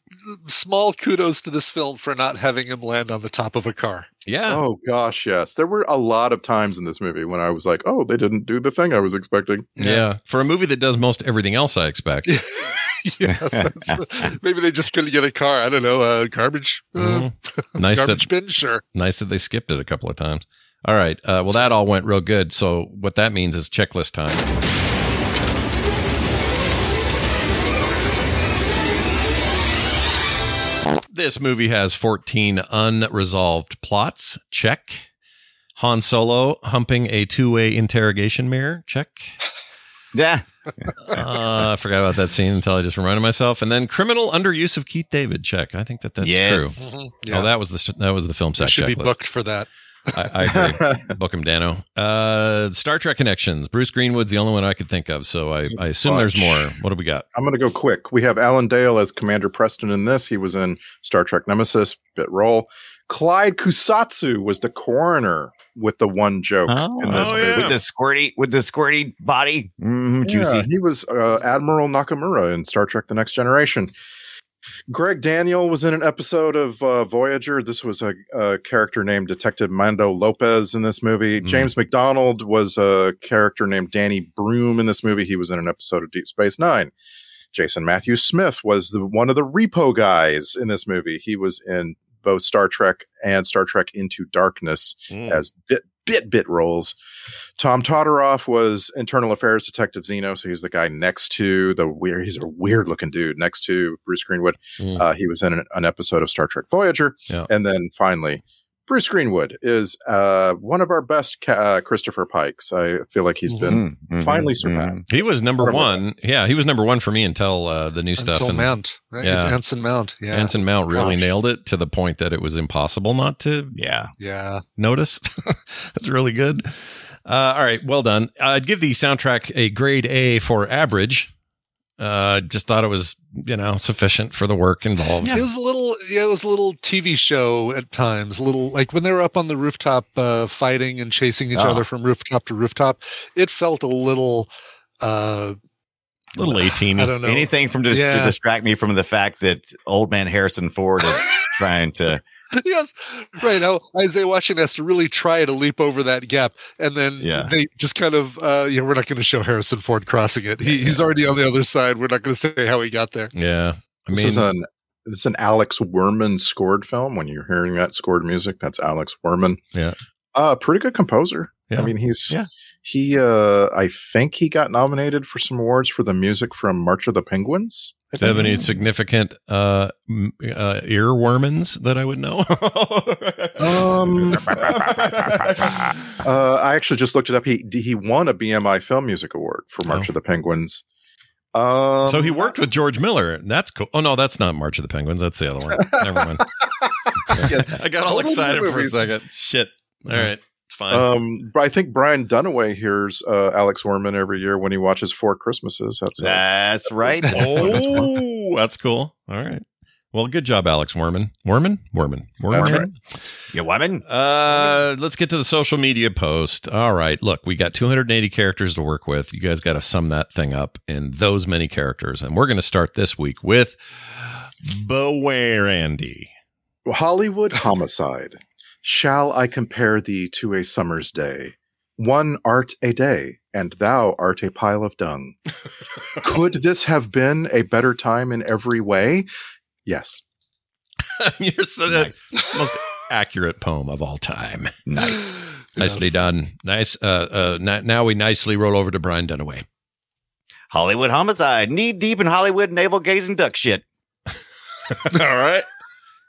[SPEAKER 6] small kudos to this film for not having him land on the top of a car.
[SPEAKER 5] Yeah.
[SPEAKER 8] Oh gosh, yes. There were a lot of times in this movie when I was like, "Oh, they didn't do the thing I was expecting."
[SPEAKER 5] Yeah. For a movie that does most everything else I expect.
[SPEAKER 6] yes, that's- uh, maybe they just couldn't get a car. I don't know, uh, garbage, uh,
[SPEAKER 5] Mm-hmm. Nice that-
[SPEAKER 6] garbage bin. Sure.
[SPEAKER 5] Nice that they skipped it a couple of times. All right. Uh, well, that all went real good. So what that means is checklist time. This movie has 14 unresolved plots. Check. Han Solo humping a two way interrogation mirror. Check.
[SPEAKER 7] Yeah.
[SPEAKER 5] uh, I forgot about that scene until I just reminded myself. And then criminal underuse of Keith David. Check. I think that that's
[SPEAKER 7] Yes.
[SPEAKER 6] Mm-hmm.
[SPEAKER 5] true.
[SPEAKER 7] Mhm.
[SPEAKER 5] Oh, that was the that was the film
[SPEAKER 10] I
[SPEAKER 5] set
[SPEAKER 10] should be
[SPEAKER 5] checklist.
[SPEAKER 10] booked for that.
[SPEAKER 5] I, I agree. Book him, Dano. Uh, Star Trek connections. Bruce Greenwood's the only one I could think of, so I, I assume there's more. What do we got?
[SPEAKER 8] I'm going to go quick. We have Alan Dale as Commander Preston in this. He was in Star Trek Nemesis, bit role. Clyde Kusatsu was the coroner with the one joke in this movie.
[SPEAKER 7] with the squirty, with the squirty body, mm, juicy.
[SPEAKER 8] Yeah, he was uh, Admiral Nakamura in Star Trek: The Next Generation. Greg Daniel was in an episode of uh, Voyager. This was a, a character named Detective Mando Lopez in this movie. James McDonald was a character named Danny Broom in this movie. He was in an episode of Deep Space Nine. Jason Matthew Smith was the, one of the repo guys in this movie. He was in both Star Trek and Star Trek Into Darkness as bit bit bit roles. Tom Todoroff was internal affairs detective Zeno, so he's the guy next to the weird. He's a weird looking dude next to Bruce Greenwood.
[SPEAKER 5] Mm.
[SPEAKER 8] Uh, he was in an, an episode of Star Trek Voyager,
[SPEAKER 5] Yeah.
[SPEAKER 8] and then finally. Bruce Greenwood is uh, one of our best ca- uh, Christopher Pikes. I feel like he's
[SPEAKER 7] Mm-hmm.
[SPEAKER 8] been
[SPEAKER 5] Mhm,
[SPEAKER 8] finally
[SPEAKER 5] mhm,
[SPEAKER 8] surpassed.
[SPEAKER 5] He was number
[SPEAKER 8] Whatever.
[SPEAKER 5] one. Yeah, he was number one for me until uh, the new stuff.
[SPEAKER 10] Until Mount, right?
[SPEAKER 5] Yeah.
[SPEAKER 10] Anson Mount. Yeah.
[SPEAKER 5] Anson Mount really
[SPEAKER 10] Gosh.
[SPEAKER 5] nailed it to the point that it was impossible not to
[SPEAKER 7] yeah
[SPEAKER 10] Yeah.
[SPEAKER 5] notice. That's really good. Uh, all right, well done. I'd give the soundtrack a grade A for average. Uh, just thought it was you know sufficient for the work involved.
[SPEAKER 10] It was a little, yeah, it was a little TV show at times. A little like when they were up on the rooftop uh, fighting and chasing each
[SPEAKER 5] Ah.
[SPEAKER 10] other from rooftop to rooftop. It felt a little, uh,
[SPEAKER 5] little eighteen.
[SPEAKER 10] I don't know.
[SPEAKER 7] Anything from just to
[SPEAKER 10] Yeah.
[SPEAKER 7] distract me from the fact that old man Harrison Ford is trying to.
[SPEAKER 10] yes, right. Now Isaiah Washington has to really try to leap over that gap, and then
[SPEAKER 7] Yeah.
[SPEAKER 10] they just kind of, uh, yeah, we're not going to show Harrison Ford crossing it. He, he's already on the other side. We're not going to say how he got there.
[SPEAKER 5] Yeah, I
[SPEAKER 8] this is
[SPEAKER 5] mean-
[SPEAKER 8] an this is an Alex Werman scored film. When you're hearing that scored music, that's Alex Werman.
[SPEAKER 5] Yeah.
[SPEAKER 8] uh, pretty good composer.
[SPEAKER 5] Yeah.
[SPEAKER 8] I mean, he's he. Uh, I think he got nominated for some awards for the music from March of the Penguins. I
[SPEAKER 5] Do you
[SPEAKER 8] think.
[SPEAKER 5] have any significant uh, m- uh, earwormins that I would know?
[SPEAKER 8] Um, uh, I actually just looked it up. He he won a BMI Film Music Award for March of the Penguins. Um,
[SPEAKER 5] Oh. so he worked with George Miller. That's cool. Oh no, that's not March of the Penguins. That's the other one. Never mind. I got all
[SPEAKER 8] Totally
[SPEAKER 5] excited for a
[SPEAKER 8] movies.
[SPEAKER 5] second. Shit. All right, it's fine.
[SPEAKER 8] Um, but I think Brian Dunaway hears uh, Alex Werman every year when he watches Four Christmases. That's uh,
[SPEAKER 7] That's right.
[SPEAKER 5] oh, that's cool. All right. Well, good job, Alex Werman. Werman? Werman. Werman.
[SPEAKER 7] That's right. Yeah, woman.
[SPEAKER 5] Uh, let's get to the social media post. All right. Look, we got 280 characters to work with. You guys got to sum that thing up in those many characters. And we're going to start this week with Beware Andy.
[SPEAKER 8] Hollywood homicide. Shall I compare thee to a summer's day? One art a day, and thou art a pile of dung. Could this have been a better time in every way? Yes.
[SPEAKER 5] You're so that's most accurate poem of all time.
[SPEAKER 7] Nice.
[SPEAKER 5] Nicely done. Nice. Uh, uh, n- now we nicely roll over to Brian Dunaway.
[SPEAKER 7] Hollywood homicide. Knee deep in Hollywood navel gazing duck shit.
[SPEAKER 5] all right.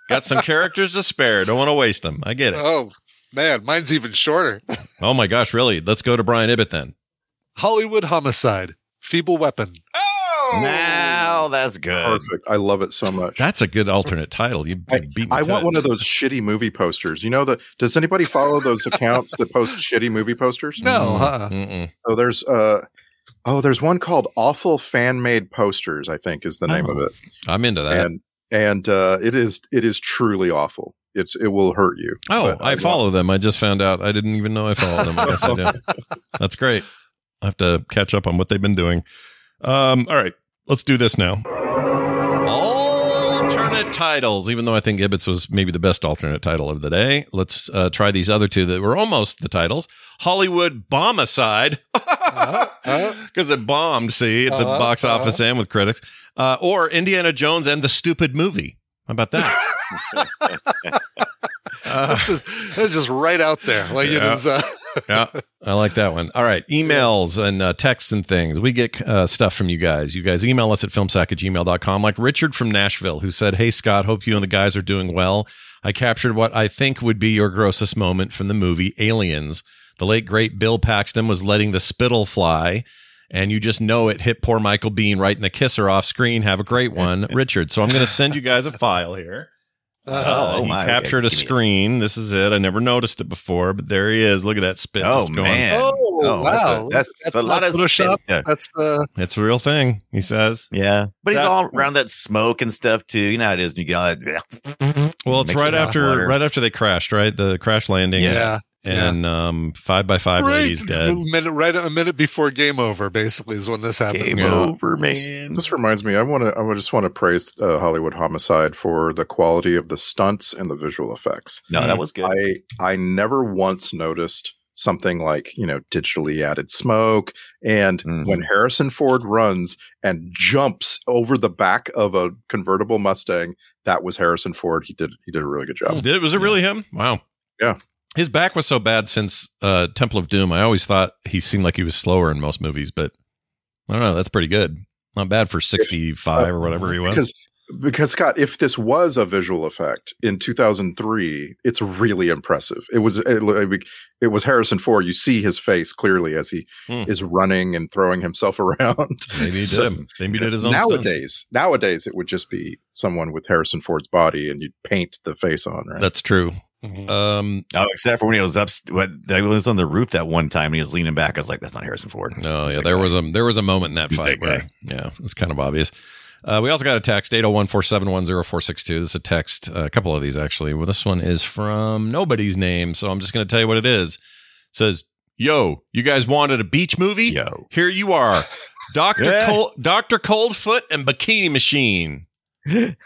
[SPEAKER 5] Got some characters to spare. Don't want to waste them. I get it.
[SPEAKER 10] Oh man, mine's even shorter.
[SPEAKER 5] Uh, Oh my gosh, really? Let's go to Brian Ibbett then.
[SPEAKER 10] Hollywood homicide, feeble weapon.
[SPEAKER 7] Now that's good.
[SPEAKER 8] Perfect. I love it so much.
[SPEAKER 5] That's a good alternate title. You
[SPEAKER 8] I,
[SPEAKER 5] beat me
[SPEAKER 8] I
[SPEAKER 5] to
[SPEAKER 8] want
[SPEAKER 5] it.
[SPEAKER 8] one of those shitty movie posters. You know the does anybody follow those accounts that post shitty movie posters?
[SPEAKER 10] No,
[SPEAKER 7] Mm.
[SPEAKER 10] uh-uh.
[SPEAKER 8] Oh, there's uh oh, there's one called Awful Fan Made Posters, I think is the name of it.
[SPEAKER 5] I'm into that.
[SPEAKER 8] And and uh it is it is truly awful. It's it will hurt you.
[SPEAKER 5] oh,
[SPEAKER 8] But
[SPEAKER 5] I follow them. I just found out. I didn't even know I followed them. I guess I do. That's great. I have to catch up on what they've been doing. Um, all right, let's do this now. Alternate titles, even though I think Ibbets was maybe the best alternate title of the day. Let's uh, try these other two that were almost the titles. Hollywood Bombicide, because it bombed, see, at the
[SPEAKER 10] Uh-huh,
[SPEAKER 5] box
[SPEAKER 10] uh-huh.
[SPEAKER 5] office and with critics. Uh, or Indiana Jones and the Stupid Movie. How about that?
[SPEAKER 10] that's just that's just right out there. Like it
[SPEAKER 5] Yeah.
[SPEAKER 10] is. Uh,
[SPEAKER 5] yeah. Uh, I like that one. All right. Emails and uh, texts and things. We get uh, stuff from you guys. You guys email us at filmsack at gmail.com, like Richard from Nashville, who said, Hey, Scott, hope you and the guys are doing well. I captured what I think would be your grossest moment from the movie Aliens. The late, great Bill Paxton was letting the spittle fly, and you just know it hit poor Michael Bean right in the kisser off screen. Have a great one, Richard. So I'm going to send you guys a file here. Uh,
[SPEAKER 7] oh,
[SPEAKER 5] he
[SPEAKER 7] my.
[SPEAKER 5] captured a
[SPEAKER 7] Give me-
[SPEAKER 5] screen. This is it. I never noticed it before, but there he is. Look at that spit.
[SPEAKER 7] Oh,
[SPEAKER 5] just going-
[SPEAKER 7] man.
[SPEAKER 10] Oh,
[SPEAKER 7] Oh, that's a-
[SPEAKER 10] wow.
[SPEAKER 7] that's a lot
[SPEAKER 10] not
[SPEAKER 7] of
[SPEAKER 10] Photoshop.
[SPEAKER 7] shit.
[SPEAKER 10] That's uh,
[SPEAKER 5] It's a real thing, he says.
[SPEAKER 7] Yeah. But he's
[SPEAKER 5] That-
[SPEAKER 7] all around that smoke and stuff too. You know how it is. when You get all that.
[SPEAKER 5] Well, it's right
[SPEAKER 7] Makes you wanna
[SPEAKER 5] after
[SPEAKER 7] water.
[SPEAKER 5] right after they crashed, right? The crash landing.
[SPEAKER 10] Yeah.
[SPEAKER 5] And um five by five
[SPEAKER 10] right,
[SPEAKER 5] ladies
[SPEAKER 10] a
[SPEAKER 5] dead.
[SPEAKER 10] minute, right a minute before game over, basically, is when this happened.
[SPEAKER 7] Game
[SPEAKER 10] So-
[SPEAKER 7] over,
[SPEAKER 8] This-
[SPEAKER 7] man.
[SPEAKER 8] This reminds me. I want to. I just want to praise uh, Hollywood Homicide for the quality of the stunts and the visual effects.
[SPEAKER 7] No, that was good.
[SPEAKER 8] I I never once noticed something like you know digitally added smoke and
[SPEAKER 5] Mm-hmm.
[SPEAKER 8] when Harrison Ford runs and jumps over the back of a convertible Mustang that was Harrison Ford he did he did a really good job
[SPEAKER 5] Did it was it really him? Wow.
[SPEAKER 8] Yeah.
[SPEAKER 5] His back was so bad since uh Temple of Doom. I always thought he seemed like he was slower in most movies, but I don't know, that's pretty good. Not bad for sixty five or whatever he was.
[SPEAKER 8] Uh, because because Scott if this was a visual effect in 2003 it's really impressive it was it, lo- it was Harrison Ford you see his face clearly as he
[SPEAKER 5] Hmm.
[SPEAKER 8] is running and throwing himself around
[SPEAKER 5] Maybe he did
[SPEAKER 8] So-
[SPEAKER 5] him. Maybe he did his own stunts.
[SPEAKER 8] nowadays nowadays it would just be someone with Harrison Ford's body and you'd paint the face on right Mm-hmm.
[SPEAKER 5] That's true. Um,
[SPEAKER 7] oh, except for when he was up, when he was on the roof that one time and he was leaning back. I was like, that's not Harrison Ford.
[SPEAKER 5] No, Oh, yeah, there was a there was a moment in that fight where yeah, it was kind of obvious. Uh, we also got a text eight zero one four seven one zero four six two. This is a text. uh, a couple of these actually. Well, this one is from nobody's name, so I'm just going to tell you what it is. It says, "Yo, you guys wanted a beach movie? Yo, here you are, Doctor
[SPEAKER 10] Yeah.
[SPEAKER 5] Col- Doctor Coldfoot and Bikini Machine."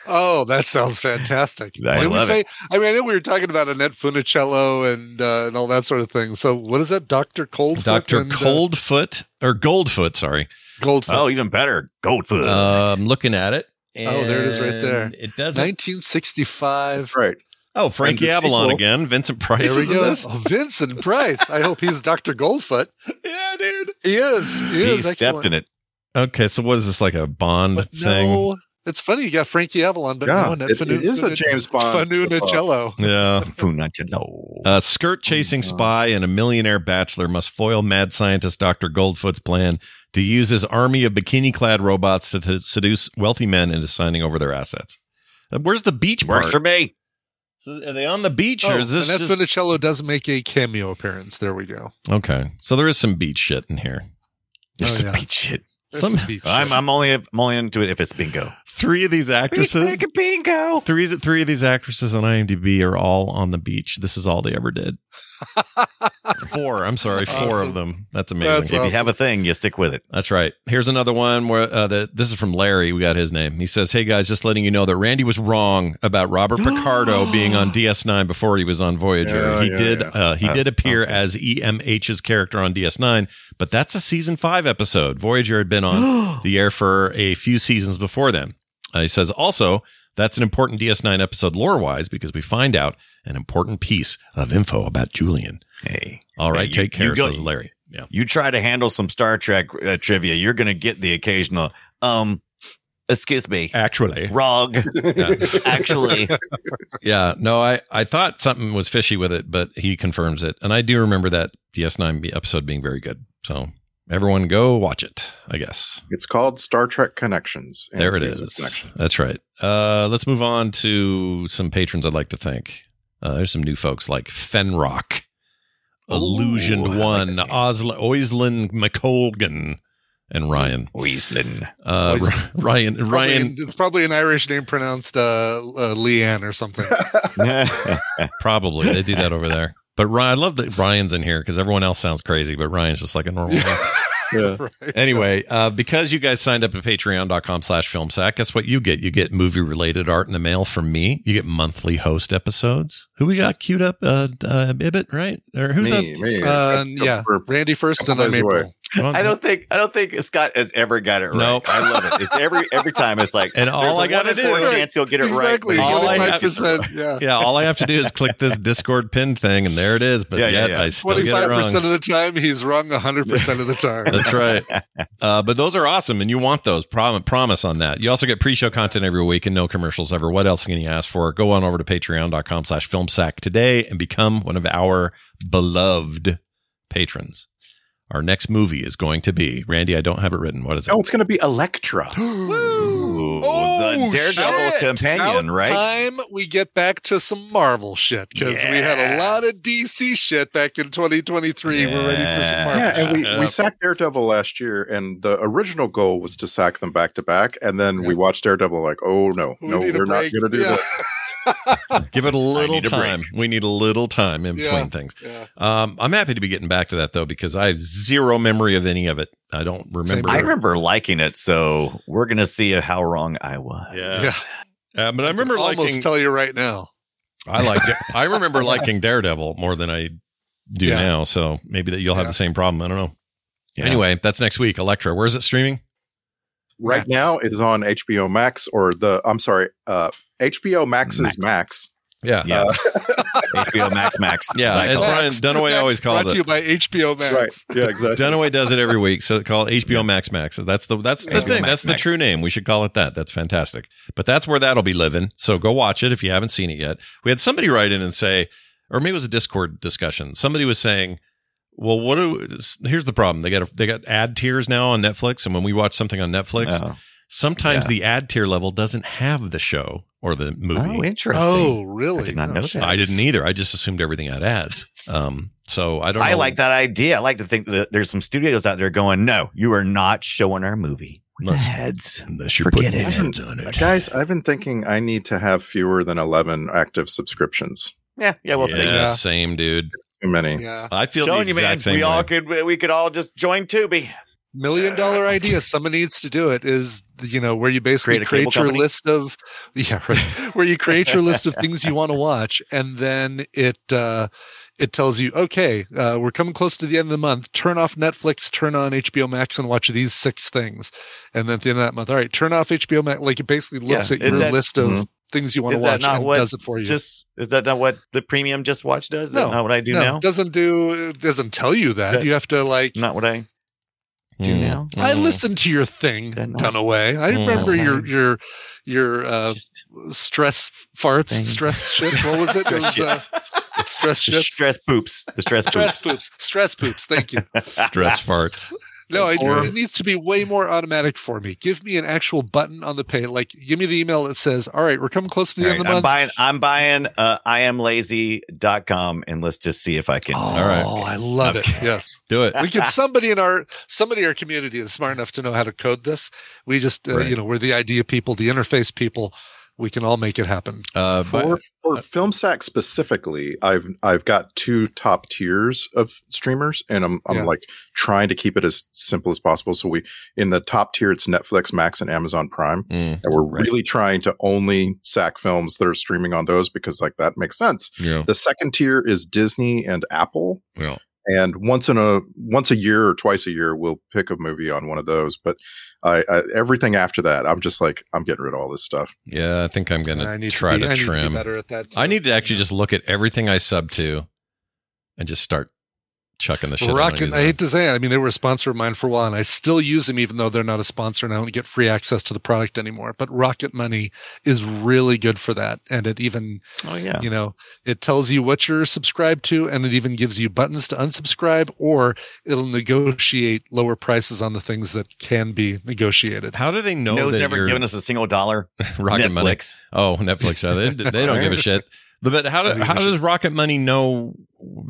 [SPEAKER 10] Oh, that sounds fantastic.
[SPEAKER 5] I
[SPEAKER 10] What did we
[SPEAKER 5] love
[SPEAKER 10] say?
[SPEAKER 5] it.
[SPEAKER 10] I mean, I know we were talking about Annette Funicello and uh, and all that sort of thing. So, what is that, Doctor Coldfoot?
[SPEAKER 5] Doctor
[SPEAKER 10] and, uh,
[SPEAKER 5] Coldfoot or Goldfoot? Sorry,
[SPEAKER 10] Goldfoot.
[SPEAKER 7] Oh, even better. Goldfoot.
[SPEAKER 5] I'm looking at it.
[SPEAKER 10] oh, there it is, right there.
[SPEAKER 5] and It does.
[SPEAKER 10] 1965.
[SPEAKER 8] Right.
[SPEAKER 5] Oh, Frankie
[SPEAKER 10] And the
[SPEAKER 5] Avalon
[SPEAKER 10] sequel.
[SPEAKER 5] again. Vincent Price.
[SPEAKER 10] There we
[SPEAKER 5] is in
[SPEAKER 10] go.
[SPEAKER 5] this?
[SPEAKER 10] Oh, Vincent Price. I hope he's Doctor Goldfoot. Yeah, dude. He is. He,
[SPEAKER 7] He
[SPEAKER 10] is.
[SPEAKER 7] stepped
[SPEAKER 10] excellent.
[SPEAKER 7] in it.
[SPEAKER 5] Okay, so what is this like a Bond thing?
[SPEAKER 10] No, it's funny you got Frankie Avalon, but
[SPEAKER 5] Yeah,
[SPEAKER 10] no, Annette
[SPEAKER 5] it-
[SPEAKER 10] Funu-
[SPEAKER 5] it is a
[SPEAKER 10] Funu-
[SPEAKER 5] James Bond.
[SPEAKER 10] Funicello. Oh,
[SPEAKER 5] Yeah.
[SPEAKER 7] Funicello.
[SPEAKER 5] A skirt chasing spy and a millionaire bachelor must foil mad scientist Dr. Goldfoot's plan to use his army of bikini clad robots to, to seduce wealthy men into signing over their assets. Uh, Where's the beach
[SPEAKER 7] Works
[SPEAKER 5] part?
[SPEAKER 7] for me.
[SPEAKER 5] So are they on the beach
[SPEAKER 10] Oh,
[SPEAKER 5] or is this
[SPEAKER 10] Annette
[SPEAKER 5] just.
[SPEAKER 10] Funicello does make a cameo appearance. There we go.
[SPEAKER 5] okay, so there is some beach shit in here.
[SPEAKER 7] There's
[SPEAKER 10] Oh,
[SPEAKER 7] some
[SPEAKER 10] yeah.
[SPEAKER 7] beach shit.
[SPEAKER 10] There's
[SPEAKER 5] Some-
[SPEAKER 10] some beach
[SPEAKER 7] I'm,
[SPEAKER 10] shit.
[SPEAKER 7] I'm only I'm only into it if it's bingo.
[SPEAKER 5] Three of these actresses.
[SPEAKER 7] bingo.
[SPEAKER 5] Three, three of these actresses on IMDb are all on the beach. This is all they ever did. four. I'm sorry, four
[SPEAKER 7] Awesome.
[SPEAKER 5] of them. That's amazing.
[SPEAKER 7] if you have a thing, you stick with it.
[SPEAKER 5] That's right. Here's another one where uh, the, this is from Larry. We got his name. He says, "Hey guys, just letting you know that Randy was wrong about Robert Picardo being on DS9 before he was on Voyager.
[SPEAKER 16] Yeah,
[SPEAKER 5] he
[SPEAKER 16] yeah,
[SPEAKER 5] did
[SPEAKER 16] yeah.
[SPEAKER 5] Uh, he
[SPEAKER 16] Oh,
[SPEAKER 5] did appear as EMH's character on DS9, but that's a season five episode. Voyager had been on the air for a few seasons before then." Uh, he says, "Also, that's an important DS9 episode lore-wise because we find out an important piece of info about Julian."
[SPEAKER 7] Hey,
[SPEAKER 5] all right,
[SPEAKER 7] Hey,
[SPEAKER 5] take
[SPEAKER 7] you- you
[SPEAKER 5] care,
[SPEAKER 7] go-
[SPEAKER 5] says Larry. Yeah.
[SPEAKER 7] You try to handle some Star Trek uh, trivia, you're going to get the occasional, um, excuse me,
[SPEAKER 5] actually,
[SPEAKER 7] wrong, actually.
[SPEAKER 5] Yeah, no, I, I thought something was fishy with it, but he confirms it. And I do remember that DS9 be- episode being very good. So everyone go watch it, I guess.
[SPEAKER 8] it's called Star Trek Connections and
[SPEAKER 5] There it
[SPEAKER 8] here's a
[SPEAKER 5] is.
[SPEAKER 8] connection.
[SPEAKER 5] That's right. Uh, let's move on to some patrons I'd like to thank. Uh, there's some new folks like Fenrock, Illusioned One, Osla- Oislin McColgan, and Ryan.
[SPEAKER 7] Oislin.
[SPEAKER 5] Uh,
[SPEAKER 10] Oislin.
[SPEAKER 5] Ryan,
[SPEAKER 10] Probably
[SPEAKER 5] Ryan,
[SPEAKER 10] an- it's probably an Irish name pronounced uh, uh, Leanne or something.
[SPEAKER 5] Probably they do that over there. But Ryan, I love that Ryan's in here because everyone else sounds crazy, but Ryan's just like a normal. guy. Anyway, uh, because you guys signed up at patreon.com slash filmsack, guess what you get? You get movie related art in the mail from me. You get monthly host episodes. Who we got queued up? Uh, uh, Ibbot, right? Or who's
[SPEAKER 8] Me,
[SPEAKER 5] that?
[SPEAKER 8] me.
[SPEAKER 10] Uh, yeah, Randy first, and I'm
[SPEAKER 8] Always
[SPEAKER 10] April.
[SPEAKER 8] away.
[SPEAKER 7] I don't think I don't think Scott has ever got it right.
[SPEAKER 5] Nope.
[SPEAKER 7] I love it. It's every every time it's like
[SPEAKER 5] And all
[SPEAKER 7] there's a
[SPEAKER 5] I gotta
[SPEAKER 7] one in four
[SPEAKER 5] do-
[SPEAKER 7] chance you'll get it
[SPEAKER 6] Exactly,
[SPEAKER 7] right. but you
[SPEAKER 5] All I
[SPEAKER 7] don't
[SPEAKER 5] have-
[SPEAKER 7] get it right.
[SPEAKER 6] yeah.
[SPEAKER 5] yeah, all I have to do is click this Discord pin thing, and there it is. But
[SPEAKER 7] Yeah, yeah,
[SPEAKER 5] yet,
[SPEAKER 7] yeah.
[SPEAKER 5] I still get it
[SPEAKER 6] Twenty-five
[SPEAKER 5] wrong.
[SPEAKER 6] percent of the time, he's wrong. hundred percent of the time.
[SPEAKER 5] That's right. Uh, but those are awesome, and you want those. Prom- promise on that. You also get pre-show content every week and no commercials ever. What else can you ask for? Go on over to patreon.com slash filmsack today and become one of our beloved patrons. Our next movie is going to be, Randy, I don't have it written. What is it?
[SPEAKER 8] Oh, it's going to be Electra.
[SPEAKER 7] Ooh,
[SPEAKER 6] Oh,
[SPEAKER 7] the Daredevil
[SPEAKER 6] shit. Uh,
[SPEAKER 7] companion,
[SPEAKER 6] Now
[SPEAKER 7] right?
[SPEAKER 6] Time we get back to some Marvel shit because we had a
[SPEAKER 7] Yeah.
[SPEAKER 6] lot of DC shit back in 2023. We're ready for some Marvel.
[SPEAKER 8] Yeah, and we,
[SPEAKER 6] shit.
[SPEAKER 8] we sacked Daredevil last year, and the original goal was to sack them back to back. And then we watched Daredevil, like, oh no,
[SPEAKER 6] We
[SPEAKER 8] no,
[SPEAKER 6] need a
[SPEAKER 8] we're not
[SPEAKER 6] break.
[SPEAKER 8] going to do
[SPEAKER 6] Yeah.
[SPEAKER 8] this.
[SPEAKER 5] Give it a little
[SPEAKER 7] need a
[SPEAKER 5] time. we need a little time in
[SPEAKER 6] Yeah,
[SPEAKER 5] between things.
[SPEAKER 6] yeah.
[SPEAKER 5] Um, I'm happy to be getting back to that though because I have zero memory of any of it. I don't remember.
[SPEAKER 7] I remember liking it, so we're gonna see how wrong I was.
[SPEAKER 5] Yeah.
[SPEAKER 6] Yeah.
[SPEAKER 5] Uh, but I remember
[SPEAKER 6] almost
[SPEAKER 5] liking.
[SPEAKER 6] tell you right now.
[SPEAKER 5] I liked. it. I remember liking Daredevil more than I do
[SPEAKER 6] Yeah.
[SPEAKER 5] now. So maybe that you'll have
[SPEAKER 6] Yeah.
[SPEAKER 5] the same problem. I don't know.
[SPEAKER 7] Yeah.
[SPEAKER 5] Anyway, that's next week. Electra, where is it streaming?
[SPEAKER 8] Right
[SPEAKER 6] Max.
[SPEAKER 8] now, it is on HBO Max or the I'm sorry, uh, HBO Max's Max.
[SPEAKER 7] Max.
[SPEAKER 5] Yeah,
[SPEAKER 7] Yeah. HBO Max Max.
[SPEAKER 5] Yeah,
[SPEAKER 7] As I
[SPEAKER 5] as
[SPEAKER 7] call it.
[SPEAKER 5] Brian Dunaway
[SPEAKER 6] Max
[SPEAKER 5] always calls
[SPEAKER 6] brought to you
[SPEAKER 5] it.
[SPEAKER 6] by HBO Max.
[SPEAKER 8] Right? Yeah, exactly.
[SPEAKER 5] Dunaway does it every week. So call HBO Max Max. That's the that's the
[SPEAKER 7] HBO
[SPEAKER 5] thing.
[SPEAKER 7] Max
[SPEAKER 5] that's the
[SPEAKER 7] Max.
[SPEAKER 5] true name. We should call it that. That's fantastic. But that's where that'll be living. So go watch it if you haven't seen it yet. We had somebody write in and say, or maybe it was a Discord discussion. Somebody was saying, "Well, what do? Here's the problem. They got a, they got ad tiers now on Netflix, and when we watch something on Netflix,
[SPEAKER 7] Oh.
[SPEAKER 5] sometimes
[SPEAKER 7] Yeah.
[SPEAKER 5] the ad tier level doesn't have the show or the movie.
[SPEAKER 7] Oh, interesting.
[SPEAKER 6] Oh, really?
[SPEAKER 7] I did not
[SPEAKER 6] Oh,
[SPEAKER 7] know
[SPEAKER 6] shit.
[SPEAKER 7] that.
[SPEAKER 5] I didn't either. I just assumed everything had ads. Um, so I don't.
[SPEAKER 7] I
[SPEAKER 5] know.
[SPEAKER 7] like that idea. I like to think that there's some studios out there going, "No, you are not showing our movie."
[SPEAKER 5] Unless-
[SPEAKER 7] Heads.
[SPEAKER 5] Unless you're
[SPEAKER 7] Forget
[SPEAKER 5] putting
[SPEAKER 7] it.
[SPEAKER 5] ads on it.
[SPEAKER 8] Guys, I've been thinking I need to have fewer than 11 active subscriptions.
[SPEAKER 7] Yeah, yeah, we'll
[SPEAKER 5] yeah,
[SPEAKER 7] see.
[SPEAKER 6] Yeah.
[SPEAKER 5] same dude.
[SPEAKER 8] Too many.
[SPEAKER 6] Yeah.
[SPEAKER 5] I feel
[SPEAKER 7] uh, Telling
[SPEAKER 5] the
[SPEAKER 7] you,
[SPEAKER 5] exact
[SPEAKER 7] man,
[SPEAKER 5] same
[SPEAKER 7] we
[SPEAKER 5] way.
[SPEAKER 7] all could we could all just join Tubi.
[SPEAKER 6] million dollar idea someone needs to do it is you know where you basically
[SPEAKER 7] Create a
[SPEAKER 6] create
[SPEAKER 7] cable
[SPEAKER 6] your
[SPEAKER 7] company?
[SPEAKER 6] list of yeah right, where you create your list of things you want to watch and then it uh it tells you okay uh, we're coming close to the end of the month turn off netflix turn on hbo max and watch these six things and then at the end of that month all right turn off hbo max like it basically looks
[SPEAKER 7] Yeah,
[SPEAKER 6] at
[SPEAKER 7] is
[SPEAKER 6] your
[SPEAKER 7] that- Mm-hmm.
[SPEAKER 6] list of
[SPEAKER 8] Mhm.
[SPEAKER 6] things you want to
[SPEAKER 7] Is that
[SPEAKER 6] watch
[SPEAKER 7] not
[SPEAKER 6] and
[SPEAKER 7] what
[SPEAKER 6] does it for you
[SPEAKER 7] Just is that not what the premium just watch does? Is
[SPEAKER 6] No,
[SPEAKER 7] that not what I do
[SPEAKER 6] no,
[SPEAKER 7] now?
[SPEAKER 6] it doesn't do it doesn't tell you that,
[SPEAKER 7] That-
[SPEAKER 6] you have to like
[SPEAKER 7] Not what I do
[SPEAKER 5] Mm.
[SPEAKER 7] now.
[SPEAKER 6] I listened to your thing,
[SPEAKER 7] Then I-
[SPEAKER 6] Dunaway. I
[SPEAKER 5] Mm.
[SPEAKER 6] remember your
[SPEAKER 7] Dunaway.
[SPEAKER 6] your your uh,
[SPEAKER 7] Just
[SPEAKER 6] stress farts,
[SPEAKER 7] Thing.
[SPEAKER 6] stress shit. What was it? It was, uh, stress
[SPEAKER 7] the
[SPEAKER 6] shit,
[SPEAKER 7] stress poops. The stress
[SPEAKER 6] stress
[SPEAKER 7] poops.
[SPEAKER 6] poops, stress poops. Thank you.
[SPEAKER 5] stress farts.
[SPEAKER 6] No, it,
[SPEAKER 7] Or-
[SPEAKER 6] it needs to be way more automatic for me. Give me an actual button on the pay. Like, give me the email that says, "All right, we're coming close to the
[SPEAKER 7] All
[SPEAKER 6] end
[SPEAKER 7] right,
[SPEAKER 6] of the
[SPEAKER 7] I'm
[SPEAKER 6] month."
[SPEAKER 7] buying I'm buying uh I am lazy.com and let's just see if I can
[SPEAKER 6] Oh,
[SPEAKER 5] right.
[SPEAKER 6] I love
[SPEAKER 7] I'm
[SPEAKER 6] it.
[SPEAKER 7] just
[SPEAKER 6] Yes,
[SPEAKER 5] Do it.
[SPEAKER 6] we could. Somebody in our somebody in our community is smart enough to know how to code this. We just, uh,
[SPEAKER 5] Right.
[SPEAKER 6] you know, we're the idea people, the interface people. We can all make it happen.
[SPEAKER 5] Uh,
[SPEAKER 8] For,
[SPEAKER 5] but-
[SPEAKER 8] for film sack specifically, I've I've got two top tiers of streamers, and I'm I'm
[SPEAKER 6] Yeah.
[SPEAKER 8] like trying to keep it as simple as possible. So we in the top tier, it's Netflix, Max, and Amazon Prime,
[SPEAKER 5] Mm,
[SPEAKER 8] and we're
[SPEAKER 7] Right.
[SPEAKER 8] really trying to only sack films that are streaming on those because like that makes sense.
[SPEAKER 5] yeah.
[SPEAKER 8] The second tier is Disney and Apple,
[SPEAKER 5] Yeah.
[SPEAKER 8] and once in a once a year or twice a year, we'll pick a movie on one of those. But I, I everything after that, I'm just like I'm getting rid of all this stuff.
[SPEAKER 5] Yeah, I think I'm gonna
[SPEAKER 6] I need
[SPEAKER 5] try
[SPEAKER 6] to, be,
[SPEAKER 5] to
[SPEAKER 6] I need
[SPEAKER 5] trim.
[SPEAKER 6] to be better at that.
[SPEAKER 5] I need to actually just look at everything I sub to, and just start chucking the shit. out of
[SPEAKER 6] Rocket.
[SPEAKER 5] these
[SPEAKER 6] I hate to say it. I mean, they were a sponsor of mine for a while, and I still use them, even though they're not a sponsor, and I don't get free access to the product anymore. But Rocket Money is really good for that, and it even
[SPEAKER 7] Oh yeah.
[SPEAKER 6] you know it tells you what you're subscribed to, and it even gives you buttons to unsubscribe, or it'll negotiate lower prices on the things that can be negotiated.
[SPEAKER 5] How do they know
[SPEAKER 7] No's
[SPEAKER 5] that
[SPEAKER 7] never
[SPEAKER 5] you're
[SPEAKER 7] given us a single dollar.
[SPEAKER 5] Rocket Money?
[SPEAKER 7] Netflix.
[SPEAKER 5] Oh, Netflix. yeah, they, they don't give a shit. But how do,
[SPEAKER 6] They don't give a
[SPEAKER 5] how does Rocket Money know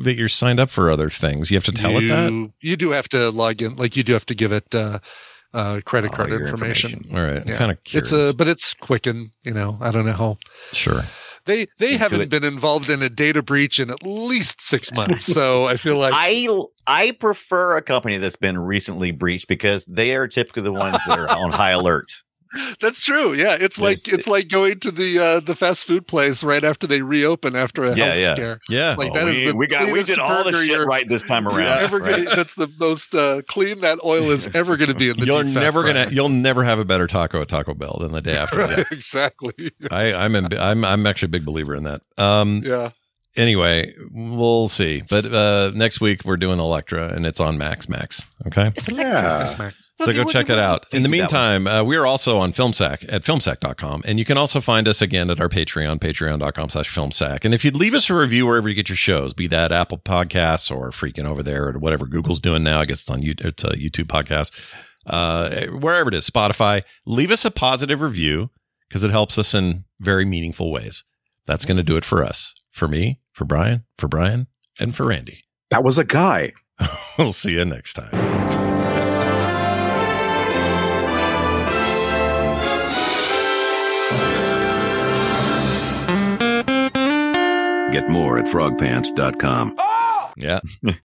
[SPEAKER 5] that you're signed up for other things? You have to tell
[SPEAKER 6] you,
[SPEAKER 5] it that.
[SPEAKER 6] you do have to log in, like you do have to give it uh, uh, credit
[SPEAKER 7] All
[SPEAKER 6] card
[SPEAKER 7] your
[SPEAKER 6] information.
[SPEAKER 5] All right,
[SPEAKER 6] Yeah.
[SPEAKER 5] I'm kind of curious.
[SPEAKER 6] It's a, but it's Quicken. You know, I don't know how
[SPEAKER 5] sure.
[SPEAKER 6] They they
[SPEAKER 7] Into
[SPEAKER 6] haven't
[SPEAKER 7] it.
[SPEAKER 6] been involved in a data breach in at least six months, so I feel like
[SPEAKER 7] I I prefer a company that's been recently breached because they are typically the ones that are on high alert.
[SPEAKER 6] That's true. Yeah, it's like it's like going to the uh, the fast food place right after they reopen after a
[SPEAKER 7] Yeah,
[SPEAKER 6] health
[SPEAKER 7] yeah.
[SPEAKER 6] scare.
[SPEAKER 5] Yeah.
[SPEAKER 6] like
[SPEAKER 7] Oh,
[SPEAKER 6] that is
[SPEAKER 7] we-
[SPEAKER 6] the
[SPEAKER 7] we got- we
[SPEAKER 6] cleanest
[SPEAKER 7] did all the
[SPEAKER 6] burger
[SPEAKER 7] shit
[SPEAKER 6] you're-
[SPEAKER 7] right this time
[SPEAKER 6] you're
[SPEAKER 7] around,
[SPEAKER 6] ever gonna-
[SPEAKER 7] right?
[SPEAKER 6] that's the most uh, clean that oil is ever going to be in the.
[SPEAKER 5] You're
[SPEAKER 6] deep fat
[SPEAKER 5] never
[SPEAKER 6] fryer.
[SPEAKER 5] gonna. You'll never have a better taco at Taco Bell than the day after.
[SPEAKER 6] Right,
[SPEAKER 5] that.
[SPEAKER 6] exactly.
[SPEAKER 5] I, I'm, in, I'm I'm actually a big believer in that. Um,
[SPEAKER 6] Yeah.
[SPEAKER 5] Anyway, we'll see. But uh, next week we're doing Electra, and it's on Max Max. Okay.
[SPEAKER 8] Yeah.
[SPEAKER 5] So go check it out. In the meantime, uh, we are also on FilmSack at filmsack.com. And you can also find us again at our Patreon, patreon.com slash filmsack. And if you'd leave us a review wherever you get your shows, be that Apple Podcasts or freaking over there or whatever Google's doing now, I guess it's on YouTube, it's a YouTube podcast, uh, wherever it is, Spotify, leave us a positive review because it helps us in very meaningful ways. That's going to do it for us, for me, for Brian, for Brian, and for Randy.
[SPEAKER 8] That was a guy.
[SPEAKER 5] we'll see you next time.
[SPEAKER 13] Get more at frogpants.com.
[SPEAKER 5] Yeah.